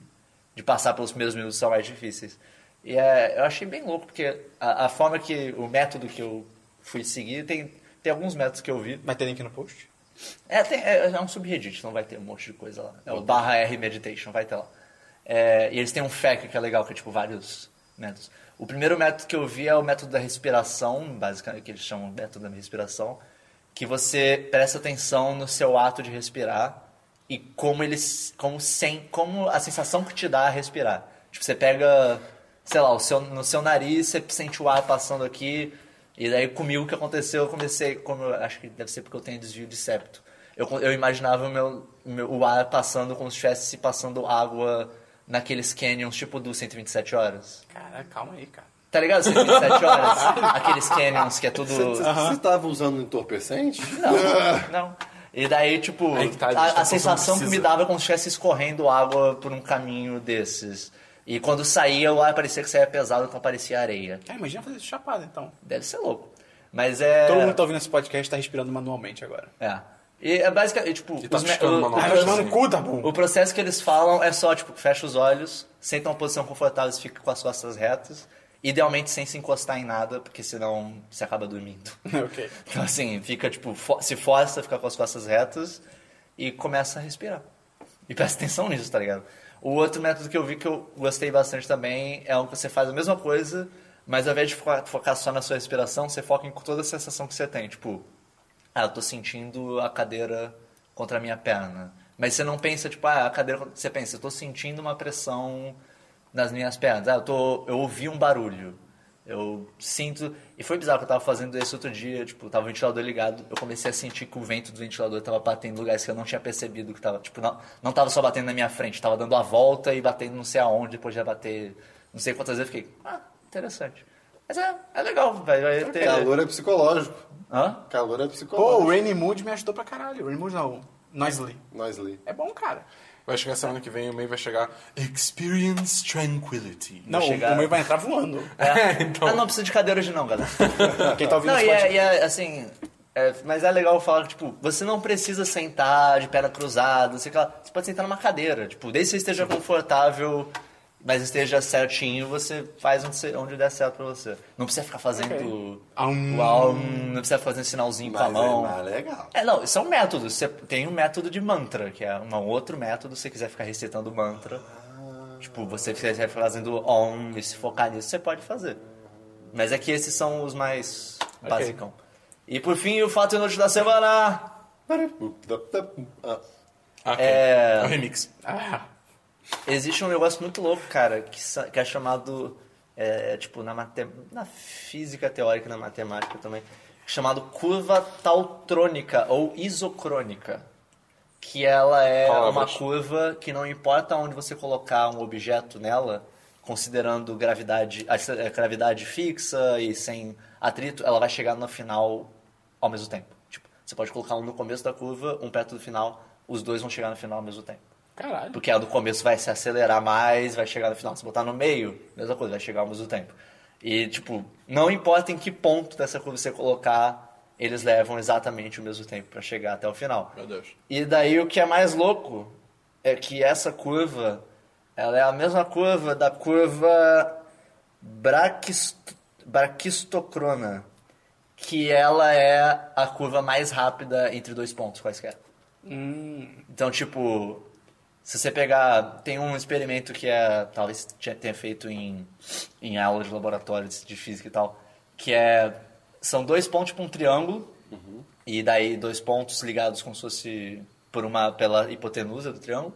Speaker 4: de passar pelos primeiros minutos que são mais difíceis. E é, eu achei bem louco, porque a, a forma que. O método que eu fui seguir tem, tem alguns métodos que eu vi.
Speaker 1: Vai ter link no post?
Speaker 4: É, tem- é- é um subreddit, não vai ter um monte de coisa lá. É o barra R Meditation, vai ter lá. É, e eles têm um FAQ que é legal, que é tipo vários métodos. O primeiro método que eu vi é o método da respiração, basicamente, que eles chamam de método da respiração, que você presta atenção no seu ato de respirar e como eles, como sem, como a sensação que te dá a respirar. Tipo, você pega, sei lá, o seu, no seu nariz, você sente o ar passando aqui, e daí comigo o que aconteceu, eu comecei, como eu- acho que deve ser porque eu tenho desvio de septo. Eu, eu imaginava o meu, meu- o ar passando como se estivesse passando água naqueles canyons tipo do 127 horas.
Speaker 1: Cara, calma aí, cara.
Speaker 4: Tá ligado? 127 horas? Aqueles canyons que é tudo.
Speaker 2: Você tava usando entorpecente?
Speaker 4: Não, não. E daí, tipo,
Speaker 1: Aí que tá, a gente
Speaker 4: a,
Speaker 1: tá
Speaker 4: a
Speaker 1: pensando,
Speaker 4: sensação que
Speaker 1: precisa.
Speaker 4: me dava é como se estivesse escorrendo água por um caminho desses. E quando saía, o ar parecia que saía pesado, então parecia areia.
Speaker 1: Ah, imagina fazer isso chapado, então.
Speaker 4: Deve ser louco. Mas é.
Speaker 1: Todo mundo que tá ouvindo esse podcast tá respirando manualmente agora.
Speaker 4: É. E é basicamente, tipo,
Speaker 3: tá
Speaker 4: os me-
Speaker 3: piscando
Speaker 4: o-
Speaker 3: manual.
Speaker 4: o
Speaker 1: Ah, vai
Speaker 4: proce-
Speaker 1: tomar no cu, tá bom.
Speaker 4: o processo que eles falam é só, tipo, fecha os olhos, senta uma posição confortável, você fica com as costas retas, idealmente sem se encostar em nada, porque senão você acaba dormindo.
Speaker 1: ok.
Speaker 4: Então, assim, fica, tipo, fo- se força a ficar com as costas retas e começa a respirar. E presta atenção nisso, tá ligado? O outro método que eu vi que eu gostei bastante também é o que você faz a mesma coisa, mas ao invés de focar, focar só na sua respiração, você foca em toda a sensação que você tem. Tipo, ah, eu tô sentindo a cadeira contra a minha perna. Mas você não pensa, tipo, ah, a cadeira... contra- Você pensa, eu tô sentindo uma pressão nas minhas pernas. Ah, eu, tô, eu ouvi um barulho. Eu sinto... E foi bizarro que eu tava fazendo isso outro dia, tipo, tava o ventilador ligado, eu comecei a sentir que o vento do ventilador tava batendo em lugares que eu não tinha percebido que tava... Tipo, não, não tava só batendo na minha frente, tava dando a volta e batendo não sei aonde, depois já bater... Não sei quantas vezes eu fiquei, ah, interessante. Mas é, é legal, vai, vai ter...
Speaker 2: Calor é psicológico.
Speaker 4: Hã?
Speaker 2: Calor é
Speaker 1: né? Pô, o
Speaker 2: psicológico.
Speaker 1: Rainy Mood me ajudou pra caralho. Rainy Mood não. Noisely.
Speaker 2: Nós li.
Speaker 1: É bom, cara.
Speaker 3: Vai chegar semana que vem, o meio vai chegar Experience Tranquility.
Speaker 1: Não,
Speaker 4: chegar-
Speaker 1: o meu vai entrar voando.
Speaker 4: É.
Speaker 3: Então.
Speaker 4: Ah, não precisa de cadeira hoje não, galera.
Speaker 1: Quem tá ouvindo
Speaker 4: Não,
Speaker 1: esse
Speaker 4: e é,
Speaker 1: podcast.
Speaker 4: e é, assim. é, mas é legal falar que, tipo, você não precisa sentar de perna cruzada, sei lá. Você pode sentar numa cadeira, tipo, desde que você esteja confortável, mas esteja certinho, você faz onde, você- onde der certo pra você. Não precisa ficar fazendo.
Speaker 1: Aum.
Speaker 4: uau, não precisa fazer um sinalzinho com a
Speaker 2: Mas é
Speaker 4: mão.
Speaker 2: mais legal.
Speaker 4: É, não, são métodos. Você tem um método de mantra, que é um outro método, se você quiser ficar recitando mantra. Tipo, você quiser ficar fazendo om e se focar nisso, você pode fazer. Mas é que esses são os mais basicão. E por fim, o fato inútil da semana.
Speaker 2: Ah,
Speaker 3: Ah, ok.
Speaker 4: É-
Speaker 3: é o remix.
Speaker 1: Ah,
Speaker 4: Existe um negócio muito louco, cara, que, sa- que é chamado, é, tipo, na, mate- na física teórica e na matemática também, chamado curva tautrônica ou isocrônica, que ela é uma
Speaker 3: Palavras.
Speaker 4: curva que não importa onde você colocar um objeto nela, considerando gravidade, a ce- a gravidade fixa e sem atrito, ela vai chegar no final ao mesmo tempo. Tipo, você pode colocar um no começo da curva, um perto do final, os dois vão chegar no final ao mesmo tempo.
Speaker 1: caralho.
Speaker 4: Porque a do começo vai se acelerar mais, vai chegar no final. Se botar no meio, mesma coisa, vai chegar ao mesmo tempo. E, tipo, não importa em que ponto dessa curva você colocar, eles levam exatamente o mesmo tempo pra chegar até o final.
Speaker 3: Meu Deus.
Speaker 4: E daí o que é mais louco é que essa curva, ela é a mesma curva da curva braquist- braquistocrona, que ela é a curva mais rápida entre dois pontos quaisquer. Então, tipo, se você pegar. Tem um experimento que é. Talvez tinha- tenha feito em, em aula de laboratório de de física e tal. Que é. São dois pontos, tipo um triângulo. E daí dois pontos ligados como se fosse por uma, pela hipotenusa do triângulo.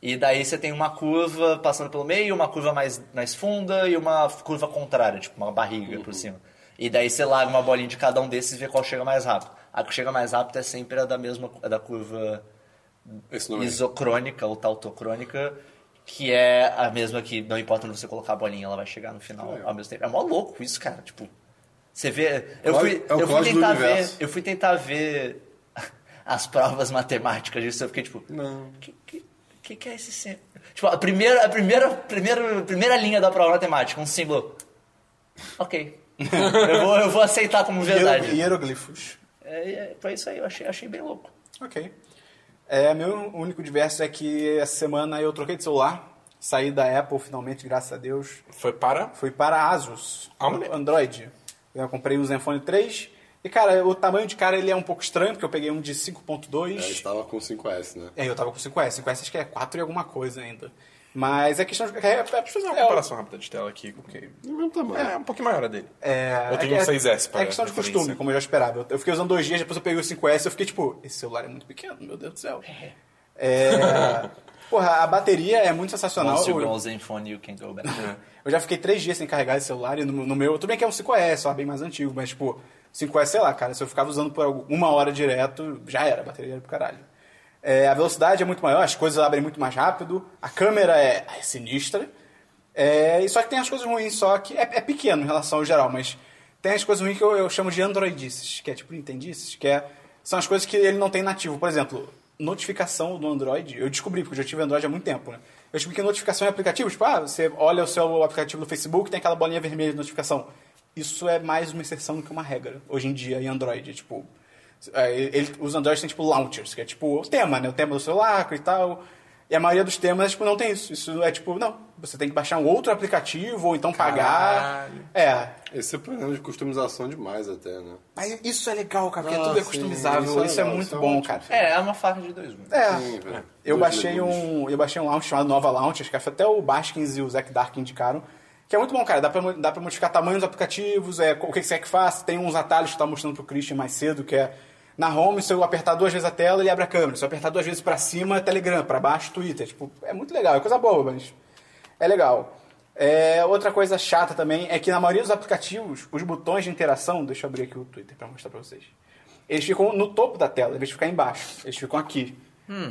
Speaker 4: E daí você tem uma curva passando pelo meio, uma curva mais, mais funda e uma curva contrária, tipo uma barriga por cima. E daí você larga uma bolinha de cada um desses e vê qual chega mais rápido. A que chega mais rápido é sempre a da mesma a da curva
Speaker 2: Esse é- número.
Speaker 4: isocrônica ou tautocrônica, que é a mesma que não importa onde você colocar a bolinha, ela vai chegar no final ao mesmo tempo. É mó louco isso, cara. Tipo, você vê. Eu
Speaker 2: Código-
Speaker 4: fui,
Speaker 2: é o
Speaker 4: eu fui
Speaker 2: código do
Speaker 4: tentar ver.
Speaker 2: universo.
Speaker 4: Eu fui tentar ver as provas matemáticas disso, eu fiquei tipo.
Speaker 2: Não.
Speaker 4: Que, que, que, que é esse símbolo? Tipo, a primeira, a primeira, primeira, primeira linha da prova matemática, um símbolo. Ok. eu, vou, eu vou aceitar como
Speaker 1: Hiero-
Speaker 4: verdade.
Speaker 1: Hieroglifos.
Speaker 4: É, é, foi isso aí, eu achei, achei bem louco.
Speaker 1: Ok. É, meu único diverso é que essa semana eu troquei de celular. Saí da Apple finalmente, graças a Deus.
Speaker 3: Foi para.
Speaker 1: Fui para a Asus,
Speaker 3: Aonde?
Speaker 1: Android. Eu comprei o Zenfone 3. E, cara, o tamanho de cara ele é um pouco estranho, porque eu peguei um de
Speaker 2: Ela
Speaker 4: É,
Speaker 1: 5.2.
Speaker 2: estava com 5S, né?
Speaker 1: É, eu tava com 5S. 5S acho que é 4 e alguma coisa ainda. Mas é questão de... É, é,
Speaker 3: Deixa eu fazer uma
Speaker 1: é,
Speaker 3: comparação rápida de tela aqui. Porque
Speaker 2: Do mesmo
Speaker 1: tá
Speaker 2: tamanho.
Speaker 3: é um pouquinho maior a dele.
Speaker 1: É,
Speaker 3: Eu tenho
Speaker 1: é,
Speaker 3: um 6S para
Speaker 1: É questão de
Speaker 3: referência.
Speaker 1: costume, como eu já esperava. Eu- Eu fiquei usando dois dias, depois eu peguei o 5S e eu fiquei tipo, esse celular é muito pequeno, meu Deus do céu. É, porra, a bateria é muito sensacional.
Speaker 4: Once you
Speaker 1: Eu,
Speaker 4: go Zenfone, you can go back.
Speaker 2: É.
Speaker 1: eu já fiquei três dias sem carregar esse celular e no, no meu. Tudo bem que é um 5S, ó, bem mais antigo, mas tipo, 5S, sei lá, cara, se eu ficava usando por algum- uma hora direto, já era, a bateria era pro caralho. É, a velocidade é muito maior, as coisas abrem muito mais rápido, a câmera é, é sinistra. É, e só que tem as coisas ruins, só que é, é pequeno em relação ao geral, mas tem as coisas ruins que eu, eu chamo de androidices, que é tipo Nintendices, que é, são as coisas que ele não tem nativo. Por exemplo, notificação do Android, eu descobri, porque eu já tive Android há muito tempo, né? Eu descobri que notificação em aplicativo, tipo, ah, você olha o seu aplicativo do Facebook, tem aquela bolinha vermelha de notificação. Isso é mais uma exceção do que uma regra, hoje em dia, em Android, tipo... é, ele- os Androids têm, tipo, launchers, que é, tipo, o tema, né? O tema do celular e tal... E a maioria dos temas, tipo, não tem isso. Isso é, tipo, não. Você tem que baixar um outro aplicativo ou então pagar.
Speaker 3: Caralho.
Speaker 1: É,
Speaker 2: Esse é problema de customização demais até, né?
Speaker 1: mas isso é legal, cara, porque
Speaker 2: Ah,
Speaker 1: tudo é
Speaker 2: sim,
Speaker 1: customizável.
Speaker 2: isso é
Speaker 1: Isso, é
Speaker 2: legal,
Speaker 1: muito
Speaker 2: isso é
Speaker 1: bom,
Speaker 2: ótimo.
Speaker 1: cara.
Speaker 4: É, é uma faca de dois mundos.
Speaker 1: É.
Speaker 2: Sim, velho.
Speaker 1: Eu
Speaker 2: Dois
Speaker 1: baixei
Speaker 2: legumes.
Speaker 1: um, eu baixei um launch chamado Nova Launch, acho que até o Baskins e o Zack Dark indicaram, que é muito bom, cara. Dá pra, dá pra modificar tamanho dos aplicativos, é, o que que você quer que faça. Tem uns atalhos que eu tava mostrando pro Christian mais cedo, que é na home, se eu apertar duas vezes a tela, ele abre a câmera. Se eu apertar duas vezes pra cima, é Telegram, pra baixo, Twitter. Tipo, é muito legal, é coisa boba, mas é legal. É, outra coisa chata também é que na maioria dos aplicativos, os botões de interação, deixa eu abrir aqui o Twitter pra mostrar pra vocês. Eles ficam no topo da tela, eles ficam embaixo, eles ficam aqui.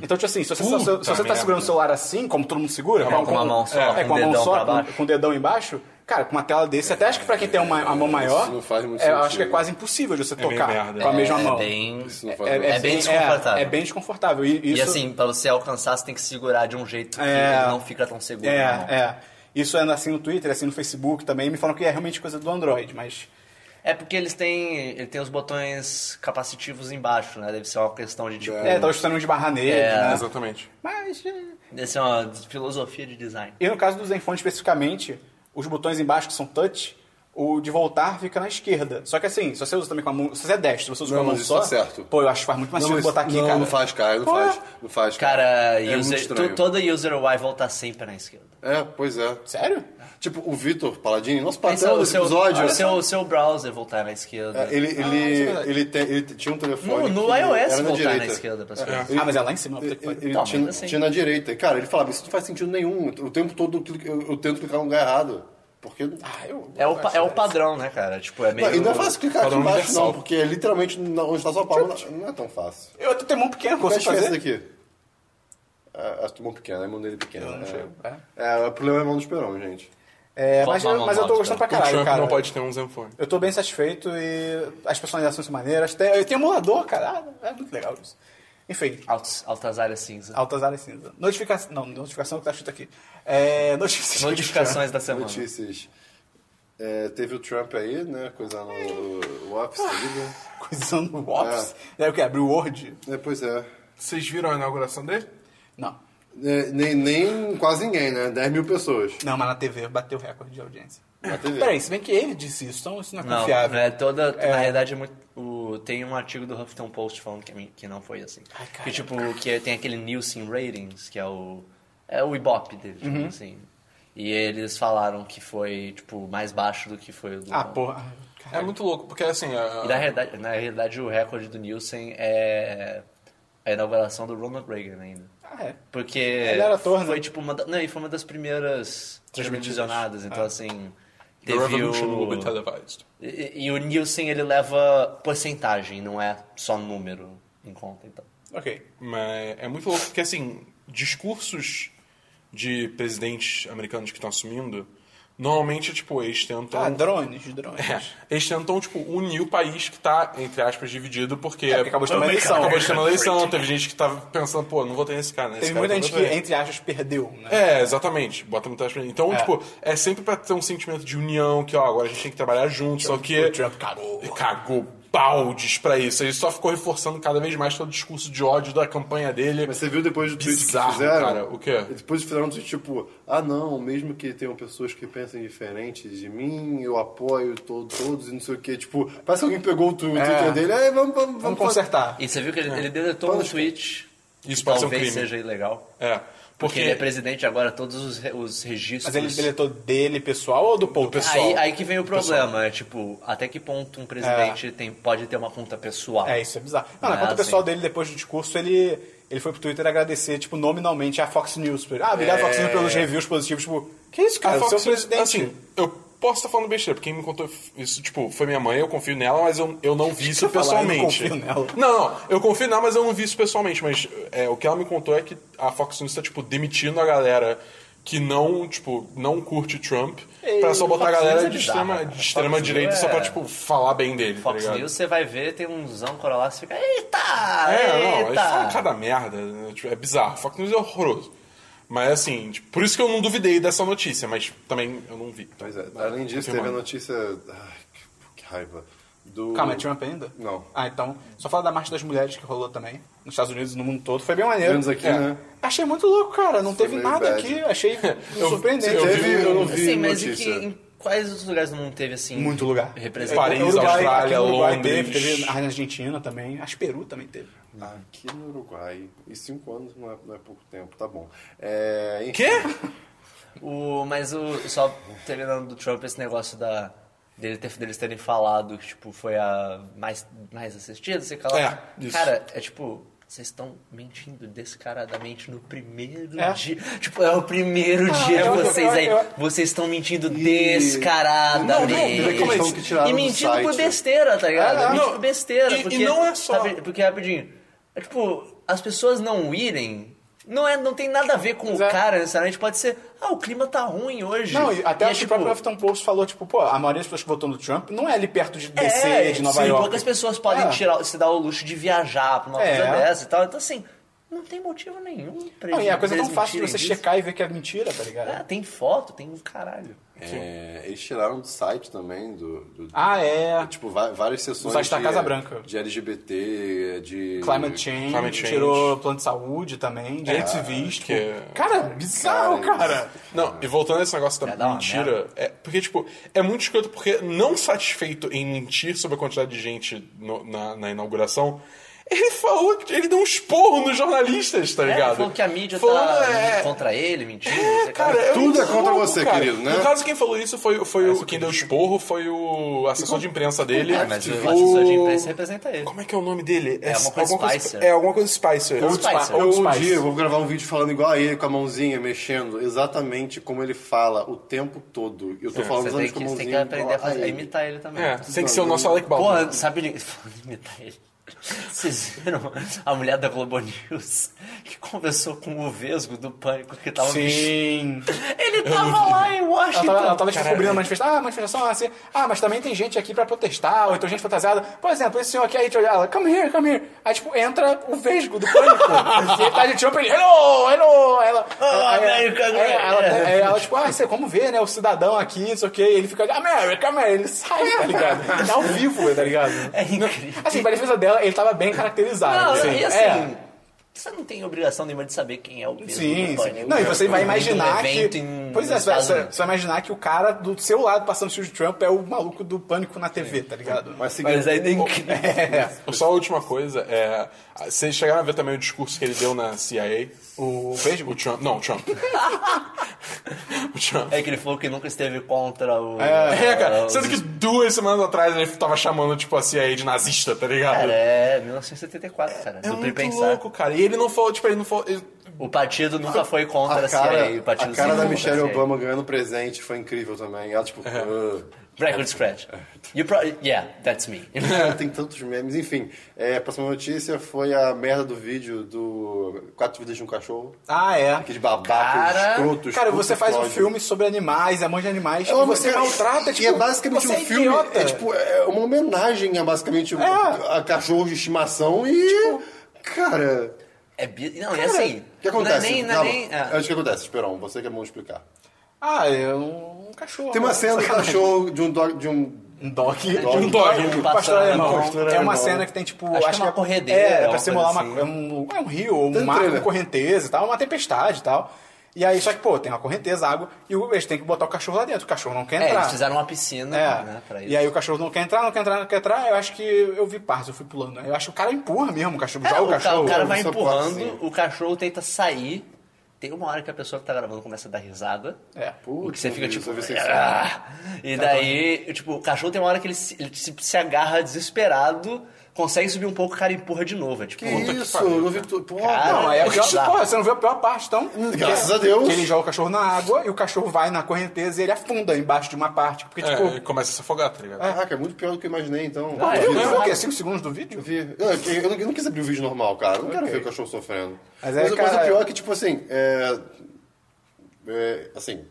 Speaker 1: Então, tipo assim, se você, se,
Speaker 3: Puta
Speaker 1: se você tá
Speaker 3: merda.
Speaker 1: segurando o celular assim, como todo mundo segura,
Speaker 4: Com a mão- com a mão só,
Speaker 1: é,
Speaker 4: com
Speaker 1: com a
Speaker 4: o
Speaker 1: mão
Speaker 4: dedão
Speaker 1: só,
Speaker 4: pra
Speaker 1: com,
Speaker 4: baixo.
Speaker 1: com o dedão embaixo, cara, com uma tela desse, até acho que pra quem tem uma, a mão maior,
Speaker 2: isso não faz muito
Speaker 1: é, eu acho
Speaker 2: sentido.
Speaker 1: que é quase impossível de você
Speaker 3: meio
Speaker 1: tocar
Speaker 3: merda.
Speaker 1: com a mesma
Speaker 4: é,
Speaker 1: mão.
Speaker 4: Bem...
Speaker 2: Isso não faz
Speaker 4: é bem desconfortável.
Speaker 1: É, bem desconfortável. E,
Speaker 4: E
Speaker 1: isso-
Speaker 4: assim, pra você alcançar, você tem que segurar de um jeito que
Speaker 1: É.
Speaker 4: ele não fica tão seguro. né,
Speaker 1: É,
Speaker 4: na mão.
Speaker 1: é. Isso é assim no Twitter, assim no Facebook também. Me falam que é realmente coisa do Android, mas.
Speaker 4: É porque eles têm, ele tem os botões capacitivos embaixo, né? Deve ser uma questão de tipo.
Speaker 1: É, talvez precisando de barra nele,
Speaker 4: É.
Speaker 1: né?
Speaker 3: Exatamente.
Speaker 1: Mas. é.
Speaker 4: Deve ser uma filosofia de design.
Speaker 1: E no caso do Zenfone especificamente, os botões embaixo que são touch, o de voltar fica na esquerda. Só que assim, se você usa também com a mão. Se você é destro, se você usa
Speaker 2: Não,
Speaker 1: com a mão
Speaker 2: mas isso
Speaker 1: só.
Speaker 2: tá certo.
Speaker 1: Pô, eu acho que faz muito mais
Speaker 2: não,
Speaker 1: sentido
Speaker 2: mas-
Speaker 1: um botar aqui,
Speaker 2: não,
Speaker 1: cara.
Speaker 2: Não faz, cara, não
Speaker 1: Pô.
Speaker 2: faz. Não faz, cara.
Speaker 4: Cara,
Speaker 2: é muito
Speaker 4: user,
Speaker 2: estranho.
Speaker 4: tu- toda user UI volta sempre na esquerda.
Speaker 2: É, pois é.
Speaker 1: Sério?
Speaker 2: Tipo, o Vitor Paladini, nosso
Speaker 4: Pensa,
Speaker 2: patrão
Speaker 4: o,
Speaker 2: desse
Speaker 4: seu,
Speaker 2: episódio,
Speaker 4: o, seu, o seu browser voltar na esquerda.
Speaker 2: é, ele,
Speaker 1: isso é
Speaker 2: ele,
Speaker 1: verdade.
Speaker 2: ele, tem- ele tinha um telefone.
Speaker 4: No, no
Speaker 2: que
Speaker 4: iOS
Speaker 2: era
Speaker 4: voltar
Speaker 2: na direita.
Speaker 4: na esquerda para as coisas.
Speaker 1: Ah, mas é lá em cima. puta
Speaker 2: Ele,
Speaker 1: que pariu.
Speaker 2: ele
Speaker 4: Tá, mas
Speaker 2: tinha,
Speaker 4: assim.
Speaker 2: tinha na direita. E, Cara, ele falava, isso não faz sentido nenhum. O tempo todo eu, clico- eu- eu tento clicar no lugar errado. Porque.
Speaker 1: Ah, eu-
Speaker 4: É, o, pa- é o padrão, né, cara? Tipo, é meio.
Speaker 2: Não, e não é fácil clicar aqui
Speaker 3: Padrão
Speaker 2: embaixo,
Speaker 3: universal.
Speaker 2: não, porque é literalmente na- onde está sua palma não- não é tão fácil.
Speaker 1: Eu até tenho um mão pequena,
Speaker 2: Qual é a
Speaker 1: consigo
Speaker 2: diferença
Speaker 1: fazer.
Speaker 2: daqui? É, a mão pequena, é a mão dele pequena.
Speaker 1: Eu não
Speaker 2: é.
Speaker 1: chego, é.
Speaker 2: É, o problema é a mão do esperão, gente.
Speaker 1: É,
Speaker 4: Falta
Speaker 1: mas,
Speaker 4: uma mão
Speaker 1: mas eu tô
Speaker 4: alta.
Speaker 1: gostando pra
Speaker 3: o
Speaker 1: caralho,
Speaker 3: Trump
Speaker 1: cara.
Speaker 3: não pode ter um Zenfone.
Speaker 1: Eu tô bem satisfeito e as personalizações são maneiras. Tem, tem emulador, cara. Ah, É muito legal isso. Enfim,
Speaker 4: Altas, altas áreas cinza.
Speaker 1: altas áreas cinza. Notificação. Não, notificação que tá escrito aqui. É, notificações.
Speaker 4: Notificações da semana.
Speaker 2: Notícias. É, teve o Trump aí, né? Coisa no o office ali,
Speaker 1: Ah.
Speaker 2: né?
Speaker 1: Coisão no Office. É o que? Abrir o Word?
Speaker 2: É, pois é.
Speaker 3: Vocês viram a inauguração dele?
Speaker 1: Não.
Speaker 2: É, nem, nem quase ninguém, né? 10 mil pessoas
Speaker 1: Não, mas na TV bateu recorde de audiência.
Speaker 2: na TV.
Speaker 1: Peraí, se bem que ele disse isso, então isso não é
Speaker 4: Não,
Speaker 1: confiável.
Speaker 4: é toda. Na realidade, é muito. o- tem um artigo do Huffington Post falando que, que não foi assim.
Speaker 1: Ai, cara.
Speaker 4: que tipo, que tem aquele Nielsen Ratings, que é o. É o Ibope dele, tipo
Speaker 1: Uhum.
Speaker 4: assim. E eles falaram que foi, tipo, mais baixo do que foi o do.
Speaker 1: Ah, porra. Caralho.
Speaker 3: É muito louco, porque assim. a-
Speaker 4: E na realidade, na realidade, o recorde do Nielsen é a inauguração do Ronald Reagan ainda.
Speaker 1: Ah, é.
Speaker 4: Porque
Speaker 1: era ator, né?
Speaker 4: foi tipo uma da, não, e foi uma das primeiras
Speaker 1: Transmitidas. Ah.
Speaker 4: transmissionadas, então assim
Speaker 3: The
Speaker 4: teve
Speaker 3: Revolution will be
Speaker 4: o
Speaker 3: televised.
Speaker 4: e, e o Nielsen ele leva porcentagem, não é só número em conta, então.
Speaker 1: Ok.
Speaker 3: Mas é muito louco, porque assim, discursos de presidentes americanos que estão assumindo, normalmente, tipo, eles tentam.
Speaker 1: Ah, drones, drones.
Speaker 3: É, eles tentam, tipo, unir o país que tá, entre aspas, dividido, porque.
Speaker 1: É, porque acabou de ter uma
Speaker 3: Acabou
Speaker 1: eleição.
Speaker 3: de ter uma eleição, teve gente que tava pensando, pô, não votei nesse cara, né? Esse
Speaker 1: Teve
Speaker 3: cara
Speaker 1: muita
Speaker 3: tá
Speaker 1: gente que,
Speaker 3: votando.
Speaker 1: entre aspas, perdeu, né?
Speaker 3: É, exatamente. Bota muita aspas. Então,
Speaker 1: É.
Speaker 3: tipo, é sempre pra ter um sentimento de união, que, ó, agora a gente tem que trabalhar junto, só que.
Speaker 1: O Trump cagou.
Speaker 3: cagou baldes pra isso. Ele só ficou reforçando cada vez mais todo o discurso de ódio da campanha dele.
Speaker 2: Mas você viu depois do tweet
Speaker 3: Bizarro,
Speaker 2: que fizeram?
Speaker 3: cara. O quê?
Speaker 2: Depois fizeram um tweet tipo, ah não, mesmo que tenham pessoas que pensem diferentes de mim, eu apoio to- todos e não sei o que. Tipo, parece que alguém pegou o tu- o Twitter dele, "Ei, vamos, vamos,
Speaker 1: Vamos
Speaker 2: vamos
Speaker 1: consertar.
Speaker 4: E você viu que ele, ele deletou um
Speaker 2: Vamos-
Speaker 4: tweet
Speaker 3: É. Isso
Speaker 4: que
Speaker 3: pode ser um
Speaker 4: talvez
Speaker 3: crime.
Speaker 4: seja ilegal.
Speaker 3: É.
Speaker 4: Porque,
Speaker 3: Porque.
Speaker 4: ele é presidente agora, todos os, re- os registros.
Speaker 1: Mas ele deletou dele, pessoal, ou do povo?
Speaker 3: pessoal. É.
Speaker 4: Aí, aí que vem o problema, é tipo, até que ponto um presidente tem, pode ter uma conta pessoal?
Speaker 1: É, isso é bizarro. Não, na
Speaker 4: Ah,
Speaker 1: conta pessoal
Speaker 4: sim.
Speaker 1: dele, depois do discurso, ele, ele foi pro Twitter agradecer, tipo, nominalmente a Fox News. Ah, obrigado, Fox News, pelos reviews positivos. Tipo, que isso, cara?
Speaker 3: A
Speaker 1: Você é o
Speaker 3: Fox News,
Speaker 1: presidente.
Speaker 3: Assim, eu posso estar falando besteira, porque quem me contou isso, tipo, foi minha mãe, eu confio nela, mas eu, eu não vi isso
Speaker 1: ia
Speaker 4: "Ah,
Speaker 1: falar, eu não
Speaker 3: pessoalmente.
Speaker 1: confio nela.
Speaker 3: Não, não, eu confio nela, mas eu não vi isso pessoalmente. Mas é, o que ela me contou é que a Fox News tá, tipo, demitindo a galera que não, tipo, não curte Trump pra só botar a
Speaker 4: Fox
Speaker 3: galera
Speaker 4: News é
Speaker 3: de
Speaker 4: bizarro,
Speaker 3: extrema,
Speaker 4: cara.
Speaker 3: de
Speaker 4: Fox
Speaker 3: extrema
Speaker 4: News
Speaker 3: direita só pra,
Speaker 4: é-
Speaker 3: tipo, falar bem dele,
Speaker 4: Fox
Speaker 3: tá ligado?
Speaker 4: News, você vai ver, tem um zão corolar, você fica, eita,
Speaker 3: É, não, eles falam
Speaker 4: eita.
Speaker 3: cada merda. né? Tipo, É bizarro. Fox News é horroroso. Mas assim, tipo, por isso que eu não duvidei dessa notícia, mas também eu não vi.
Speaker 2: Pois é, além disso, teve a notícia. Ai, que- que raiva. Do.
Speaker 1: Calma, é Trump ainda?
Speaker 2: Não.
Speaker 1: Ah, então. Só fala da marcha das mulheres que rolou também. Nos Estados Unidos e no mundo todo. Foi bem maneiro.
Speaker 2: Menos aqui,
Speaker 1: É.
Speaker 2: né?
Speaker 1: Achei muito louco, cara. Não
Speaker 2: Foi
Speaker 1: teve
Speaker 2: meio
Speaker 1: nada
Speaker 2: bad.
Speaker 1: aqui. Achei
Speaker 3: Eu-
Speaker 1: surpreendente.
Speaker 3: eu vi-
Speaker 1: Teve-
Speaker 2: eu não vi
Speaker 4: Sim, Assim, mas em, que,
Speaker 2: notícia.
Speaker 4: em quais outros lugares do mundo teve, assim,
Speaker 1: Muito lugar.
Speaker 4: representante?
Speaker 3: Paris, Austrália,
Speaker 1: aqui no Uruguai
Speaker 3: Londres.
Speaker 1: Teve, teve na Argentina também. Acho que Peru também teve.
Speaker 2: Aqui no Uruguai. E cinco anos não é, não é pouco tempo, tá bom. É, enfim,
Speaker 3: Quê?
Speaker 4: O, mas o, só terminando do Trump, esse negócio da, dele ter, deles terem falado que tipo, foi a mais, mais assistida, sei lá.
Speaker 3: É, isso.
Speaker 4: Cara, é tipo, vocês estão mentindo descaradamente no primeiro
Speaker 1: É.
Speaker 4: dia. Tipo, é o primeiro dia
Speaker 1: eu-
Speaker 4: de
Speaker 1: é eu-
Speaker 4: vocês aí.
Speaker 1: eu-
Speaker 4: vocês estão mentindo
Speaker 2: Não, não,
Speaker 4: descaradamente.
Speaker 2: teve a questão que tiraram
Speaker 4: e
Speaker 2: do
Speaker 4: mentindo por
Speaker 2: site.
Speaker 4: besteira, tá ligado?
Speaker 1: É,
Speaker 4: mentindo
Speaker 3: não,
Speaker 4: por besteira.
Speaker 3: e- e
Speaker 4: porque,
Speaker 3: não é só-
Speaker 4: sabe, porque rapidinho. É tipo, as pessoas não irem. Não, é, não tem nada a ver com o
Speaker 1: é.
Speaker 4: cara, necessariamente. Pode ser, ah, o clima tá ruim hoje.
Speaker 1: Não, e até
Speaker 4: é,
Speaker 1: o
Speaker 4: tipo,
Speaker 1: próprio Huffington Post falou, tipo, pô, a maioria das pessoas que votou no Trump não é ali perto de
Speaker 4: é,
Speaker 1: DC, de Nova
Speaker 4: sim,
Speaker 1: York.
Speaker 4: poucas pessoas podem
Speaker 1: É.
Speaker 4: tirar, se dar o luxo de viajar pra uma
Speaker 1: É.
Speaker 4: coisa dessa e tal. Então, assim, não tem motivo nenhum pra
Speaker 1: Não,
Speaker 4: eles-
Speaker 1: e a coisa é
Speaker 4: pra
Speaker 1: tão
Speaker 4: eles
Speaker 1: fácil de você
Speaker 4: mentirem disso.
Speaker 1: checar e ver que é mentira, tá ligado?
Speaker 4: Ah, tem foto, tem um caralho.
Speaker 2: é, eles tiraram do site também. Do, do-
Speaker 1: Ah, é.
Speaker 2: Tipo, va- várias sessões.
Speaker 1: site da
Speaker 2: de-
Speaker 1: Casa Branca.
Speaker 2: De LGBT, de.
Speaker 1: Climate Change,
Speaker 3: Climate Change.
Speaker 1: tirou plano de saúde também, direitos civis.
Speaker 3: que é-
Speaker 1: tipo, Cara, bizarro,
Speaker 2: É. Cara,
Speaker 1: cara.
Speaker 3: Não, e voltando a esse negócio da
Speaker 4: Vai dar uma
Speaker 3: mentira, é, porque, tipo, é muito escroto porque não satisfeito em mentir sobre a quantidade de gente no- na, na inauguração, ele falou que ele deu um esporro nos jornalistas, tá
Speaker 4: É,
Speaker 3: ligado?
Speaker 4: falou que a mídia
Speaker 3: Falando,
Speaker 4: tá
Speaker 3: é,
Speaker 4: contra ele, mentindo.
Speaker 3: É, cara, é
Speaker 2: Tudo
Speaker 3: um
Speaker 2: é contra
Speaker 3: louco,
Speaker 2: você,
Speaker 3: cara.
Speaker 2: querido, né?
Speaker 3: No caso, quem falou isso foi, foi o, quem deu esporro foi o assessor de imprensa dele.
Speaker 4: É, mas o
Speaker 3: O-
Speaker 4: assessor de imprensa representa ele.
Speaker 3: Como é que é o nome dele?
Speaker 4: É alguma coisa Spicer.
Speaker 3: É alguma coisa Spicer.
Speaker 4: Old Spicer.
Speaker 1: Spice-
Speaker 2: Eu
Speaker 1: Old
Speaker 2: um
Speaker 1: Spice.
Speaker 2: dia vou gravar um vídeo falando igual a ele, com a mãozinha, mexendo, exatamente como ele fala o tempo todo. E eu tô falando
Speaker 4: É, Você tem
Speaker 2: exatamente com
Speaker 4: que,
Speaker 2: a
Speaker 4: você
Speaker 2: mãozinha.
Speaker 4: tem que aprender a,
Speaker 2: igual
Speaker 4: fazer, a
Speaker 2: ele.
Speaker 4: imitar ele também.
Speaker 3: É, tem que ser o nosso Alec Baldwin.
Speaker 4: Porra, sabe falando em imitar ele? Vocês viram a mulher da Globo News que conversou com o Vesgo do Pânico que tava vestido?
Speaker 1: Sim.
Speaker 4: Ele tava lá em
Speaker 1: Ela
Speaker 4: Washington.
Speaker 1: tava, ela tava descobrindo a manifestação. Ah, manifestação ah, assim. Ah, mas também tem gente aqui pra protestar, ou então gente fantasiada. Por exemplo, esse senhor aqui, aí a gente olha ela, come here, come here. Aí, tipo, entra o vesgo do pânico. e ele tá de Trump, ele, hello, hello. Aí Ela,
Speaker 4: Ah,
Speaker 1: aí- aí-
Speaker 4: America,
Speaker 1: aí-
Speaker 4: America.
Speaker 1: ela, aí ela, tipo, ah, você, como vê, né, o cidadão aqui, não sei o quê. E ele fica, America, America. Ele sai, tá ligado? É ao vivo, tá ligado?
Speaker 4: É incrível.
Speaker 1: Assim, pra defesa dela, ele tava bem caracterizado.
Speaker 4: Não,
Speaker 1: assim,
Speaker 4: e assim,
Speaker 1: é.
Speaker 4: você não tem obrigação nenhuma de saber quem é o Vesgo
Speaker 1: Sim,
Speaker 4: do Pânico.
Speaker 1: sim. Não, e você vai
Speaker 4: É um
Speaker 1: imaginar
Speaker 4: evento
Speaker 1: que.
Speaker 4: em-
Speaker 1: Pois é,
Speaker 4: nos
Speaker 1: você vai,
Speaker 4: Estados
Speaker 1: você
Speaker 4: Unidos.
Speaker 1: você vai imaginar que o cara do seu lado passando o de Trump é o maluco do pânico na TV, tá ligado?
Speaker 2: Mas seguindo.
Speaker 4: Mas ainda é incrível.
Speaker 3: Só a última coisa, é, vocês chegaram a ver também o discurso que ele deu na CIA?
Speaker 1: O
Speaker 3: O Trump. Não, o Trump. o Trump.
Speaker 4: É que ele falou que nunca esteve contra o.
Speaker 3: É, cara,
Speaker 4: os
Speaker 3: sendo que duas semanas atrás ele tava chamando, tipo, a CIA de nazista, tá ligado?
Speaker 4: Cara, é 1974, cara.
Speaker 3: é
Speaker 4: do
Speaker 3: muito
Speaker 4: Prepensar.
Speaker 3: louco, cara. E ele não falou, tipo, ele não falou... ele-
Speaker 4: O partido nunca foi contra
Speaker 2: A
Speaker 4: a CIA.
Speaker 2: cara,
Speaker 4: o partido
Speaker 2: a cara
Speaker 4: sempre
Speaker 2: da
Speaker 4: foi
Speaker 2: Michelle
Speaker 4: contra a CIA.
Speaker 2: Obama ganhando presente foi incrível também. Ela, tipo,
Speaker 1: É.
Speaker 2: "Ah,
Speaker 4: Record scratch. You pro... Yeah, that's me.
Speaker 2: Cara, tem tantos memes. Enfim, é, a próxima notícia foi a merda do vídeo do Quatro Vidas de um Cachorro.
Speaker 1: Ah, é.
Speaker 2: Aqueles babacas,
Speaker 4: Cara.
Speaker 2: escrotos.
Speaker 1: Cara,
Speaker 2: putos,
Speaker 1: você faz um
Speaker 2: ódio.
Speaker 1: filme sobre animais, amante de animais,
Speaker 2: É
Speaker 1: e
Speaker 2: uma-
Speaker 1: você
Speaker 2: cara,
Speaker 1: maltrata,
Speaker 2: e
Speaker 1: tipo.
Speaker 2: é basicamente
Speaker 1: você
Speaker 2: um filme.
Speaker 1: idiota.
Speaker 2: É, tipo, é uma homenagem a basicamente um-
Speaker 1: É.
Speaker 2: a cachorro de estimação e. Tipo, cara.
Speaker 4: É bi... Não, é assim.
Speaker 2: O que acontece?
Speaker 4: Não é nem. Não é
Speaker 2: Calma.
Speaker 4: nem ah,
Speaker 2: Antes que acontece, Esperão, você que é bom explicar.
Speaker 1: Ah, é um, um cachorro.
Speaker 2: Tem uma cena do
Speaker 1: Sacanagem.
Speaker 2: cachorro de um dog. De um...
Speaker 1: Um dog.
Speaker 2: Um
Speaker 3: dog,
Speaker 1: Um
Speaker 3: um
Speaker 1: pastor
Speaker 4: pastor
Speaker 1: alemão.
Speaker 2: alemão. Pastor
Speaker 1: É uma
Speaker 2: alemão.
Speaker 1: cena que tem, tipo...
Speaker 4: Acho que é uma corredeira,
Speaker 1: É, é pra
Speaker 4: uma
Speaker 1: simular
Speaker 4: coisa
Speaker 1: uma,
Speaker 4: assim.
Speaker 1: é um, é um rio, ou um
Speaker 2: Tem
Speaker 1: mar com
Speaker 2: trailer.
Speaker 1: correnteza e tal, é uma tempestade e tal. E aí, só que, pô, tem uma correnteza, água, e o- eles têm que botar o cachorro lá dentro. O cachorro não quer
Speaker 4: é,
Speaker 1: entrar.
Speaker 4: eles fizeram uma piscina
Speaker 1: É.
Speaker 4: né, pra isso.
Speaker 1: e aí o cachorro não quer entrar, não quer entrar, não quer entrar. Eu acho que eu vi parte, eu fui pulando. né? Eu acho que o cara empurra mesmo, o cachorro
Speaker 4: É,
Speaker 1: joga o
Speaker 4: o, ca-
Speaker 1: cachorro.
Speaker 4: o cara vai
Speaker 2: só
Speaker 4: empurrando,
Speaker 2: pode,
Speaker 4: o cachorro tenta sair. Tem uma hora que a pessoa que tá gravando começa a dar risada.
Speaker 1: É.
Speaker 4: O que você fica tipo.
Speaker 2: Putz, eu assim, vi isso.
Speaker 4: "Ah!" E daí, tipo, o cachorro tem uma hora que ele se, ele se, se agarra desesperado. consegue subir um pouco, o cara empurra de novo. É tipo,
Speaker 2: Que
Speaker 3: Puta que
Speaker 2: isso?
Speaker 3: pariu,
Speaker 2: não vi tu- Pô,
Speaker 4: Cara,
Speaker 2: não,
Speaker 1: Não, aí é a pior,
Speaker 4: bizarro.
Speaker 1: porra, você não viu a pior parte, então.
Speaker 2: graças
Speaker 1: Que-
Speaker 2: a Deus.
Speaker 1: Que ele joga o cachorro na água e o cachorro vai na correnteza e ele afunda embaixo de uma parte. Porque,
Speaker 3: É,
Speaker 1: tipo,
Speaker 3: ele começa a se afogar, tá ligado?
Speaker 2: Caraca, é muito pior do que eu imaginei, então.
Speaker 4: Ah, é?
Speaker 2: Eu vi-
Speaker 1: viu o quê? 5 segundos do vídeo?
Speaker 2: Eu vi. Eu, eu, eu não quis abrir o vídeo normal, cara. Eu não quero
Speaker 1: Ok.
Speaker 2: ver o cachorro sofrendo.
Speaker 1: Mas
Speaker 2: Mas,
Speaker 1: é,
Speaker 2: a coisa
Speaker 1: cara,
Speaker 2: pior é que, tipo assim, é... é, assim,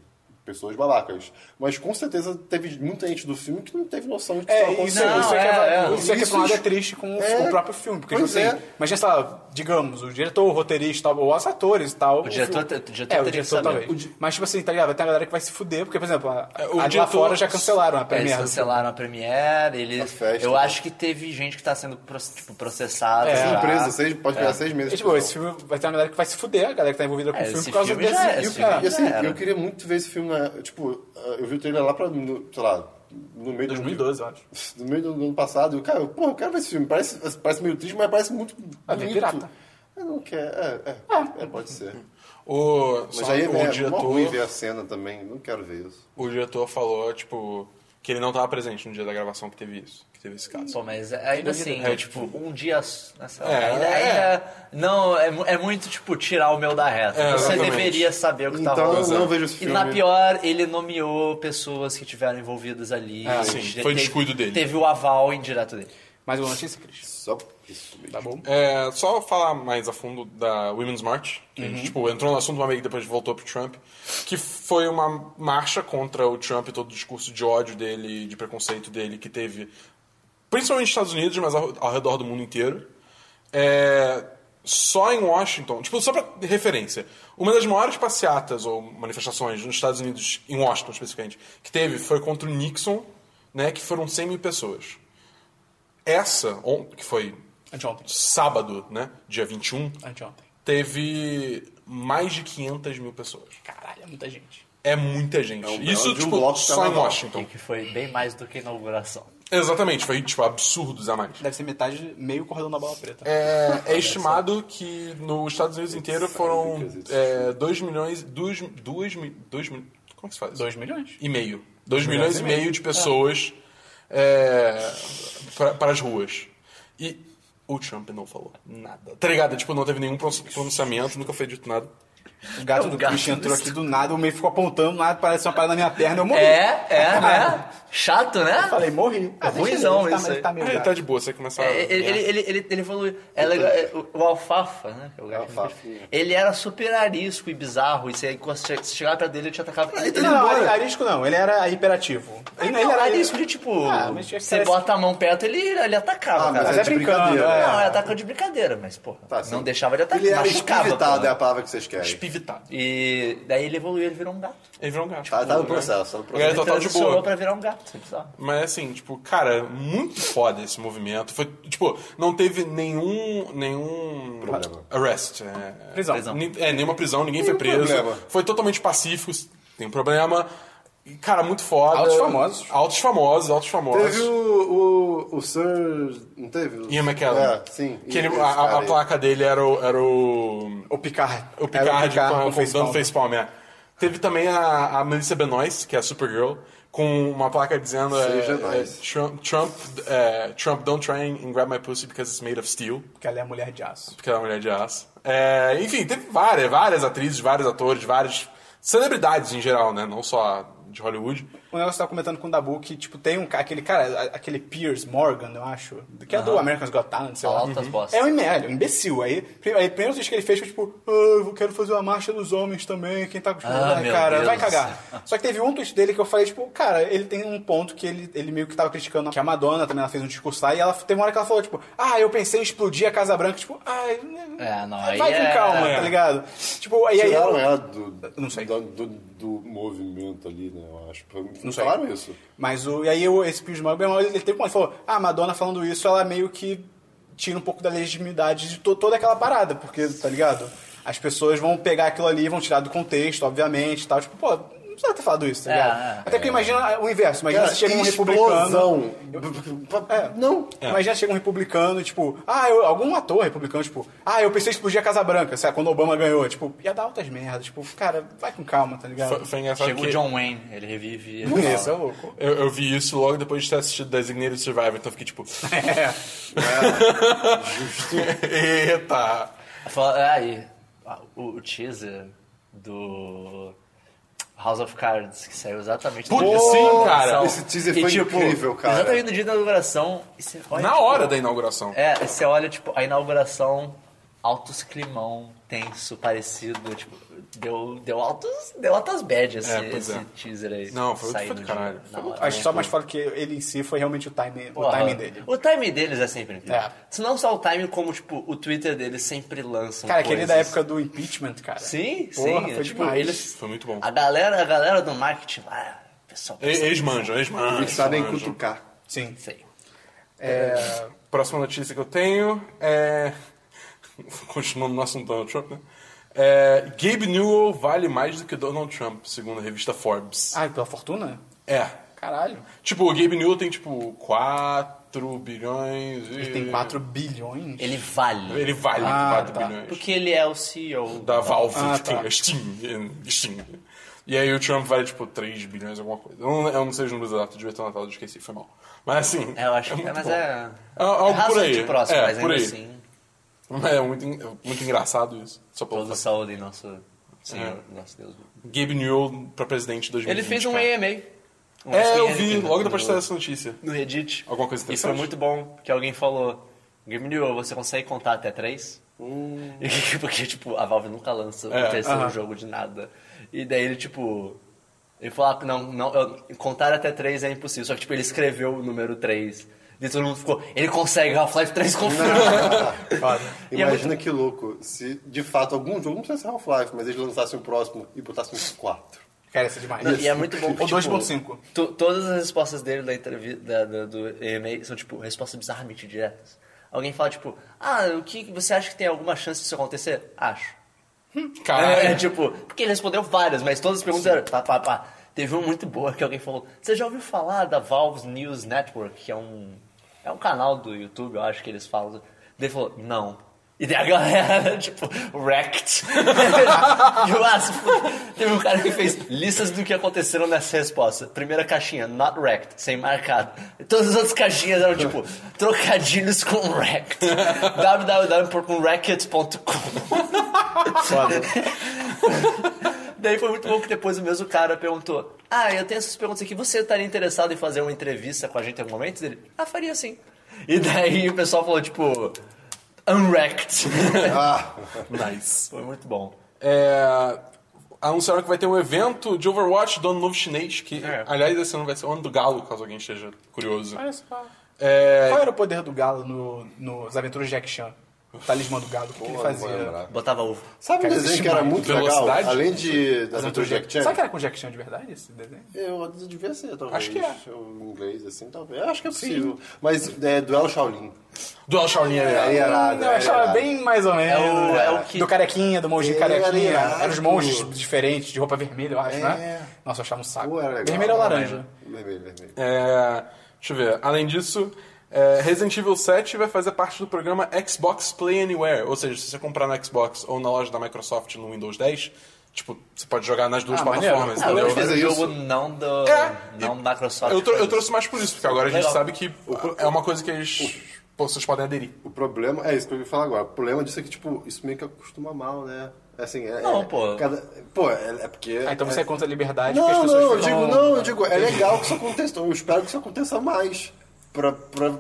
Speaker 2: pessoas babacas. Mas com certeza teve muita gente do filme que não teve noção de que
Speaker 1: É,
Speaker 2: estava
Speaker 1: isso,
Speaker 2: acontecendo.
Speaker 1: isso é, que
Speaker 4: é,
Speaker 1: é,
Speaker 4: é.
Speaker 1: isso é que
Speaker 2: Isso
Speaker 1: por um lado é
Speaker 2: es-
Speaker 1: triste com,
Speaker 2: É.
Speaker 1: com o próprio filme. Porque,
Speaker 2: Pois
Speaker 1: assim,
Speaker 2: é.
Speaker 1: imagina, sei lá, digamos, o diretor, o roteirista, ou os atores e tal. O
Speaker 4: diretor
Speaker 1: filme-
Speaker 4: te- o diretor
Speaker 1: é, o
Speaker 4: teria que
Speaker 1: diretor
Speaker 4: saber.
Speaker 1: talvez.
Speaker 4: O
Speaker 1: Mas, tipo assim, tá ligado? Tem uma galera que vai se fuder, porque, por exemplo, a,
Speaker 3: É, o
Speaker 1: a de lá
Speaker 3: diretor-
Speaker 1: fora já cancelaram a
Speaker 4: Eles
Speaker 1: premiere. do filme.
Speaker 4: cancelaram a Premiere, ele...
Speaker 2: A festa,
Speaker 4: eu
Speaker 2: né?
Speaker 4: acho que teve gente que tá sendo proce- tipo, processada.
Speaker 1: É.
Speaker 4: já.
Speaker 2: Essa empresa seis, pode pegar seis meses.
Speaker 1: E, tipo, esse filme vai ter uma galera que vai se fuder, a galera que tá envolvida com
Speaker 4: É,
Speaker 1: o filme,
Speaker 4: esse
Speaker 1: por causa
Speaker 4: filme
Speaker 1: desse.
Speaker 4: já é,
Speaker 1: e o
Speaker 4: esse
Speaker 1: cara-
Speaker 4: filme
Speaker 2: E assim,
Speaker 4: Já era.
Speaker 2: eu queria muito ver esse filme na. Tipo, eu vi o trailer lá pra. no- sei lá, no meio do.
Speaker 1: 2012, eu acho.
Speaker 2: No meio do ano passado. E o cara, pô, eu quero ver esse filme. Parece, parece meio triste, mas parece muito.
Speaker 1: Ah, vem
Speaker 2: bonito.
Speaker 1: pirata. Ah.
Speaker 2: Eu não quero. É, é, é, pode ser.
Speaker 3: O,
Speaker 2: Mas
Speaker 3: só
Speaker 2: aí
Speaker 3: o
Speaker 2: é, é mó ruim
Speaker 3: diretor,
Speaker 2: ver a cena também. Não quero ver isso.
Speaker 3: o diretor falou, tipo, que ele não tava presente no dia da gravação que teve isso, que teve esse caso.
Speaker 4: Pô, mas ainda assim,
Speaker 3: É,
Speaker 4: é, tipo, um dia. Nossa,
Speaker 3: É,
Speaker 4: ainda,
Speaker 3: é.
Speaker 4: ainda- Não, é, mu- é muito, tipo, tirar o meu da reta.
Speaker 3: É,
Speaker 4: Você
Speaker 3: exatamente.
Speaker 4: deveria saber o que tá
Speaker 2: Então
Speaker 4: rolando.
Speaker 2: eu não vejo esse
Speaker 4: E
Speaker 2: filme.
Speaker 4: na pior, ele nomeou pessoas que tiveram envolvidas ali.
Speaker 3: Ah, sim,
Speaker 4: Te-
Speaker 3: foi
Speaker 4: teve-
Speaker 3: descuido dele.
Speaker 4: Teve o aval indireto dele.
Speaker 1: Mais uma notícia, Cris.
Speaker 2: Só isso mesmo.
Speaker 1: Tá bom?
Speaker 3: É, só falar mais a fundo da Women's March, que a gente, tipo, entrou no assunto uma meio que depois voltou pro Trump, que foi uma marcha contra o Trump e todo o discurso de ódio dele, de preconceito dele, que teve principalmente nos Estados Unidos, mas ao, ao redor do mundo inteiro. É, só em Washington, tipo, só pra referência, uma das maiores passeatas ou manifestações nos Estados Unidos, em Washington especificamente, que teve foi contra o Nixon, né, que foram 100 mil pessoas. Essa, on- que foi
Speaker 1: Anteontem.
Speaker 3: sábado, né? Dia 21,
Speaker 1: Anteontem.
Speaker 3: teve mais de 500 mil pessoas.
Speaker 1: Caralho, é muita gente.
Speaker 3: É muita gente.
Speaker 2: É um belo
Speaker 3: Isso,
Speaker 2: de um
Speaker 3: tipo,
Speaker 2: bloco de
Speaker 3: só em
Speaker 2: carnaval.
Speaker 4: E
Speaker 3: Washington.
Speaker 4: que foi bem mais do que a inauguração.
Speaker 3: Exatamente, foi, tipo, absurdos a mais.
Speaker 1: Deve ser metade, meio corredor na bola preta.
Speaker 3: É, é estimado que nos Estados Unidos inteiro foram é, 2 milhões... 2, 2, mi- 2 mi- Como é que se faz?
Speaker 1: 2 milhões.
Speaker 3: e meio. 2 milhões e meio de pessoas é, pra- para as ruas. E o Trump não falou nada. Tá ligado? Tipo, não teve nenhum pronunciamento, nunca foi dito nada.
Speaker 1: O gato
Speaker 4: É, o
Speaker 1: do
Speaker 4: gato
Speaker 1: Christian entrou
Speaker 4: desse-
Speaker 1: aqui do nada, o meio ficou apontando, nada, parece uma parada na minha perna, eu morri.
Speaker 4: É, é, né? Chato, né?
Speaker 1: Falei, morri. Ah, deixa ele,
Speaker 4: Ruimzão
Speaker 1: ele tá-
Speaker 4: isso
Speaker 1: ele tá
Speaker 4: aí.
Speaker 1: meio
Speaker 3: Ele
Speaker 1: gato.
Speaker 3: tá de boa, você começa
Speaker 4: É, ele,
Speaker 3: a...
Speaker 4: ele, ele, ele, ele falou. É legal, é, o- o alfafa, né? que é o gato.
Speaker 2: Alfafinha.
Speaker 4: Ele era super arisco e bizarro. E você, quando você chegava pra dele, ele te atacava. Ele,
Speaker 3: tá
Speaker 4: ele,
Speaker 1: Não,
Speaker 4: embora.
Speaker 1: ari- arisco não, ele era hiperativo.
Speaker 4: Ah,
Speaker 1: Ele,
Speaker 4: não,
Speaker 1: ele
Speaker 4: era
Speaker 2: é
Speaker 1: era
Speaker 4: isso de tipo.
Speaker 1: Ah, mas tinha que
Speaker 4: você
Speaker 1: ser-
Speaker 4: bota a mão perto, ele, ele atacava,
Speaker 2: Ah,
Speaker 4: cara.
Speaker 2: mas
Speaker 1: Mas é
Speaker 2: de
Speaker 1: brincando,
Speaker 2: brincadeira.
Speaker 1: é.
Speaker 4: Não, ele atacou de brincadeira, mas, pô,
Speaker 2: Tá,
Speaker 4: não
Speaker 2: sim.
Speaker 4: deixava ele atacar.
Speaker 2: Ele era
Speaker 4: machucava,
Speaker 2: espivitado,
Speaker 4: pô.
Speaker 2: é a palavra que vocês querem.
Speaker 3: Espivitado.
Speaker 4: E daí ele evoluiu, ele virou um gato.
Speaker 3: Ele virou um gato.
Speaker 2: Tá, tá no processo, tá no
Speaker 3: Ele é
Speaker 2: processo.
Speaker 3: total de
Speaker 4: Transicionou
Speaker 3: boa.
Speaker 4: pra virar um gato, é bizarro.
Speaker 3: Mas assim, tipo, cara, muito foda esse movimento. Foi, tipo, não teve nenhum. nenhum.
Speaker 2: Problema.
Speaker 3: Arrest. É,
Speaker 1: Prisão.
Speaker 4: Prisão.
Speaker 3: Ni- É, nenhuma prisão, ninguém foi preso.
Speaker 2: problema.
Speaker 3: Foi totalmente pacífico, tem um problema. E, cara, muito foda.
Speaker 1: Altos famosos.
Speaker 3: Altos famosos, altos famosos.
Speaker 2: Teve o, o, o Sir. Não teve? O-
Speaker 3: Ian McKellen.
Speaker 2: É, sim.
Speaker 3: Que ele-
Speaker 2: Esse
Speaker 3: a-
Speaker 2: cara
Speaker 3: a, a
Speaker 2: aí.
Speaker 3: placa dele era o. Era o
Speaker 1: O Picard.
Speaker 3: O
Speaker 1: Era
Speaker 3: Picard, com, com,
Speaker 1: facepalm. né?
Speaker 3: dando facepalm, é. Teve também a, a Melissa Benoist, que é a Supergirl, com uma placa dizendo é,
Speaker 2: Seja
Speaker 3: é,
Speaker 2: nice.
Speaker 3: Trump, Trump, é, Trump, don't try and grab my pussy because it's made of steel,
Speaker 1: Porque ela é mulher de aço.
Speaker 3: porque ela é uma mulher de aço. É, enfim, teve várias, várias atrizes, vários atores, várias celebridades em geral, né? Não só de Hollywood.
Speaker 1: O negócio que eu tava comentando com o Dabu que, tipo, tem um cara, aquele cara, a- aquele Piers Morgan, eu acho, que é do American's Got Talent, sei lá.
Speaker 4: Altas bostas.
Speaker 1: É um imbecil, um imbecil. Aí, pri- aí primeiro que ele fez foi tipo, "Ah, eu quero fazer uma marcha dos homens também, quem tá acostumado,
Speaker 4: Ah,
Speaker 1: Ai,
Speaker 4: meu
Speaker 1: cara,
Speaker 4: Deus.
Speaker 1: vai cagar. Só que teve um tweet dele que eu falei, tipo, cara, ele tem um ponto que ele, ele meio que tava criticando que a Madonna também ela fez um discurso lá, e ela teve uma hora que ela falou, tipo, ah, eu pensei em explodir a Casa Branca, tipo, ai,
Speaker 4: É, não, aí
Speaker 1: vai
Speaker 4: é-
Speaker 1: com calma,
Speaker 3: é.
Speaker 1: tá ligado? Tipo, e aí.
Speaker 2: Tiraram ela é do,
Speaker 1: Não sei.
Speaker 2: Do, do, do movimento ali, né? Eu acho. Não
Speaker 1: sei.
Speaker 2: falaram isso.
Speaker 1: Mas o, e aí o, esse Piers Morgan, ele, ele teve um ele falou, ah, a Madonna falando isso, ela meio que tira um pouco da legitimidade de to- toda aquela parada, porque, tá ligado? As pessoas vão pegar aquilo ali, vão tirar do contexto, obviamente, e tal, tipo, pô, não precisava ter falado isso, tá
Speaker 4: É,
Speaker 1: ligado?
Speaker 4: é.
Speaker 1: Até que imagina o inverso. Imagina
Speaker 2: Cara,
Speaker 1: se chega um republicano.
Speaker 2: explosão.
Speaker 1: É.
Speaker 2: Não.
Speaker 1: Imagina chega um republicano, tipo, ah, eu- algum ator republicano, tipo, ah, eu pensei em explodir a Casa Branca, sabe? Quando o Obama ganhou, tipo, ia dar altas merdas, tipo, cara, vai com calma, tá ligado?
Speaker 3: Foi, foi engraçado
Speaker 4: Chegou o
Speaker 3: que
Speaker 4: John Wayne, ele revive. ele fala.
Speaker 1: Isso é louco.
Speaker 3: eu, eu vi isso logo depois de ter assistido Designated Survivor, então eu fiquei tipo... Eita!
Speaker 4: Fala- Aí, ah, o, o teaser do House of Cards, que saiu exatamente no
Speaker 3: Putz,
Speaker 4: dia da
Speaker 3: sim,
Speaker 4: inauguração.
Speaker 3: cara.
Speaker 2: Esse teaser foi
Speaker 4: tipo,
Speaker 2: incrível, cara.
Speaker 4: Exatamente no dia da inauguração. e você olha,
Speaker 3: Na
Speaker 4: tipo,
Speaker 3: hora da inauguração.
Speaker 4: É, e você olha, tipo, a inauguração, altos climão, tenso, parecido, tipo, deu, deu, altos, deu altas bad esse,
Speaker 3: É, pois
Speaker 4: esse
Speaker 3: é.
Speaker 4: teaser aí.
Speaker 3: Não, foi-
Speaker 4: saindo
Speaker 3: foi do
Speaker 4: de-
Speaker 3: caralho.
Speaker 4: na
Speaker 3: Foi-
Speaker 4: hora.
Speaker 1: Acho que só mais foda que ele em si foi realmente o timing, o
Speaker 4: Porra,
Speaker 1: timing dele.
Speaker 4: O timing deles é sempre incrível.
Speaker 1: É.
Speaker 4: Se não só o timing, como, tipo, o Twitter deles sempre lança um
Speaker 1: Cara, é aquele da época do impeachment, cara.
Speaker 4: Sim,
Speaker 1: Porra,
Speaker 4: sim. é,
Speaker 1: foi
Speaker 4: tipo,
Speaker 1: demais.
Speaker 4: eles.
Speaker 3: Foi muito bom.
Speaker 4: A galera, a galera do marketing lá, pessoal.
Speaker 3: E- Eles manjam, eles manjam.
Speaker 2: Eles sabem
Speaker 3: manjam.
Speaker 2: cutucar.
Speaker 1: Sim.
Speaker 4: Sei.
Speaker 1: É,
Speaker 3: Próxima notícia que eu tenho é. Continuando no assunto Donald Trump, né? É, Gabe Newell vale mais do que Donald Trump, segundo a revista Forbes.
Speaker 1: Ah, pela fortuna?
Speaker 3: É.
Speaker 1: Caralho.
Speaker 3: Tipo, o Gabe Newell tem, tipo, 4 bilhões.
Speaker 1: Ele
Speaker 4: É.
Speaker 1: tem 4 bilhões?
Speaker 4: Ele vale.
Speaker 3: Ele vale
Speaker 1: Ah,
Speaker 3: 4
Speaker 1: tá.
Speaker 3: bilhões.
Speaker 4: Porque ele é o CEO.
Speaker 3: Da Valve,
Speaker 1: Ah,
Speaker 3: que tem
Speaker 1: tá.
Speaker 3: a Steam, eh, Steam. E aí o Trump vale, tipo, 3 bilhões, alguma coisa. Eu não, eu não sei os números exatos, devia ter Natal, eu esqueci, foi mal. Mas assim.
Speaker 4: É, eu acho que é,
Speaker 3: muito
Speaker 4: mas
Speaker 3: bom.
Speaker 4: é.
Speaker 3: Ah, algo
Speaker 4: é
Speaker 3: por aí.
Speaker 4: razoavelmente próximo,
Speaker 3: É,
Speaker 4: mas
Speaker 3: por
Speaker 4: ainda
Speaker 3: aí.
Speaker 4: assim.
Speaker 3: É muito, en- muito engraçado isso. Só pelo
Speaker 4: Todo
Speaker 3: fato.
Speaker 4: saúde em nosso Senhor,
Speaker 3: É.
Speaker 4: nosso Deus.
Speaker 3: Gabe Newell pra presidente de 2020.
Speaker 4: Ele fez um
Speaker 3: cara.
Speaker 4: AMA. Um
Speaker 3: É, eu
Speaker 4: SPN
Speaker 3: vi,
Speaker 4: que-
Speaker 3: logo depois de ter
Speaker 4: no-
Speaker 3: essa notícia.
Speaker 4: No Reddit.
Speaker 3: Alguma coisa
Speaker 4: E foi
Speaker 3: interessante?
Speaker 4: muito bom que alguém falou: Game New, você consegue contar até três?
Speaker 3: Hum.
Speaker 4: E- Porque, tipo, a Valve nunca lança
Speaker 3: É,
Speaker 4: o terceiro
Speaker 1: aham.
Speaker 4: jogo de nada. E daí ele, tipo. Ele falou: ah, não, não, eu- contar até três é impossível. Só que, tipo, ele escreveu o número três. E todo mundo ficou: ele consegue, Half-Life 3 confirma. E é
Speaker 2: Imagina que louco se de fato algum jogo, não precisa ser Half-Life, mas eles lançassem o próximo e botassem os quatro.
Speaker 1: Cara, isso é demais.
Speaker 4: Não, e é muito bom.
Speaker 1: Ou
Speaker 4: porque, tipo,
Speaker 1: 2.5.
Speaker 4: to- todas as respostas dele da entrevista da- da- do EMA são, tipo, respostas bizarramente diretas. Alguém fala, tipo, ah, o que você acha que tem alguma chance disso acontecer? Acho. É,
Speaker 3: Caralho.
Speaker 4: tipo, porque ele respondeu várias, mas todas as perguntas eram pá, pá, pá. Teve uma muito boa que alguém falou, você já ouviu falar da Valve's News Network, que é um, é um canal do YouTube, eu acho que eles falam. Ele falou, não. E daí a galera, tipo, wrecked. eu acho, teve um cara que fez listas do que aconteceram nessa resposta. Primeira caixinha, not wrecked, sem marcado. Todas as outras caixinhas eram, tipo, trocadilhos com wrecked. www.wrecked.com Daí foi muito bom que depois o mesmo cara perguntou: Ah, eu tenho essas perguntas aqui, você estaria interessado em fazer uma entrevista com a gente em algum momento? Ele, ah, faria sim. E daí o pessoal falou, tipo, unwrecked.
Speaker 2: Ah,
Speaker 3: Nice.
Speaker 4: foi muito bom.
Speaker 3: É, anunciaram que vai ter um evento de Overwatch do ano novo chinês, que,
Speaker 4: É.
Speaker 3: aliás, esse ano vai ser o ano do galo, caso alguém esteja curioso.
Speaker 1: Olha só.
Speaker 3: É,
Speaker 1: Qual era o poder do galo no, nas aventuras de Jack Chan? O talismã do galo, o que, que ele
Speaker 2: porra, não vou
Speaker 1: fazia?
Speaker 2: lembrar.
Speaker 4: Botava ovo.
Speaker 2: Sabe um
Speaker 1: Cara,
Speaker 2: desenho
Speaker 1: existe
Speaker 2: que era
Speaker 1: mais.
Speaker 2: muito
Speaker 3: Velocidade?
Speaker 2: legal? Além de das
Speaker 1: As
Speaker 2: aventuras de Jack Chan?
Speaker 1: Será que era com Jack Chan de verdade esse desenho?
Speaker 2: Eu devia ser, talvez.
Speaker 1: Acho que é.
Speaker 2: Em inglês, assim, talvez. Eu acho que é possível. Mas é duelo Shaolin.
Speaker 3: Dual Shaolin é legal.
Speaker 2: Aí era. né?
Speaker 1: Não, eu achava bem mais ou menos.
Speaker 4: o- é o que-
Speaker 1: Do carequinha, do monge
Speaker 2: Era
Speaker 1: carequinha.
Speaker 2: irado.
Speaker 1: Eram os monges diferentes, de roupa vermelha, eu acho,
Speaker 2: É.
Speaker 1: né? Nossa, eu achava um saco.
Speaker 2: Pô, era legal.
Speaker 1: vermelho ou
Speaker 2: Não
Speaker 1: laranja?
Speaker 2: Vermelho, vermelho.
Speaker 3: É, deixa eu ver. Além disso, é, Resident Evil 7 vai fazer parte do programa Xbox Play Anywhere. Ou seja, se você comprar no Xbox ou na loja da Microsoft no Windows 10, tipo, você pode jogar nas duas
Speaker 1: Ah,
Speaker 3: plataformas,
Speaker 1: maneiro.
Speaker 4: Ah,
Speaker 3: entendeu?
Speaker 4: mas fez o
Speaker 2: fazer
Speaker 4: jogo não do.
Speaker 3: É.
Speaker 4: Não do Microsoft.
Speaker 3: Eu, trou- eu
Speaker 4: fez.
Speaker 3: trouxe mais por isso, porque agora a gente
Speaker 4: Legal.
Speaker 3: sabe que é uma coisa que eles, pô, vocês podem aderir.
Speaker 2: O problema, é isso que eu ia falar agora. O problema disso é que, tipo, isso meio que acostuma mal, né? Assim, é.
Speaker 4: Não,
Speaker 2: é-
Speaker 4: pô.
Speaker 2: cada- pô, é, é porque.
Speaker 1: Ah, então você é
Speaker 2: é,
Speaker 1: contra a liberdade, porque as
Speaker 2: Não, não,
Speaker 1: pessoas
Speaker 2: eu
Speaker 1: ficam-
Speaker 2: digo, não, eu digo, é legal que isso aconteça. Eu espero que isso aconteça mais. Pra. pra...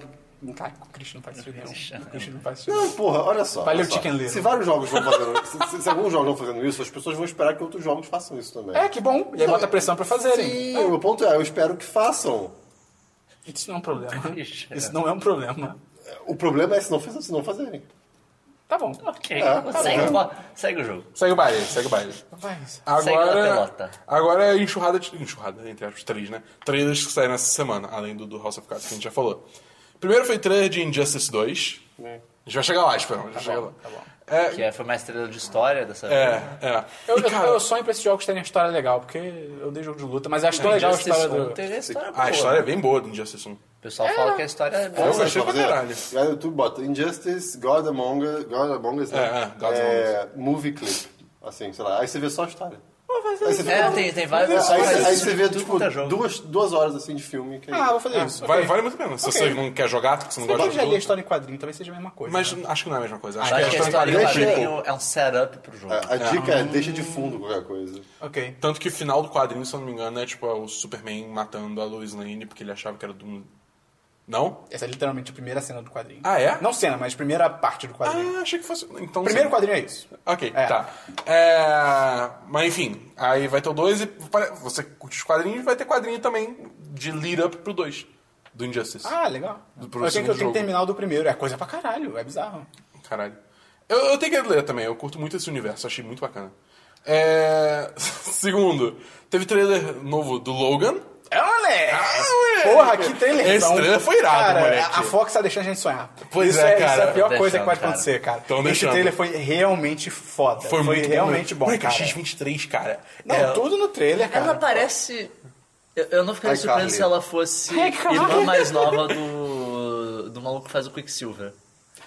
Speaker 1: Cara, o Christian não faz isso não. O Christian não faz isso
Speaker 2: Não, porra, olha só.
Speaker 1: Valeu,
Speaker 2: olha só.
Speaker 1: Chicken Little.
Speaker 2: Se vários jogos vão fazendo. se, se- se alguns jogos vão fazendo isso, as pessoas vão esperar que outros jogos façam isso também.
Speaker 1: É, que bom. E aí bota pressão pra fazerem.
Speaker 2: Sim, o meu ponto é, eu espero que façam.
Speaker 1: Isso não é um problema.
Speaker 4: Ixi.
Speaker 1: Isso não é um problema.
Speaker 2: O problema é se não, fiz- se não fazerem.
Speaker 1: Tá bom.
Speaker 4: Ok.
Speaker 2: É,
Speaker 4: segue,
Speaker 2: tá
Speaker 4: bo- segue o jogo.
Speaker 3: Segue o baile, segue o baile.
Speaker 1: Vai.
Speaker 4: Segue a
Speaker 3: Agora,
Speaker 4: pelota.
Speaker 3: agora é enxurrada, de, enxurrada entre as três, né? Trailers que saíram essa semana, além do, do House of Cards que a gente já falou. Primeiro foi trailer de Injustice 2. gente vai chegar lá, esperamos. já chega lá.
Speaker 1: tá bom.
Speaker 3: É,
Speaker 4: Que é, foi mais estrela de história dessa
Speaker 3: é,
Speaker 4: vez.
Speaker 3: é.
Speaker 1: Eu,
Speaker 3: E,
Speaker 1: eu-
Speaker 3: cara,
Speaker 1: eu sonho pra esses jogos terem uma história legal, porque eu dei jogo de luta, mas acho tão legal é a
Speaker 4: Injustice
Speaker 1: história
Speaker 4: um
Speaker 1: do.
Speaker 4: teve a história boa.
Speaker 3: a história é bem boa do Injustice 1.
Speaker 4: O pessoal fala que a história é boa.
Speaker 3: Eu achei pra caralho.
Speaker 2: Vai no YouTube, bota Injustice, God Among Us, God Among Us, né?
Speaker 3: É, é, God
Speaker 2: É, Movie Clip. Assim, sei lá. Aí você vê só a história. Aí você vê,
Speaker 4: É, tem, tem vários.
Speaker 2: aí,
Speaker 4: faz
Speaker 2: aí
Speaker 4: isso
Speaker 2: você
Speaker 4: de
Speaker 2: vê,
Speaker 4: tudo
Speaker 2: tipo,
Speaker 4: quanto é jogo.
Speaker 2: duas, duas horas, assim, de filme. Que
Speaker 1: Ah, vou fazer isso.
Speaker 3: Vale,
Speaker 1: ok.
Speaker 3: vale muito a pena. Se
Speaker 1: Ok.
Speaker 3: você não quer jogar, porque você não
Speaker 1: Você
Speaker 3: gosta
Speaker 1: pode já ler a
Speaker 3: de luta.
Speaker 1: história em quadrinho, talvez seja a mesma coisa. né?
Speaker 3: Mas acho que não é a mesma coisa.
Speaker 4: Acho que a
Speaker 3: história em
Speaker 4: história em
Speaker 3: quadrinhos, tipo,
Speaker 4: quadrinho é um setup pro jogo.
Speaker 2: A dica é, deixa de fundo qualquer coisa.
Speaker 1: Ok.
Speaker 3: Tanto que o final do quadrinho, se eu não me engano, é tipo o Superman matando a Lois Lane porque ele achava que era do. Não?
Speaker 1: Essa é literalmente a primeira cena do quadrinho.
Speaker 3: Ah, é?
Speaker 1: Não cena, mas primeira parte do quadrinho.
Speaker 3: Ah, achei que fosse. Então,
Speaker 1: o primeiro
Speaker 3: sim.
Speaker 1: quadrinho é isso.
Speaker 3: Ok,
Speaker 1: É.
Speaker 3: tá. É, Mas enfim, aí vai ter o 2 e pare- você curte os quadrinhos, vai ter quadrinho também de lead up pro 2 do Injustice.
Speaker 1: Ah, legal.
Speaker 3: Do-
Speaker 1: Eu
Speaker 3: pro
Speaker 1: tenho, que, eu
Speaker 3: segundo
Speaker 1: tenho
Speaker 3: jogo.
Speaker 1: que terminar o do primeiro. É coisa pra caralho, é bizarro.
Speaker 3: Caralho. Eu, eu tenho que ler também, eu curto muito esse universo, achei muito bacana. É, Segundo, teve trailer novo do Logan.
Speaker 1: É, moleque!
Speaker 3: Ah, moleque!
Speaker 1: Porra, que trailer!
Speaker 3: Esse trailer foi irado,
Speaker 1: cara,
Speaker 3: moleque.
Speaker 1: A Fox tá deixando a gente sonhar.
Speaker 3: Pois
Speaker 1: isso
Speaker 3: é,
Speaker 1: Isso é
Speaker 3: cara.
Speaker 1: a pior
Speaker 4: Tão
Speaker 1: coisa
Speaker 4: deixando,
Speaker 1: que pode
Speaker 4: cara.
Speaker 1: acontecer, cara.
Speaker 3: Tão
Speaker 1: Esse
Speaker 3: deixando.
Speaker 1: trailer foi realmente foda. Foi,
Speaker 3: muito né?
Speaker 1: realmente bom,
Speaker 3: Moleque,
Speaker 1: cara.
Speaker 3: X23, cara.
Speaker 1: Não,
Speaker 3: É,
Speaker 1: tudo no trailer, cara.
Speaker 4: Ela tá parece. Eu, eu não ficaria
Speaker 2: Ai,
Speaker 4: surpreso
Speaker 2: Carly.
Speaker 4: se ela fosse
Speaker 1: Ai, Carly.
Speaker 4: irmã mais nova do. do maluco que faz o Quicksilver.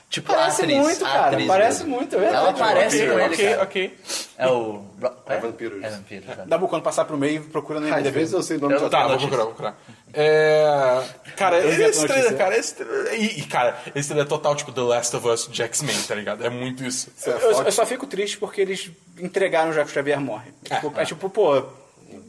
Speaker 4: Tipo,
Speaker 1: Parece
Speaker 4: a atriz.
Speaker 1: muito,
Speaker 4: a
Speaker 1: cara,
Speaker 4: atriz
Speaker 1: parece
Speaker 4: mesmo.
Speaker 1: muito, é
Speaker 4: Ela
Speaker 1: verdade.
Speaker 4: parece
Speaker 3: Ok,
Speaker 4: com ele,
Speaker 3: ok,
Speaker 4: cara.
Speaker 3: ok.
Speaker 4: É o. qual É
Speaker 2: Evan Peters.
Speaker 4: É Vampiro, cara.
Speaker 1: Dabu, quando passar pro meio, procura no
Speaker 2: Às vezes
Speaker 1: IMDb.
Speaker 2: eu sei o nome de
Speaker 4: Eu-
Speaker 3: Tá, vou
Speaker 4: Notícia.
Speaker 3: procurar, vou procurar. É... Cara,
Speaker 1: vi
Speaker 3: esse
Speaker 1: a
Speaker 3: trailer,
Speaker 1: notícia.
Speaker 3: cara, esse trailer... E, e, cara, esse trailer é total, tipo, The Last of Us de X-Men, tá ligado? É muito isso.
Speaker 2: Se é
Speaker 1: Eu,
Speaker 2: Fox,
Speaker 1: eu só fico triste porque eles entregaram o Jacques Xavier morre.
Speaker 3: É.
Speaker 1: Tipo, é tipo, pô,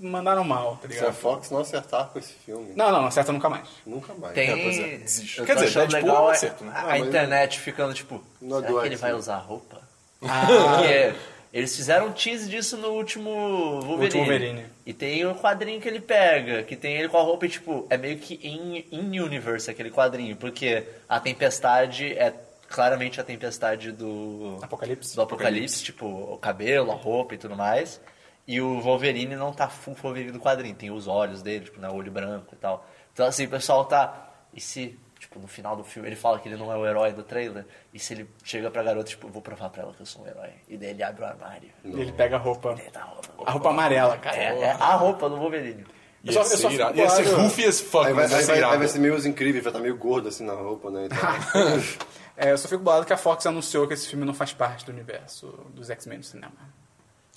Speaker 1: mandaram mal, tá
Speaker 2: se a
Speaker 1: ligado?
Speaker 2: é Fox não acertar com esse filme,
Speaker 1: Não, não, acerta nunca mais.
Speaker 2: nunca mais.
Speaker 4: Tem.
Speaker 3: pois é, desiste.
Speaker 4: eu
Speaker 3: Quer
Speaker 4: tô
Speaker 3: dizer,
Speaker 4: achando
Speaker 3: Deadpool é um
Speaker 4: legal,
Speaker 3: acerto, né?
Speaker 4: a,
Speaker 2: Ah,
Speaker 4: a
Speaker 2: mas-
Speaker 4: internet ficando tipo.
Speaker 2: Não
Speaker 4: será que
Speaker 2: aguento,
Speaker 4: ele vai
Speaker 2: né?
Speaker 4: usar roupa?
Speaker 3: Ah.
Speaker 4: Porque eles fizeram um tease disso no último Wolverine.
Speaker 1: Último Wolverine.
Speaker 4: E tem o quadrinho que ele pega, que tem ele com a roupa e tipo, é meio que in- in-universe aquele quadrinho, porque a tempestade é claramente a tempestade do.
Speaker 1: Apocalipse.
Speaker 4: Do Apocalipse, tipo, o cabelo, a roupa e tudo mais. E o Wolverine não tá full Wolverine do quadrinho, tem os olhos dele, tipo, né, o olho branco e tal. Então, assim, o pessoal tá. E se, tipo, no final do filme ele fala que ele não é o herói do trailer? E se ele chega pra garota, tipo, vou provar pra ela que eu sou um herói? E daí ele abre o armário.
Speaker 1: E ele pega a roupa.
Speaker 4: Ele tá roupa.
Speaker 1: A roupa amarela, cara.
Speaker 4: É, é a roupa do Wolverine.
Speaker 3: Ia
Speaker 1: só- eu só
Speaker 3: ser
Speaker 1: fico
Speaker 3: irado. Ia ser
Speaker 1: bolado.
Speaker 3: goofy as fuck,
Speaker 2: Aí vai,
Speaker 3: mas ia
Speaker 2: aí
Speaker 3: ser
Speaker 2: vai, aí
Speaker 3: irado.
Speaker 2: vai ser meio os incríveis, vai estar meio gordo assim na roupa, né? Então,
Speaker 1: É, eu só fico bolado que a Fox anunciou que esse filme não faz parte do universo dos X-Men no cinema.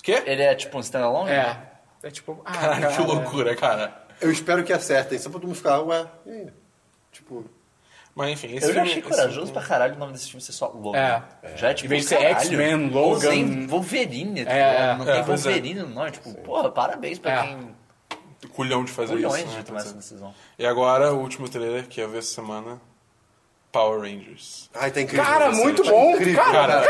Speaker 3: Quê?
Speaker 4: Ele é tipo um standalone?
Speaker 1: É. É tipo, ah,
Speaker 3: Caralho, que
Speaker 1: cara.
Speaker 3: loucura, cara.
Speaker 2: eu espero que acertem, só pra todo mundo ficar, ué, e aí? Tipo,
Speaker 3: Mas enfim, esse
Speaker 4: Eu já
Speaker 3: filme-
Speaker 4: achei
Speaker 3: esse
Speaker 4: corajoso pra
Speaker 3: filme-
Speaker 4: caralho o nome desse filme ser só Logan.
Speaker 1: É.
Speaker 4: Já é tipo
Speaker 1: Em vez de ser
Speaker 4: caralho,
Speaker 1: X-Men,
Speaker 4: ou
Speaker 1: Logan.
Speaker 4: sem Wolverine. tá
Speaker 1: É,
Speaker 4: ligado? não
Speaker 3: é,
Speaker 4: tem
Speaker 3: pois é.
Speaker 4: Wolverine no nome. Tipo, porra, parabéns pra
Speaker 1: É.
Speaker 4: quem...
Speaker 3: Culhão de fazer
Speaker 4: Milhões
Speaker 3: isso. né?
Speaker 4: de tomar
Speaker 3: Pois
Speaker 4: essa
Speaker 3: é.
Speaker 4: decisão.
Speaker 3: E agora, o último trailer que ia ver essa semana. Power Rangers.
Speaker 2: ai, tá incrível.
Speaker 1: Cara,
Speaker 2: essa
Speaker 1: muito
Speaker 2: série, tá
Speaker 1: bom.
Speaker 2: incrível.
Speaker 1: Cara,
Speaker 3: Cara,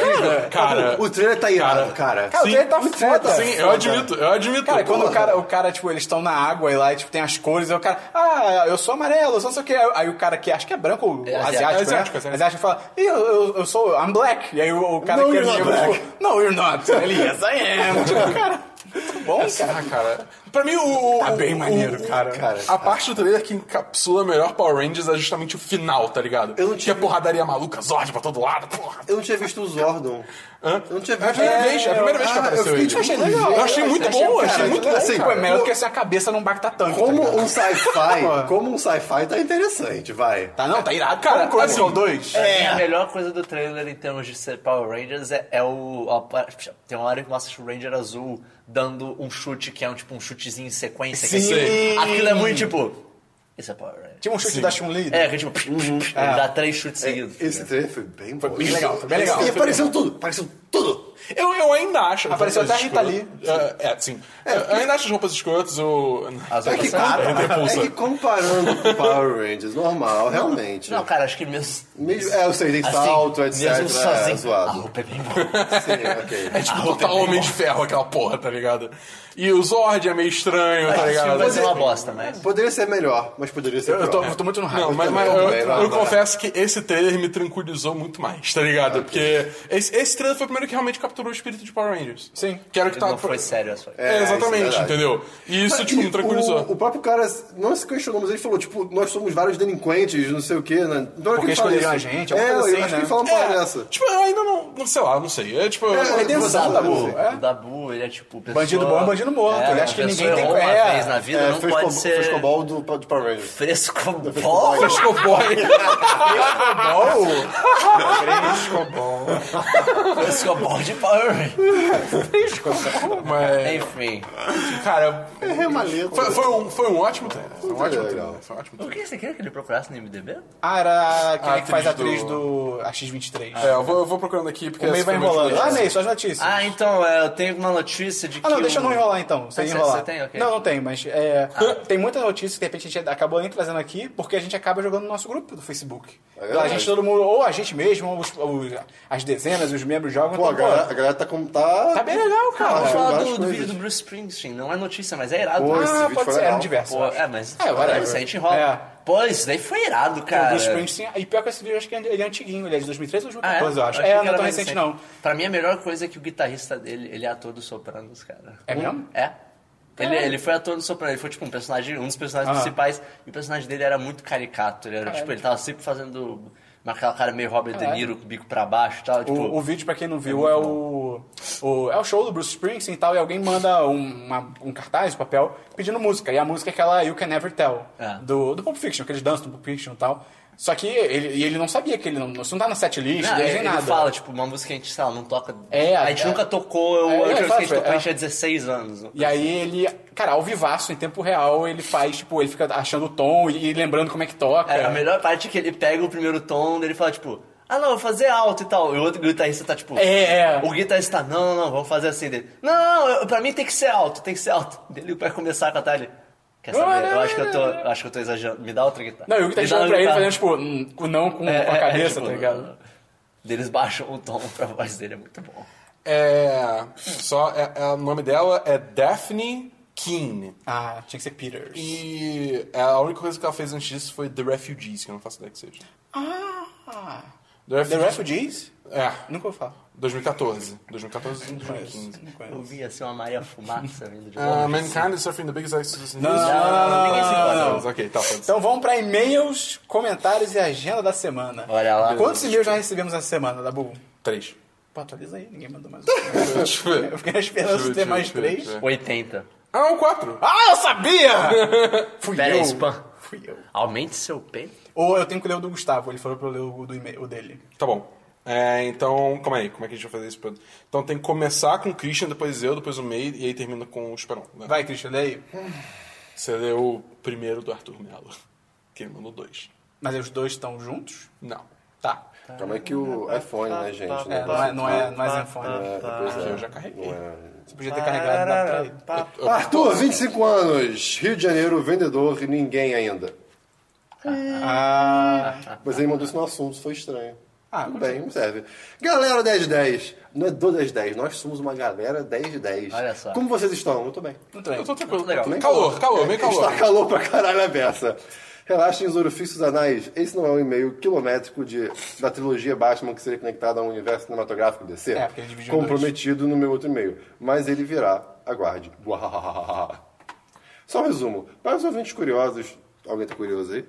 Speaker 3: cara, cara.
Speaker 2: O trailer tá irado, cara.
Speaker 1: Cara, o
Speaker 3: Sim,
Speaker 1: trailer tá
Speaker 3: muito
Speaker 1: foda.
Speaker 3: Sim, eu admito, eu admito.
Speaker 1: Cara, quando o
Speaker 3: Porra.
Speaker 1: cara, o cara, tipo, eles estão na água e lá, e, tipo, tem as cores, aí o cara, ah, eu sou amarelo, eu sou não sei o que. Aí o cara que acho que é branco ou
Speaker 4: É,
Speaker 1: asiático,
Speaker 4: asiático,
Speaker 1: né?
Speaker 3: asiático, asiático.
Speaker 1: Asiático fala, "Ih, eu, eu, eu sou, I'm black. E aí o, o cara
Speaker 2: No,
Speaker 1: que é
Speaker 2: you're not
Speaker 1: negro,
Speaker 2: black.
Speaker 1: tipo, no, you're not. Ele, yes, I am. Tipo, cara, muito bom, cara.
Speaker 3: Ah, cara. Pra mim, o. o-
Speaker 1: Tá bem
Speaker 3: o-
Speaker 1: maneiro,
Speaker 3: o-
Speaker 1: cara. tá.
Speaker 2: Cara,
Speaker 3: A parte do trailer que encapsula melhor Power Rangers é justamente o final, tá ligado?
Speaker 2: Eu não
Speaker 3: Que
Speaker 2: tive-
Speaker 3: é porradaria maluca, Zord pra todo lado, porra.
Speaker 2: Eu não tinha visto o Zordon. tá
Speaker 3: Hã?
Speaker 2: Eu não tinha
Speaker 3: É a
Speaker 2: visto.
Speaker 3: primeira
Speaker 1: É,
Speaker 3: vez, é a primeira
Speaker 1: eu- tipo assim,
Speaker 3: vez que
Speaker 2: ah, eu
Speaker 3: apareceu
Speaker 2: fiquei
Speaker 3: ele.
Speaker 2: de-
Speaker 1: Eu achei legal.
Speaker 3: Eu achei muito bom, eu achei
Speaker 2: cara,
Speaker 3: muito
Speaker 2: eu
Speaker 3: bom,
Speaker 2: achei-
Speaker 1: Pô, é
Speaker 3: cara.
Speaker 1: melhor do que assim, a cabeça num bactatanque.
Speaker 2: Como
Speaker 1: tá ligado?
Speaker 2: um sci-fi,
Speaker 1: Pô.
Speaker 2: como um sci-fi tá interessante, vai.
Speaker 1: Tá, não, tá irado.
Speaker 3: Cara,
Speaker 1: Cara, é, como Chronicle
Speaker 3: assim,
Speaker 1: 2?
Speaker 2: É.
Speaker 4: Pra mim, a melhor coisa do trailer em termos de ser Power Rangers é, é o. a pa- tem uma hora que mostra o Ranger azul dando um chute que é um tipo um chutezinho em sequência. que é
Speaker 1: Sim.
Speaker 4: assim, Aquilo é muito tipo. Isso é Power Ranger.
Speaker 1: Tinha um chute
Speaker 3: Sim.
Speaker 1: da Chun-Li?
Speaker 4: É, que é tipo.
Speaker 3: Uhum.
Speaker 4: Dá três chutes
Speaker 3: É,
Speaker 4: seguidos.
Speaker 2: Esse trailer foi bem bom.
Speaker 1: bem legal, foi bem legal.
Speaker 2: E apareceu tudo, apareceu tudo.
Speaker 3: Eu, eu ainda acho.
Speaker 1: Apareceu até
Speaker 3: roupas
Speaker 1: a Rita Lee.
Speaker 3: escrotas. É, é, sim. Eu ainda acho as roupas escrotas, o.
Speaker 4: As
Speaker 2: É que,
Speaker 4: outras são-
Speaker 2: compa-
Speaker 3: repulsa.
Speaker 2: é que comparando com Power Rangers, normal, realmente.
Speaker 4: Não, cara, acho que mesmo.
Speaker 2: Mesmo- é, eu sei, tem
Speaker 4: Assim,
Speaker 2: salto, etc.
Speaker 4: mesmo sozinho.
Speaker 2: é,
Speaker 4: A
Speaker 2: zoado.
Speaker 4: roupa é bem boa.
Speaker 1: Tá
Speaker 2: Sim, ok.
Speaker 3: É tipo total homem de ferro aquela porra, tá ligado? E o Zord é meio estranho, tá
Speaker 4: Acho que esse filme
Speaker 3: ligado?
Speaker 4: vai ser é uma bosta, mas.
Speaker 2: Poderia ser melhor, mas poderia ser
Speaker 1: Eu, eu tô,
Speaker 2: pior.
Speaker 1: eu tô muito no hype.
Speaker 3: Não, mas,
Speaker 2: também,
Speaker 3: mas eu,
Speaker 2: Ah, eu também,
Speaker 3: eu
Speaker 2: vai, vai. Ah,
Speaker 3: confesso que esse trailer me tranquilizou muito mais, tá ligado? Porque esse, esse trailer foi o primeiro que realmente capturou o espírito de Power Rangers.
Speaker 1: Sim.
Speaker 3: Que era o que
Speaker 4: Ele
Speaker 3: tava.
Speaker 1: tá
Speaker 4: não foi sério essa
Speaker 3: É,
Speaker 2: É,
Speaker 3: exatamente,
Speaker 2: isso é verdade.
Speaker 3: entendeu? E isso,
Speaker 2: Mas,
Speaker 3: tipo,
Speaker 2: e
Speaker 3: me tranquilizou.
Speaker 2: O, o próprio cara não se questionou, mas ele falou, tipo, nós somos vários delinquentes, não sei o quê, né? Então,
Speaker 1: Porque escolheram a gente, alguma
Speaker 2: é,
Speaker 1: coisa
Speaker 2: eu
Speaker 1: assim,
Speaker 2: acho
Speaker 1: né?
Speaker 2: que ele fala uma
Speaker 3: É,
Speaker 2: parada dessa.
Speaker 3: Tipo, eu ainda não, não sei lá, não sei. É tipo, eu-
Speaker 2: É,
Speaker 1: Ele tem
Speaker 2: você
Speaker 1: noção,
Speaker 2: sabe,
Speaker 1: Dabu.
Speaker 2: assim.
Speaker 1: É.
Speaker 4: O Dabu, ele é tipo. Pessoa...
Speaker 1: Bandido bom, bandido morto. Ele acha
Speaker 4: uma
Speaker 1: que ninguém
Speaker 4: pessoa
Speaker 1: tem-
Speaker 4: errou uma
Speaker 1: é,
Speaker 4: vez na vida, não
Speaker 2: fresco-
Speaker 4: pode ser.
Speaker 2: Frescobol do, de Power Rangers.
Speaker 4: Frescobol?
Speaker 3: Frescoboy.
Speaker 1: Bom,
Speaker 3: Frescoboy.
Speaker 4: Frescobol de Power Rangers.
Speaker 3: Mas,
Speaker 4: É, Enfim.
Speaker 3: cara,
Speaker 2: É maleta.
Speaker 3: foi, foi um, foi um ótimo trailer. Foi um
Speaker 2: Muito
Speaker 3: ótimo
Speaker 2: legal.
Speaker 3: trailer. Foi um ótimo
Speaker 4: Por
Speaker 3: trailer.
Speaker 4: que você queria que ele procurasse no MDB?
Speaker 1: ah, era quem
Speaker 3: A
Speaker 1: é que faz a
Speaker 3: atriz
Speaker 1: atriz do, a X23.
Speaker 3: É, eu vou, eu vou procurando aqui porque.
Speaker 1: O meio
Speaker 3: esse
Speaker 1: vai
Speaker 3: foi meu
Speaker 1: enrolando.
Speaker 3: trailer.
Speaker 1: Ah, Ney, suas notícias.
Speaker 4: Ah, então, é, eu tenho uma notícia de que.
Speaker 1: Ah, não,
Speaker 4: o-
Speaker 1: deixa eu não enrolar então. Sem
Speaker 4: Ah, cê-
Speaker 1: enrolar.
Speaker 4: cê tem? Ok.
Speaker 1: Não, não tem, mas é, tem muita notícia que de repente a gente acabou nem trazendo aqui, porque a gente acaba jogando no nosso grupo do Facebook. Então, a
Speaker 2: É verdade.
Speaker 1: gente, todo mundo, ou a gente mesmo, ou os- ou as dezenas, os membros jogam.
Speaker 2: Pô, a
Speaker 1: então, pô,
Speaker 2: galera, a galera tá com... Tá,
Speaker 1: tá bem legal,
Speaker 4: Ah,
Speaker 1: cara.
Speaker 4: vamos
Speaker 2: Achou
Speaker 4: falar
Speaker 2: várias
Speaker 4: do, do vídeo
Speaker 2: coisas.
Speaker 4: do Bruce Springsteen. Não é notícia, mas é irado.
Speaker 2: Pô, esse
Speaker 1: ah,
Speaker 2: vídeo
Speaker 1: pode
Speaker 2: foi
Speaker 1: ser, era um
Speaker 2: legal.
Speaker 1: diverso.
Speaker 4: Pô,
Speaker 1: eu acho.
Speaker 4: é, mas.
Speaker 1: É, whatever.
Speaker 4: isso a gente enrola.
Speaker 1: É.
Speaker 4: Pô, isso daí foi irado,
Speaker 1: O
Speaker 4: cara.
Speaker 1: Bruce Springsteen, e pior que esse vídeo, eu acho que ele é antiguinho, ele é de 2013 ou
Speaker 4: Ah, é?
Speaker 1: 2014, eu acho. É,
Speaker 4: Achei que
Speaker 1: não é
Speaker 4: era
Speaker 1: tão
Speaker 4: mais
Speaker 1: recente, não.
Speaker 4: Pra mim, a melhor coisa é que o guitarrista dele, ele é ator do Sopranos, cara.
Speaker 1: É mesmo?
Speaker 4: É. Ele, ele foi ator do Sopranos, ele foi tipo um personagem, um dos personagens
Speaker 1: Ah.
Speaker 4: principais, e o personagem dele era muito caricato. Ele, era, tipo, ele tava sempre fazendo uma- aquela cara meio Robert De
Speaker 1: Caralho.
Speaker 4: Niro, com o bico pra baixo e tal. Tipo,
Speaker 1: O, o vídeo, pra quem não viu, é, o, o- É o show do Bruce Springsteen e tal, e alguém manda um, uma- um cartaz, um papel, pedindo música. E a música é aquela You Can Never Tell,
Speaker 4: É.
Speaker 1: do, do Pulp Fiction, que eles dançam do Pulp Fiction e tal. Só que ele, e ele não sabia que ele não. Isso não tá na setlist,
Speaker 4: Não,
Speaker 1: nem
Speaker 4: ele, ele
Speaker 1: nada.
Speaker 4: fala, tipo, uma música que a gente, sei lá, não toca.
Speaker 1: É,
Speaker 4: a gente
Speaker 1: é.
Speaker 4: nunca
Speaker 1: É,
Speaker 4: tocou, a
Speaker 1: ele
Speaker 4: última vez que a gente
Speaker 1: fala,
Speaker 4: tocou, a
Speaker 1: é.
Speaker 4: gente tinha 16 anos.
Speaker 1: E aí ele, cara, ao vivaço, em tempo real, ele faz, tipo, ele fica achando o tom e, e lembrando como é que toca.
Speaker 4: É, a melhor parte é que ele pega o primeiro tom, ele fala, tipo, ah não, eu vou fazer alto e tal. E o outro guitarrista tá tipo.
Speaker 1: É.
Speaker 4: O guitarrista, tá, não, não, não, vamos fazer assim dele. Não, não, não, eu- pra mim tem que ser alto, tem que ser alto. Ele vai começar a cantar ele. Quer saber? Eu acho que eu tô, eu acho que eu tô exagerando. Me dá outra guitarra.
Speaker 1: Não, e o
Speaker 4: Me
Speaker 1: que tá
Speaker 4: dá
Speaker 1: chegando pra
Speaker 4: outra
Speaker 1: ele
Speaker 4: guitarra.
Speaker 1: fazendo, tipo, hum, o não com,
Speaker 4: É,
Speaker 1: com a
Speaker 4: é, é,
Speaker 1: cabeça,
Speaker 4: tipo,
Speaker 1: tá ligado?
Speaker 4: Eles baixam o tom pra voz dele, é muito bom.
Speaker 3: É. Só. é- é- o nome dela é Daphne Keane.
Speaker 1: Ah, tinha que ser Peters.
Speaker 3: E é, a única coisa que ela fez antes disso foi The Refugees, que eu não faço ideia que seja.
Speaker 1: Ah!
Speaker 3: The
Speaker 1: The Refugees?
Speaker 3: É,
Speaker 1: Nunca vou falar.
Speaker 3: 2014. 2014 e
Speaker 1: Conheço,
Speaker 3: 2015.
Speaker 1: não conheço.
Speaker 4: Eu vi assim uma Maria Fumaça vindo de
Speaker 3: Ah,
Speaker 4: longe.
Speaker 3: Mankind is suffering the biggest exodus in
Speaker 1: Não,
Speaker 3: history.
Speaker 1: não, não, não,
Speaker 4: ninguém se
Speaker 1: não,
Speaker 4: importa.
Speaker 1: não.
Speaker 3: Ok, tá, pode ser.
Speaker 1: Então vamos para e-mails, comentários e agenda da semana.
Speaker 4: Olha lá.
Speaker 1: Quantos e-mails já recebemos essa semana, Dabu?
Speaker 3: Três.
Speaker 1: Pô, atualiza aí, ninguém mandou mais.
Speaker 3: Deixa eu ver.
Speaker 1: Eu fiquei na esperança de ter mais três.
Speaker 4: 80.
Speaker 3: Ah, não, quatro.
Speaker 1: Ah, eu sabia! Fui
Speaker 4: Pera aí,
Speaker 1: eu.
Speaker 4: spam.
Speaker 1: Fui eu.
Speaker 4: Aumente seu peito.
Speaker 1: Ou eu tenho que ler o do Gustavo, ele falou pra eu ler o do e-mail o dele.
Speaker 3: Tá bom. É, então, calma aí, como é que a gente vai fazer isso? pra- Então tem que começar com o Christian, depois eu, depois o May, e aí termina com o Esperon. Né?
Speaker 1: Vai, Christian, lê aí.
Speaker 3: Você leu o primeiro do Arthur Melo, que ele mandou dois.
Speaker 1: Mas os dois estão juntos?
Speaker 3: Não.
Speaker 1: Tá.
Speaker 2: Calma aí que o iPhone,
Speaker 4: Tá,
Speaker 2: né, gente?
Speaker 1: É, não é, não é, não é Zenfone.
Speaker 2: É, depois
Speaker 3: Eu
Speaker 2: é,
Speaker 3: já carreguei.
Speaker 2: não é.
Speaker 1: Você podia ter carregado e dado pra ele.
Speaker 2: Arthur, 25 anos, Rio de Janeiro, vendedor e ninguém ainda.
Speaker 1: Ah,
Speaker 2: Mas ele mandou isso no assunto, foi estranho.
Speaker 1: Ah,
Speaker 2: Tudo bem, não serve. Galera 10 de 10, não é do 10 de 10, nós somos uma galera 10 de 10.
Speaker 4: Olha só.
Speaker 2: Como vocês estão? Eu tô bem.
Speaker 1: muito bem.
Speaker 3: Eu tô tranquilo.
Speaker 4: Legal.
Speaker 3: Calor, calor,
Speaker 1: É,
Speaker 3: meio calor.
Speaker 2: Está calor pra caralho a beça. Relaxem os orifícios anais. Esse não é um e-mail quilométrico de, da trilogia Batman que seria conectado ao universo cinematográfico DC.
Speaker 1: É, porque ele dividiu em dois.
Speaker 2: comprometido no meu outro e-mail. Mas ele virá. Aguarde. Só um resumo. Para os ouvintes curiosos... Alguém tá curioso aí?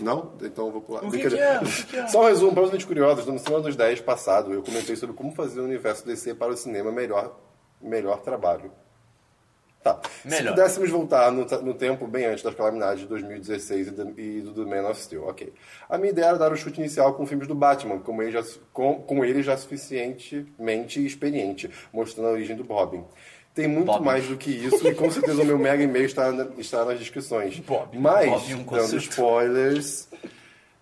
Speaker 2: Não? Então eu vou pular.
Speaker 4: que que é? O que que é?
Speaker 2: Só um resumo para os ouvintes curiosos. No Cinema dos 10 passado, eu comentei sobre como fazer o universo DC para o cinema melhor, melhor trabalho. Tá. Se
Speaker 4: Melhor.
Speaker 2: pudéssemos voltar no, ta- no tempo bem antes das calamidades de 2016 e do, e do The Man of Steel, ok. A minha ideia era dar o chute inicial com filmes do Batman, como ele já su- com, com ele já suficientemente experiente, mostrando a origem do Robin. Tem muito
Speaker 4: Bob.
Speaker 2: mais do que isso, e com certeza o meu mega e-mail está, na- está nas descrições.
Speaker 1: Bob.
Speaker 2: Mas,
Speaker 4: Bob,
Speaker 1: é
Speaker 4: um
Speaker 2: dando
Speaker 4: conceito.
Speaker 2: spoilers,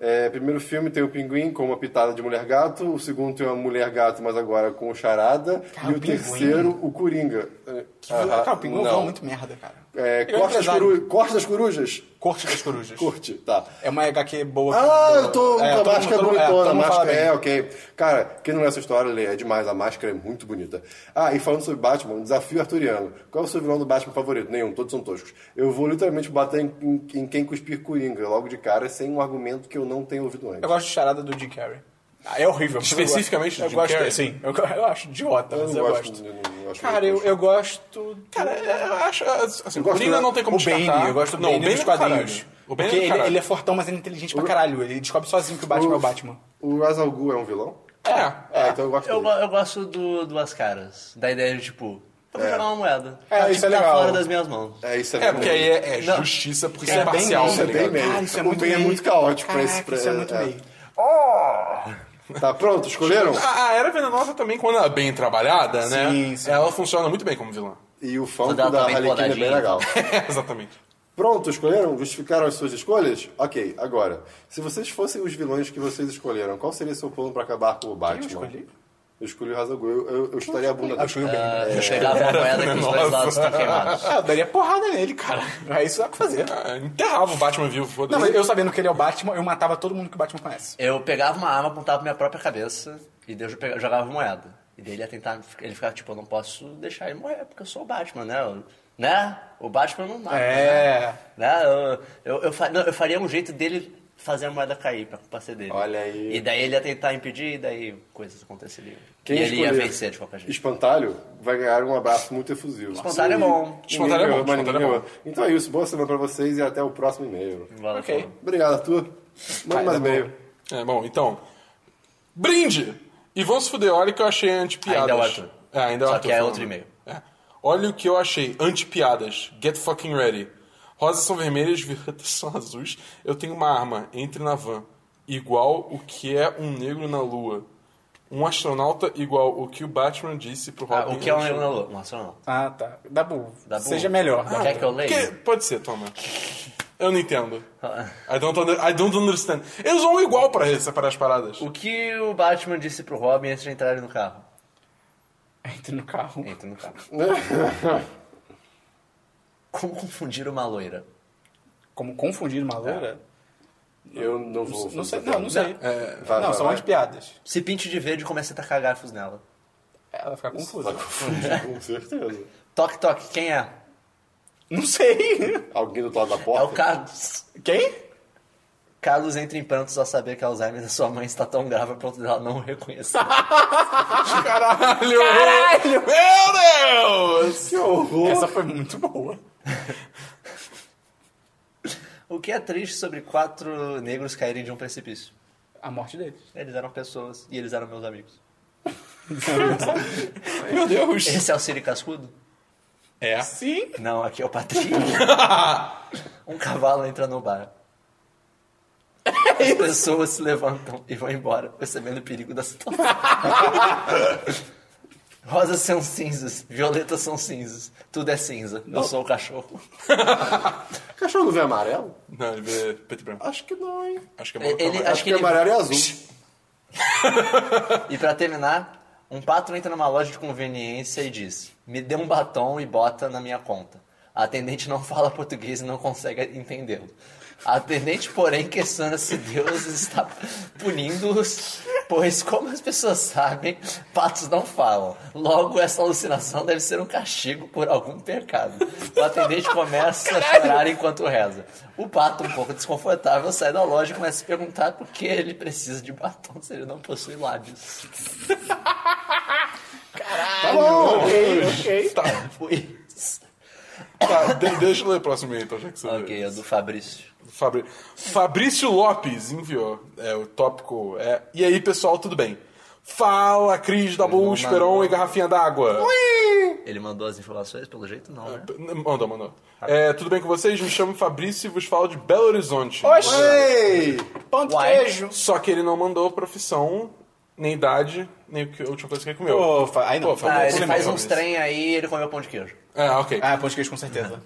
Speaker 2: é, primeiro filme tem o Pinguim com uma pitada de mulher-gato, o segundo tem uma mulher-gato, mas agora com charada,
Speaker 1: Cara,
Speaker 2: e
Speaker 1: o Pinguim.
Speaker 2: o terceiro, o Coringa. É, ah,
Speaker 1: Cara, o pinguim é
Speaker 2: não.
Speaker 1: muito merda, cara.
Speaker 2: É,
Speaker 1: Ele é um
Speaker 2: Corte das
Speaker 1: empresário.
Speaker 2: Coru- Corte das corujas?
Speaker 1: Corte das corujas.
Speaker 2: Curte, tá.
Speaker 1: É uma HQ boa.
Speaker 2: Ah,
Speaker 1: Boa.
Speaker 2: eu tô com
Speaker 1: É,
Speaker 2: a
Speaker 1: todo
Speaker 2: máscara
Speaker 1: mundo- todo- é,
Speaker 2: bonitona.
Speaker 1: todo
Speaker 2: a
Speaker 1: mundo fala
Speaker 2: máscara
Speaker 1: bem.
Speaker 2: é, ok. Cara, quem não lê essa história, lê. É demais. A máscara é muito bonita. Ah, e falando sobre Batman, um desafio arturiano. Qual é o seu vilão do Batman favorito? Nenhum, todos são toscos. Eu vou literalmente bater em, em- em quem cuspir Coringa logo de cara, sem um argumento que eu não tenho ouvido antes.
Speaker 1: Eu gosto de charada do Jim Carrey. Ah, É horrível. mas eu gosto.
Speaker 3: Especificamente do
Speaker 1: eu
Speaker 3: Jim
Speaker 1: gosto,
Speaker 3: Carrey?
Speaker 1: Sim, eu, go- eu acho idiota,
Speaker 2: Eu
Speaker 1: mas
Speaker 2: não
Speaker 1: eu,
Speaker 2: gosto.
Speaker 1: gosto.
Speaker 2: eu não gosto
Speaker 1: Cara, eu,
Speaker 2: muito.
Speaker 1: eu gosto. do-
Speaker 3: Cara, eu acho. Assim,
Speaker 2: gosto
Speaker 3: o Coringa
Speaker 2: do-
Speaker 3: não tem como
Speaker 1: o Bane,
Speaker 3: descartar.
Speaker 1: eu gosto do
Speaker 3: não,
Speaker 1: Bane
Speaker 3: o Bane
Speaker 1: dos
Speaker 3: é do
Speaker 1: quadrinhos.
Speaker 3: caralho. O Bane
Speaker 1: Porque
Speaker 3: é do
Speaker 1: ele,
Speaker 3: caralho.
Speaker 1: ele é fortão, mas ele é inteligente pra caralho. Ele descobre sozinho que o Batman é o Batman.
Speaker 2: O Razal Ghul é um vilão?
Speaker 3: É.
Speaker 2: É, então eu gosto
Speaker 4: Eu,
Speaker 2: dele.
Speaker 4: go- eu gosto do Duas Caras. Da ideia de, tipo, eu vou jogar uma moeda.
Speaker 1: É,
Speaker 4: Ela,
Speaker 1: isso
Speaker 4: tipo,
Speaker 1: é legal.
Speaker 4: Tá fora das minhas mãos.
Speaker 2: É, isso é
Speaker 3: É,
Speaker 2: bem
Speaker 3: porque
Speaker 2: meio.
Speaker 3: aí é, é
Speaker 4: Não.
Speaker 3: justiça porque
Speaker 1: Cara,
Speaker 3: é
Speaker 1: é bem
Speaker 3: parcial,
Speaker 1: meio,
Speaker 2: Isso
Speaker 3: tá
Speaker 2: é
Speaker 3: ligado?
Speaker 2: bem meio.
Speaker 1: Cara, isso é
Speaker 2: o
Speaker 1: muito
Speaker 2: bem é
Speaker 1: meio.
Speaker 2: muito caótico pra esse...
Speaker 1: Caraca,
Speaker 2: Pra...
Speaker 1: isso é muito
Speaker 2: é.
Speaker 1: meio.
Speaker 2: Tá pronto? Escolheram?
Speaker 3: A, a Era Venenosa também, quando ela é bem trabalhada, né?
Speaker 1: Sim, sim.
Speaker 3: Ela funciona muito bem como vilã.
Speaker 2: E o
Speaker 4: Vou
Speaker 2: funk
Speaker 4: dar
Speaker 2: da
Speaker 4: uma então. bem
Speaker 2: Harlequina é bem
Speaker 4: coladinha.
Speaker 2: legal.
Speaker 3: É, exatamente.
Speaker 2: Pronto, escolheram? Justificaram as suas escolhas? Ok, agora, se vocês fossem os vilões que vocês escolheram, qual seria seu plano pra acabar com o Batman?
Speaker 1: escolhi?
Speaker 2: Eu escolhi o Razagul. Eu, eu, eu estaria a bunda
Speaker 1: Ah, escolhi o Bane.
Speaker 3: É.
Speaker 4: Ah, Eu pegava uma moeda que os dois lados estão queimados.
Speaker 1: Ah, eu daria porrada nele, cara. É isso que dá pra fazer.
Speaker 3: Ah, enterrava o Batman vivo, foda-se.
Speaker 1: Não, mas eu sabendo que ele é o Batman, eu matava todo mundo que o Batman conhece.
Speaker 4: Eu pegava uma arma, apontava pra minha própria cabeça e daí eu pegava- jogava moeda. E daí ele ia tentar, ele ficava tipo, eu não posso deixar ele morrer, porque eu sou o Batman, né? Eu- né? O Batman não
Speaker 3: Ah,
Speaker 4: mata,
Speaker 1: É.
Speaker 4: né? Né? Eu, eu, eu fa- não, eu faria um jeito dele fazer a moeda cair pra culpa ser dele.
Speaker 2: Olha aí.
Speaker 4: E daí ele ia tentar impedir e daí coisas aconteceriam.
Speaker 2: Quem
Speaker 4: e ele ia
Speaker 2: escolher?
Speaker 4: vencer de qualquer jeito.
Speaker 2: Espantalho vai ganhar um abraço muito efusivo.
Speaker 4: Espantalho é bom.
Speaker 3: Espantalho
Speaker 2: Ninguém ganhou,
Speaker 3: é bom,
Speaker 2: mas
Speaker 3: espantalho
Speaker 2: ninguém
Speaker 3: é bom.
Speaker 2: ganhou. Então é isso, boa semana pra vocês e até o próximo e-mail.
Speaker 4: Vai lá,
Speaker 1: Ok.
Speaker 4: Paulo.
Speaker 2: Obrigado, Arthur. Manda
Speaker 1: Vai,
Speaker 2: mais
Speaker 1: tá bom.
Speaker 2: e-mail.
Speaker 3: É, bom, então. Brinde! E vão se fuder, olha o que eu achei antipiadas.
Speaker 4: Ainda é o Arthur.
Speaker 3: É, ainda é o
Speaker 4: Só
Speaker 3: Arthur
Speaker 4: que é
Speaker 3: falando.
Speaker 4: outro e-mail.
Speaker 3: É. Olha o que eu achei antipiadas. Get fucking ready. Rosas são vermelhas, violetas são azuis. Eu tenho uma arma. Entre na van. Igual o que é um negro na lua. Um astronauta igual o que o Batman disse pro
Speaker 4: Ah,
Speaker 3: Robin.
Speaker 4: o que é um negro na lua? Um astronauta.
Speaker 1: Ah, tá. Dabu,
Speaker 4: Dabu.
Speaker 1: seja melhor.
Speaker 4: Ah, Quer que eu leia? Ah.
Speaker 3: Que- Pode ser, toma. Eu não entendo. I don't, under- I don't understand. Eles vão igual pra separar as paradas.
Speaker 4: O que o Batman disse pro Robin antes de entrarem no carro?
Speaker 1: Entra no carro.
Speaker 4: Entra no carro. Como confundir uma loira?
Speaker 1: Como confundir uma loura?
Speaker 2: Eu não vou.
Speaker 1: Não sei, É, não, não sei.
Speaker 3: É,
Speaker 2: Vai,
Speaker 1: não,
Speaker 2: vai,
Speaker 1: são
Speaker 2: vai.
Speaker 1: mais piadas. É,
Speaker 4: Se pinte de verde e comece a tacar garfos nela.
Speaker 1: Ela vai ficar confusa.
Speaker 2: Vai confundir, com certeza.
Speaker 4: Toque, toque, quem é?
Speaker 1: Não sei.
Speaker 2: Alguém do outro lado da
Speaker 4: É
Speaker 2: porta?
Speaker 4: o Carlos.
Speaker 1: Quem?
Speaker 4: Carlos entra em prantos ao saber que a Alzheimer da sua mãe está tão grave a ponto dela não o reconhecer.
Speaker 3: Caralho! Meu Deus!
Speaker 2: Que horror!
Speaker 1: Essa foi muito boa.
Speaker 4: o que é triste sobre quatro negros caírem de um precipício?
Speaker 1: A morte deles.
Speaker 4: Eles eram pessoas e eles eram meus amigos.
Speaker 3: Meu Deus!
Speaker 4: Esse é o Siri Cascudo?
Speaker 3: É.
Speaker 1: Sim.
Speaker 4: Não, aqui é o Patrick. um cavalo entra no bar. As pessoas se levantam e vão embora, percebendo o perigo da situação. Rosas são cinzas, violetas são cinzas, tudo é cinza. Eu sou o cachorro.
Speaker 2: Cachorro não vê amarelo?
Speaker 3: Não, ele vê preto e branco.
Speaker 2: Acho que não, hein?
Speaker 3: Acho que é bom.
Speaker 4: Ele,
Speaker 3: Calma aí.
Speaker 4: acho que
Speaker 2: é
Speaker 4: ele...
Speaker 2: amarelo e azul.
Speaker 4: E pra terminar, um pato entra numa loja de conveniência e diz: Me dê um batom e bota na minha conta. A atendente não fala português e não consegue entendê-lo. A atendente, porém, questiona se Deus está punindo-os, pois, como as pessoas sabem, patos não falam. Logo, essa alucinação deve ser um castigo por algum pecado. O atendente começa a chorar enquanto reza. O pato, um pouco desconfortável, sai da loja e começa a se perguntar por que ele precisa de batom se ele não possui lábios.
Speaker 2: Tá bom!
Speaker 1: ok.
Speaker 4: tá É, Foi isso.
Speaker 3: Tá, de- deixa eu ler o próximo e-mail, então, já que você
Speaker 4: é- Ok, é do Fabrício.
Speaker 3: Fabri- Fabrício Lopes enviou. É, o tópico é. E aí, pessoal, tudo bem? Fala, Cris, da Bull, Esperon e Garrafinha d'Água.
Speaker 4: Ele mandou as informações, pelo jeito não, né?
Speaker 3: Mandou, mandou. É, tudo bem com vocês? Me chamo Fabrício e vos falo de Belo Horizonte.
Speaker 1: Oxi.
Speaker 2: Ei!
Speaker 1: Pão de
Speaker 4: Uai.
Speaker 1: queijo.
Speaker 3: Só que ele não mandou profissão, nem idade, nem o que- a última coisa que ele comeu.
Speaker 1: Pô, fa- aí não.
Speaker 3: Pô, fa-
Speaker 4: Ah,
Speaker 3: Vamos
Speaker 4: ele faz
Speaker 3: lembrar
Speaker 4: uns
Speaker 3: disso.
Speaker 4: trem aí e ele comeu pão de queijo.
Speaker 3: É, ok.
Speaker 1: Ah, pão de queijo com certeza.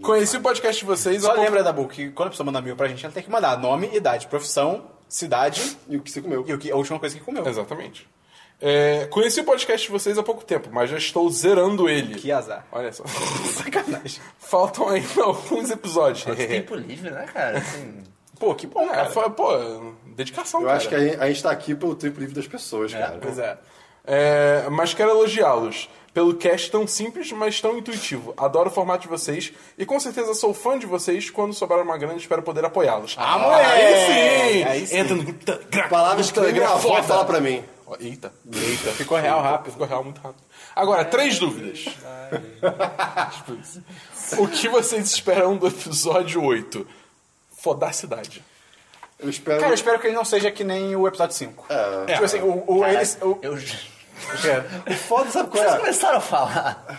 Speaker 3: Conheci o podcast de vocês.
Speaker 1: Só
Speaker 3: acompan-
Speaker 1: lembra, Dabu, que quando a pessoa manda mail pra gente, ela tem que mandar nome, idade, profissão, cidade
Speaker 2: E o que você comeu?
Speaker 1: e o que, a última coisa que comeu.
Speaker 3: Exatamente. É, conheci o podcast de vocês há pouco tempo, mas já estou zerando ele.
Speaker 1: Que azar.
Speaker 3: Olha só.
Speaker 1: Sacanagem.
Speaker 3: Faltam ainda alguns episódios.
Speaker 4: Esse tempo livre, né, cara? Assim,
Speaker 1: Pô, que bom,
Speaker 3: É,
Speaker 1: cara.
Speaker 3: foi- pô, dedicação,
Speaker 2: Eu
Speaker 3: cara.
Speaker 2: acho que a É, gente- a gente tá aqui pelo tempo livre das pessoas, cara.
Speaker 1: Pois é.
Speaker 3: É, mas quero elogiá-los. pelo cast tão simples, mas tão intuitivo. Adoro o formato de vocês e com certeza sou fã de vocês. Quando sobrar uma grana, espero poder apoiá-los.
Speaker 1: Ah, moleque!
Speaker 3: Aí sim!
Speaker 1: Aí sim.
Speaker 3: Entra no grupo Telegram.
Speaker 2: Palavras que
Speaker 3: Grupo
Speaker 2: minha
Speaker 3: Telegram,
Speaker 2: avó
Speaker 3: foda.
Speaker 2: fala pra mim.
Speaker 3: Ó, Eita, eita.
Speaker 1: Ficou real rápido.
Speaker 3: Ficou real muito rápido. Agora,
Speaker 1: É,
Speaker 3: três dúvidas. o que vocês esperam do episódio 8? Fodacidade.
Speaker 2: Eu espero.
Speaker 1: Cara, eu espero que ele não seja que nem o episódio 5.
Speaker 2: É.
Speaker 1: Tipo assim, o, o,
Speaker 4: Cara,
Speaker 1: eles, o,
Speaker 4: eu... Ah.
Speaker 1: o quê?
Speaker 2: Foda, sabe qual
Speaker 4: Vocês
Speaker 2: é?
Speaker 4: começaram a falar.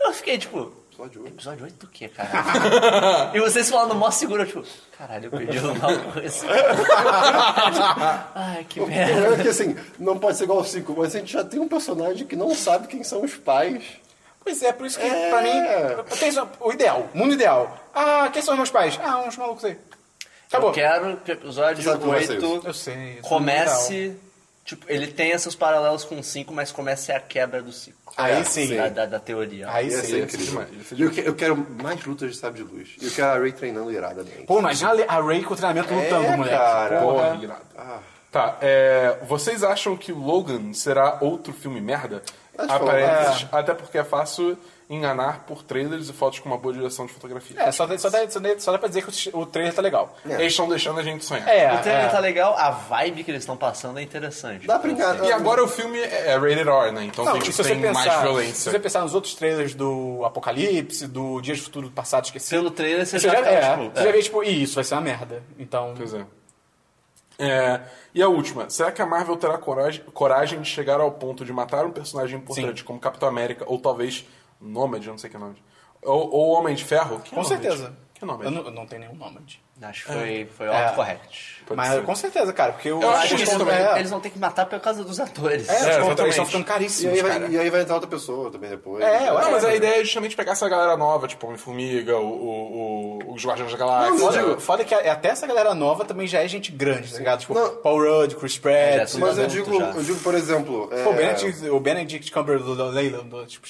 Speaker 4: Eu fiquei tipo.
Speaker 2: Episódio oito.
Speaker 4: Episódio 8 do quê, caralho? e vocês falando mó seguro, eu tipo, caralho, eu perdi alguma coisa. Ai, que
Speaker 2: O
Speaker 4: merda.
Speaker 2: problema é que assim, não pode ser igual ao 5, mas a gente já tem um personagem que não sabe quem são os pais.
Speaker 1: Pois é, por isso que
Speaker 2: É.
Speaker 1: pra mim tem só- o ideal, mundo ideal. Ah, quem são os meus pais? Ah, uns malucos aí. Acabou.
Speaker 4: Eu quero que o episódio
Speaker 2: Sabe como vai ser
Speaker 1: Eu
Speaker 4: 8
Speaker 1: sei. isso é
Speaker 4: comece. Tipo, ele tem esses paralelos com o 5, mas comece a quebra do ciclo.
Speaker 1: Aí
Speaker 2: É,
Speaker 1: sim.
Speaker 4: Da, da- da teoria.
Speaker 1: Aí
Speaker 2: Ia
Speaker 1: sim.
Speaker 2: ser
Speaker 1: ia
Speaker 2: incrível.
Speaker 1: ser demais.
Speaker 2: Ia ser demais. é E eu, que- eu quero mais lutas de sabre de luz. E eu quero a Ray treinando iradamente.
Speaker 1: Pô, imagina a Ray com o treinamento lutando,
Speaker 2: É,
Speaker 1: moleque.
Speaker 2: cara.
Speaker 1: Porra.
Speaker 3: Porra, irado. Tá, é, vocês acham que Logan será outro filme merda?
Speaker 2: Tá de
Speaker 3: Aparentes, até porque é fácil enganar por trailers e fotos com uma boa direção de fotografia.
Speaker 1: É, só, dá- só, dá, só, dá, só dá pra dizer que o, o trailer tá legal.
Speaker 3: Eles estão deixando a gente sonhar.
Speaker 1: É,
Speaker 4: o trailer
Speaker 1: é.
Speaker 4: tá legal, a vibe que eles estão passando é interessante.
Speaker 2: Dá pra enganar.
Speaker 3: E agora o filme é rated R, né? Então
Speaker 1: Não,
Speaker 3: tem,
Speaker 1: e
Speaker 3: tipo,
Speaker 1: se você
Speaker 3: tem
Speaker 1: pensar,
Speaker 3: mais
Speaker 1: se
Speaker 3: violência.
Speaker 1: você pensar nos outros trailers do Apocalipse, do Dias do Futuro Passado Esquecido,
Speaker 4: Pelo trailer você,
Speaker 1: você já,
Speaker 4: já, tá,
Speaker 1: é,
Speaker 4: tipo.
Speaker 1: você já vê, tipo, "Ih, isso vai ser uma merda. Então,
Speaker 3: Pois é. É, E a última, será que a Marvel terá coragem, coragem de chegar ao ponto de matar um personagem importante como Capitão América ou talvez Nomad, eu não sei que é Nomad, ou, ou Homem de Ferro? Que
Speaker 1: com
Speaker 3: Nomad?
Speaker 1: certeza.
Speaker 3: Que é Nomad?
Speaker 1: Eu não, eu não tenho nenhum Nomad.
Speaker 4: Acho que foi, foi
Speaker 1: É.
Speaker 4: autocorrect.
Speaker 3: Pode
Speaker 1: Mas
Speaker 3: ser.
Speaker 1: com certeza, cara, porque eu,
Speaker 3: Eu
Speaker 4: Acho que É,
Speaker 3: que
Speaker 4: eles,
Speaker 3: isso
Speaker 4: não-
Speaker 3: também-
Speaker 4: eles vão ter que matar por causa dos atores.
Speaker 1: É, os
Speaker 3: exatamente.
Speaker 1: contratos estão ficando
Speaker 2: E
Speaker 1: caríssimos,
Speaker 2: aí, vai,
Speaker 1: cara.
Speaker 2: e aí vai entrar outra pessoa também depois.
Speaker 1: É, ué.
Speaker 3: Não, mas a ideia é justamente pegar essa galera nova, tipo Homem-Formiga, o, o, o, os Guardiões da
Speaker 2: Não,
Speaker 3: Galáxia.
Speaker 2: não,
Speaker 1: Foda, foda que a- até essa galera nova também já é gente grande, tá ligado? Tipo,
Speaker 2: Não.
Speaker 1: Paul Rudd, Chris
Speaker 4: É, já
Speaker 1: Pratt.
Speaker 4: são
Speaker 2: Mas eu
Speaker 4: Adulto
Speaker 2: digo,
Speaker 4: já.
Speaker 2: eu digo, por exemplo. é,
Speaker 1: Pô, o Benedict, o Benedict Cumberbatch, tipo,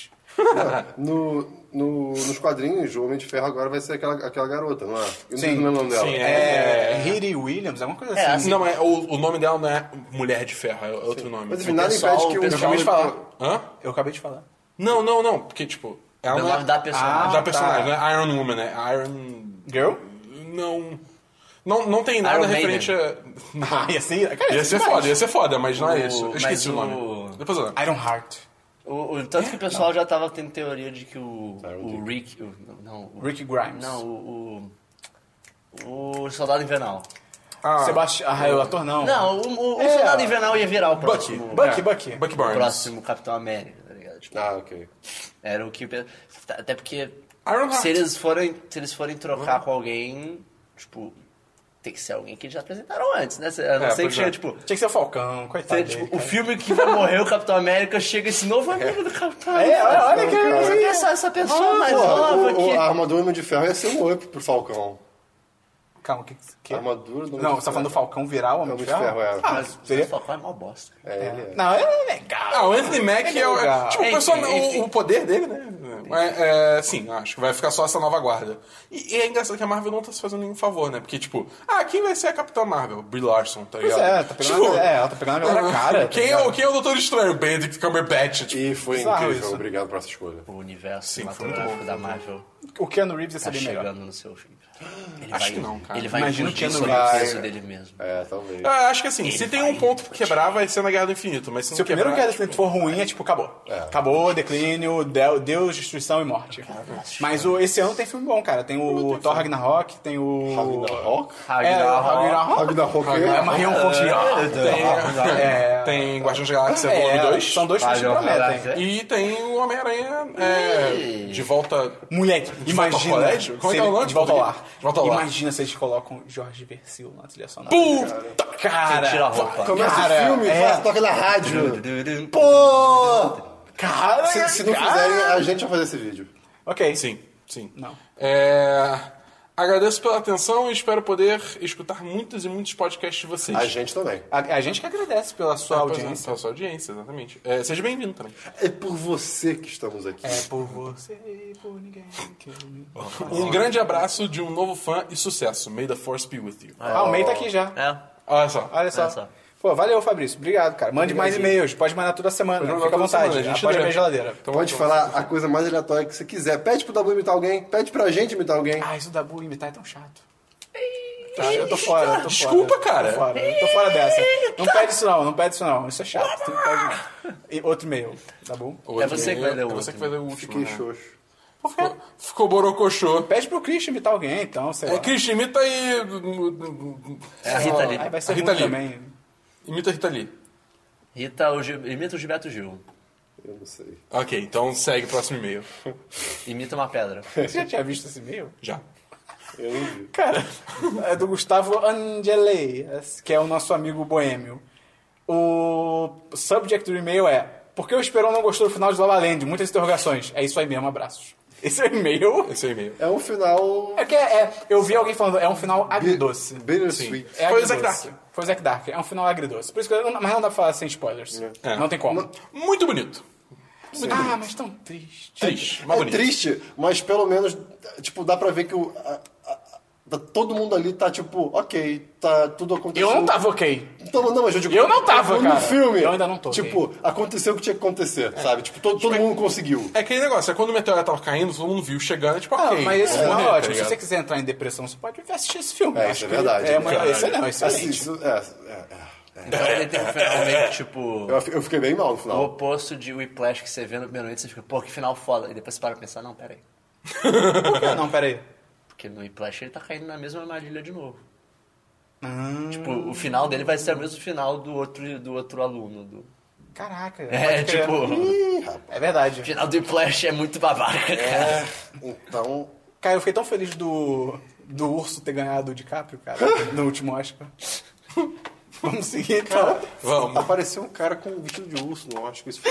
Speaker 2: Tá. no, no- nos quadrinhos, o Homem de Ferro agora vai ser aquela, aquela garota, não é? Eu não
Speaker 1: Sim.
Speaker 2: sei como é o nome dela.
Speaker 3: Sim,
Speaker 1: é, Riri Williams, alguma coisa
Speaker 4: É,
Speaker 1: assim.
Speaker 4: assim,
Speaker 3: não, é, o, o nome dela não é Mulher de Ferro, é outro nome.
Speaker 2: Mas enfim, nada
Speaker 4: pessoal-
Speaker 2: impede que
Speaker 4: o
Speaker 2: o
Speaker 1: pessoal-
Speaker 2: filme-
Speaker 3: Hã?
Speaker 1: Eu acabei de falar.
Speaker 3: Não, não, não, porque, tipo, ela
Speaker 4: O
Speaker 3: não é
Speaker 4: nome da
Speaker 1: Ah,
Speaker 4: personagem.
Speaker 3: da
Speaker 1: tá.
Speaker 3: personagem, não é Iron Woman, é Iron...
Speaker 1: Girl?
Speaker 3: Não... Não, não tem nada
Speaker 4: Iron
Speaker 3: referente a...
Speaker 1: Ah, ia ser. Cara,
Speaker 3: Ia ser foda, ia ser foda, mas não é
Speaker 4: O-
Speaker 3: isso. Eu
Speaker 4: mas
Speaker 3: esqueci o
Speaker 4: o-
Speaker 3: nome. Depois eu lembro.
Speaker 1: Iron Heart.
Speaker 4: O, o- tanto que o pessoal já tava tendo teoria de que o,
Speaker 2: Iron
Speaker 4: o Rick. o- não, não, o,
Speaker 1: Rick Grimes.
Speaker 4: Não, o. O, o Soldado Invernal.
Speaker 3: Ah,
Speaker 1: Sebastião. Ah, o ator não.
Speaker 4: Não, o, o- o
Speaker 1: É.
Speaker 4: Soldado Invernal ia virar o
Speaker 3: Bucky.
Speaker 4: próximo.
Speaker 1: Bucky,
Speaker 3: é,
Speaker 1: Bucky.
Speaker 3: Bucky
Speaker 4: o
Speaker 3: Barnes.
Speaker 4: próximo Capitão América, tá ligado? Tipo,
Speaker 2: Ah, ok.
Speaker 4: Era o que. o pe- Até porque.
Speaker 3: Ironheart.
Speaker 4: Se eles, forem, se eles forem trocar com alguém, tipo. Tem que ser alguém que eles já apresentaram antes, né? A não
Speaker 3: É,
Speaker 4: ser que
Speaker 3: pois
Speaker 4: chegue,
Speaker 3: é.
Speaker 4: tipo.
Speaker 1: Tinha que ser o Falcão, coitado.
Speaker 4: Tem,
Speaker 1: dele,
Speaker 4: tipo, o
Speaker 1: cara.
Speaker 4: filme que vai morrer o Capitão América chega esse novo amigo do Capitão
Speaker 1: É,
Speaker 4: América. Ah,
Speaker 1: olha, olha que.
Speaker 4: Essa
Speaker 1: Olha,
Speaker 4: pessoa, essa pessoa mais
Speaker 2: Pô,
Speaker 4: nova
Speaker 2: o,
Speaker 4: que.
Speaker 2: o- a armadura do Homem de Ferro ia ser um up pro Falcão.
Speaker 1: Calma, que. que...
Speaker 2: A armadura do Homem
Speaker 1: Não, você tá
Speaker 2: de Ferro.
Speaker 1: falando do Falcão virar o Homem de Ferro?
Speaker 2: é.
Speaker 1: Ah,
Speaker 4: Mas
Speaker 1: seria-
Speaker 4: o Falcão é mó bosta.
Speaker 2: É, ele é.
Speaker 1: Não, é legal.
Speaker 3: Ah, o Anthony Mack
Speaker 1: Ele
Speaker 3: é, o-
Speaker 1: joga-
Speaker 3: tipo, o,
Speaker 4: Enfim,
Speaker 3: pessoal- o-
Speaker 4: enfim.
Speaker 3: o poder dele, né? É, é, sim, acho que vai ficar só essa nova guarda. E, e é engraçado que a Marvel não tá se fazendo nenhum favor, né? Porque, tipo, ah, quem vai ser a Capitã Marvel? Brie Larson, tá
Speaker 1: Pois
Speaker 3: ligado?
Speaker 1: é, tá pegando,
Speaker 3: Tipo,
Speaker 1: é, ela tá pegando a galera cara. tá
Speaker 3: quem, é,
Speaker 1: ligado?
Speaker 3: o- quem é o Doutor Estranho? Benedict Cumberbatch. Tipo,
Speaker 2: E foi
Speaker 1: Bizarro
Speaker 2: incrível,
Speaker 1: isso.
Speaker 2: obrigado por essa escolha.
Speaker 4: O universo
Speaker 3: Sim, foi muito
Speaker 4: cinematográfico
Speaker 3: bom.
Speaker 4: da Marvel
Speaker 1: o Keanu Reeves ia ser
Speaker 4: tá
Speaker 1: bem melhor.
Speaker 4: chegando no seu fim. Ele
Speaker 3: Acho
Speaker 4: vai,
Speaker 3: que não, cara.
Speaker 4: Ele vai
Speaker 1: Imagina o
Speaker 4: fugir
Speaker 1: Keanu
Speaker 4: sobre
Speaker 1: Reeves.
Speaker 4: o peso dele mesmo.
Speaker 2: É, talvez.
Speaker 1: Ah,
Speaker 3: eu acho que assim,
Speaker 4: Ele
Speaker 3: se tem
Speaker 4: vai
Speaker 3: um ponto pra quebrar, vai ser na Guerra do Infinito. Mas se,
Speaker 1: Se
Speaker 3: não
Speaker 1: o primeiro
Speaker 3: quebrar,
Speaker 1: Guerra do
Speaker 3: tipo,
Speaker 1: Infinito for ruim, é tipo, acabou. Acabou, declínio, de- Deus, destruição e morte. Mas o, esse ano tem filme bom, cara. Tem o Thor Ragnarok, tem o.
Speaker 2: Ragnarok?
Speaker 1: É, o Ragnarok.
Speaker 2: Ragnarok
Speaker 1: É
Speaker 2: é
Speaker 1: Marion Cotillard.
Speaker 3: um tem,
Speaker 1: É.
Speaker 3: tem Guardiões da Galáxia Volume
Speaker 1: É,
Speaker 3: 2.
Speaker 1: São dois filmes que prometem.
Speaker 4: Ragnarok.
Speaker 3: E tem o Homem-Aranha é, de volta.
Speaker 1: Moleque, imagina.
Speaker 3: ao colégio? Como é que é o
Speaker 1: se-
Speaker 3: nome?
Speaker 1: De volta ao lar.
Speaker 3: De volta ao lar.
Speaker 1: Imagina se eles colocam Jorge Versil na trilha sonora.
Speaker 3: Puta!
Speaker 1: Cara!
Speaker 4: Você tira a roupa.
Speaker 2: Começa
Speaker 1: cara,
Speaker 2: o filme,
Speaker 1: é.
Speaker 2: faz- toca na rádio.
Speaker 1: Pô! Cara!
Speaker 2: Se, se não
Speaker 1: cara.
Speaker 2: fizerem,
Speaker 3: é.
Speaker 2: a gente vai fazer esse vídeo.
Speaker 1: Ok.
Speaker 3: Sim, sim.
Speaker 1: Não.
Speaker 3: É, Agradeço pela atenção e espero poder escutar muitos e muitos podcasts de vocês.
Speaker 2: A gente também.
Speaker 1: A, a gente que agradece pela sua
Speaker 3: Pois é,
Speaker 1: audiência.
Speaker 3: Pela sua audiência, exatamente. É, seja bem-vindo também.
Speaker 2: É por você que estamos aqui.
Speaker 1: É por você e por ninguém que eu me.
Speaker 3: Um grande abraço de um novo fã e sucesso. May the force be with you.
Speaker 1: Ah, o May tá aqui já.
Speaker 4: É,
Speaker 3: Olha só.
Speaker 1: Olha só.
Speaker 4: Olha só.
Speaker 1: Pô, valeu, Fabrício. Obrigado, cara. Mande mais e-mails. Pode mandar toda semana.
Speaker 3: Pode mandar
Speaker 1: Fica à
Speaker 3: toda
Speaker 1: vontade.
Speaker 3: semana, a gente
Speaker 1: Pode
Speaker 3: lê.
Speaker 1: abrir a geladeira.
Speaker 3: Então,
Speaker 2: Pode falar a coisa mais aleatória que você quiser. Pede pro W imitar alguém, pede pra gente imitar alguém.
Speaker 1: Ah, isso da Bull imitar é tão chato. Tá, eu tô fora, eu tô
Speaker 3: Desculpa,
Speaker 1: fora.
Speaker 3: cara.
Speaker 1: Tô fora, eu tô fora dessa. Não pede isso não, não pede isso não. Isso é chato. Você não pede não. E outro e-mail, tá bom?
Speaker 3: Hoje
Speaker 4: É você que vai ler o
Speaker 3: É você
Speaker 4: outro.
Speaker 3: que vai ler o último.
Speaker 2: Fiquei
Speaker 3: né?
Speaker 2: xoxo.
Speaker 3: Ficou, ficou borocochô.
Speaker 1: Pede pro Christian imitar alguém, então, sei lá.
Speaker 3: É, Christian, imita aí.
Speaker 4: É a Rita
Speaker 1: Aí
Speaker 4: ali.
Speaker 1: vai ser
Speaker 3: A Rita
Speaker 1: ruim
Speaker 3: Lee.
Speaker 1: também.
Speaker 3: Imita a Rita Lee.
Speaker 4: Rita, o Gil- imita o Gilberto Gil.
Speaker 2: Eu não sei.
Speaker 3: Ok, então segue o próximo e-mail.
Speaker 4: Imita uma pedra.
Speaker 1: Você já tinha visto esse e-mail?
Speaker 3: Já.
Speaker 2: Eu não vi.
Speaker 1: Cara, é do Gustavo Angelei, que é o nosso amigo boêmio. O subject do e-mail é Por que o Esperão não gostou do final de Lava Land? Muitas interrogações. É isso aí mesmo, abraços. Esse é o e-mail.
Speaker 3: Esse é o e-mail.
Speaker 2: É um final.
Speaker 1: É que é, é- eu vi alguém falando, é um final
Speaker 2: bi-
Speaker 1: agridoce.
Speaker 2: Bittersweet.
Speaker 1: É
Speaker 3: Foi o
Speaker 1: agridoce.
Speaker 3: Zack Dark.
Speaker 1: Foi o Zack Dark. É um final agridoce. Por isso que eu, mas não dá pra falar sem spoilers.
Speaker 3: É.
Speaker 1: Não tem como.
Speaker 3: Muito bonito.
Speaker 1: ah, mas tão triste.
Speaker 3: Triste, mas
Speaker 2: É
Speaker 3: bonito.
Speaker 2: triste, mas pelo menos, tipo, dá pra ver que o. a- a- a- todo mundo ali tá tipo, ok, tá tudo acontecendo.
Speaker 1: Eu não tava ok.
Speaker 2: Então, não, mas eu digo.
Speaker 1: Eu não tava,
Speaker 2: no
Speaker 1: cara.
Speaker 2: filme.
Speaker 1: Eu ainda não tô, É.
Speaker 2: Tipo, aconteceu o que tinha que acontecer, sabe? Tipo, todo, todo mundo conseguiu.
Speaker 3: É aquele negócio, é quando o meteoro tava caindo, todo mundo viu chegando, é tipo,
Speaker 1: Ah,
Speaker 3: ok.
Speaker 1: mas esse
Speaker 3: vou
Speaker 1: final é
Speaker 3: morrer, tá
Speaker 1: ótimo. Se
Speaker 3: ligado?
Speaker 1: você quiser entrar em depressão, você pode assistir esse filme.
Speaker 2: É,
Speaker 1: Acho
Speaker 2: isso é
Speaker 1: que
Speaker 2: verdade.
Speaker 1: É, mas
Speaker 2: Caralho.
Speaker 1: esse não, esse é
Speaker 2: Assim,
Speaker 1: excelente.
Speaker 2: isso, é, é, é.
Speaker 4: Então ele tem um final meio que, tipo.
Speaker 2: Eu, eu fiquei bem mal no
Speaker 4: O
Speaker 2: final.
Speaker 4: oposto de Whiplash que você vê no primeiro momento, você fica, pô, que final foda. E depois você para pra pensar, não, peraí.
Speaker 1: Por que não, peraí.
Speaker 4: Porque no Whiplash ele tá caindo na mesma armadilha de novo. Tipo, o final dele vai ser o mesmo final do outro, do outro aluno. Do...
Speaker 1: Caraca.
Speaker 4: É,
Speaker 1: pode crer.
Speaker 4: tipo, o
Speaker 2: Ih, rapaz.
Speaker 1: É verdade.
Speaker 4: final do Whiplash é muito babaca, cara.
Speaker 2: É, então.
Speaker 1: Cara, eu fiquei tão feliz do, do urso ter ganhado o DiCaprio, cara, no último Oscar. Vamos seguir, então.
Speaker 3: Vamos.
Speaker 2: Apareceu um cara com um vestido de urso, não acho que isso foi.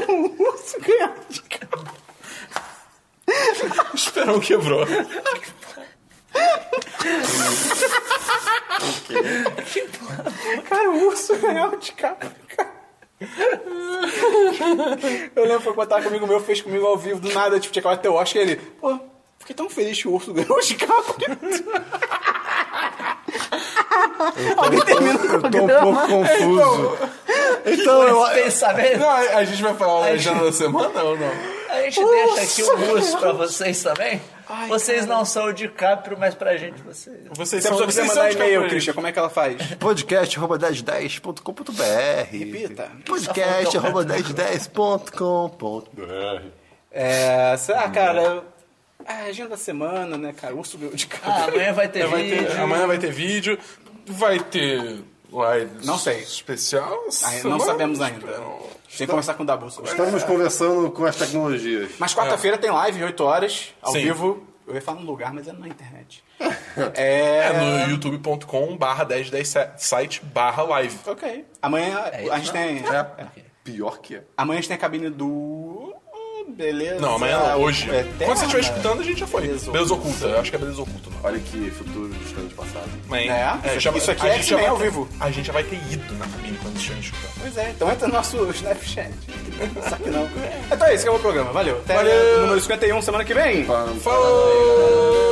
Speaker 1: O urso ganhou o DiCaprio.
Speaker 3: O Esperão quebrou.
Speaker 1: Cara, o urso ganhou o DiCaprio, cara. Eu lembro que eu tava comigo um meu, fez comigo ao vivo, do nada, tipo, tinha acabado teu Oscar e ele, pô, fiquei tão feliz que o urso ganhou o DiCaprio. Alguém termina com
Speaker 2: Eu tô um pouco confuso. Então, eu,
Speaker 4: Esse pensamento,
Speaker 3: Não, a, a gente vai falar da legenda da semana ou não?
Speaker 4: a gente deixa aqui um urso pra vocês também. vocês não são o DiCaprio, mas pra gente vocês.
Speaker 3: Vocês
Speaker 1: Se a pessoa quiser
Speaker 3: vocês tipo,
Speaker 1: mandar
Speaker 3: de
Speaker 1: e-mail,
Speaker 3: campanha.
Speaker 1: Christian, como é que ela faz?
Speaker 2: podcast.1010.com.br
Speaker 1: Repita.
Speaker 2: podcast.1010.com.br
Speaker 1: É. sei lá, cara. A agenda da semana, né, cara? Urso ganhou de
Speaker 4: Ah,
Speaker 1: cara.
Speaker 4: amanhã vai ter
Speaker 3: Vai ter-
Speaker 4: vídeo.
Speaker 3: amanhã vai ter vídeo, vai ter live
Speaker 1: Não sei.
Speaker 3: especial.
Speaker 1: Ai, não
Speaker 3: semana-
Speaker 1: sabemos ainda. Tem que conversar com o Dabu. sobre isso.
Speaker 2: Estamos conversando com as tecnologias.
Speaker 1: Mas quarta-feira tem live, 8 horas, ao
Speaker 3: é. Sim.
Speaker 1: vivo. Eu ia falar num lugar, mas é na internet.
Speaker 3: É
Speaker 1: É.
Speaker 3: no youtube.com barra 1010 site barra live.
Speaker 1: Ok. Amanhã
Speaker 4: isso,
Speaker 1: a gente
Speaker 4: né?
Speaker 1: tem.
Speaker 2: Pior que é.
Speaker 1: Amanhã a gente tem a cabine do. hum, Beleza.
Speaker 3: Não, amanhã não, hoje.
Speaker 1: É
Speaker 3: Quando você estiver
Speaker 1: terra,
Speaker 3: escutando, a gente já foi.
Speaker 1: Beleza
Speaker 3: Beleza, oculta. Eu acho que é beleza oculta. Não.
Speaker 2: Olha que futuro distante passado.
Speaker 3: Mas,
Speaker 1: É,
Speaker 3: já-
Speaker 1: isso aqui
Speaker 3: a
Speaker 1: é
Speaker 3: gente já
Speaker 1: X-Men
Speaker 3: vai
Speaker 1: ao
Speaker 3: ter-
Speaker 1: vivo.
Speaker 3: A gente já vai ter ido na cabine quando estiver escutando.
Speaker 1: Pois é, então entra no nosso Snapchat. Só que não. Então é isso que é o programa. Valeu. Até
Speaker 3: Valeu.
Speaker 1: número 51 semana que vem.
Speaker 3: Falou!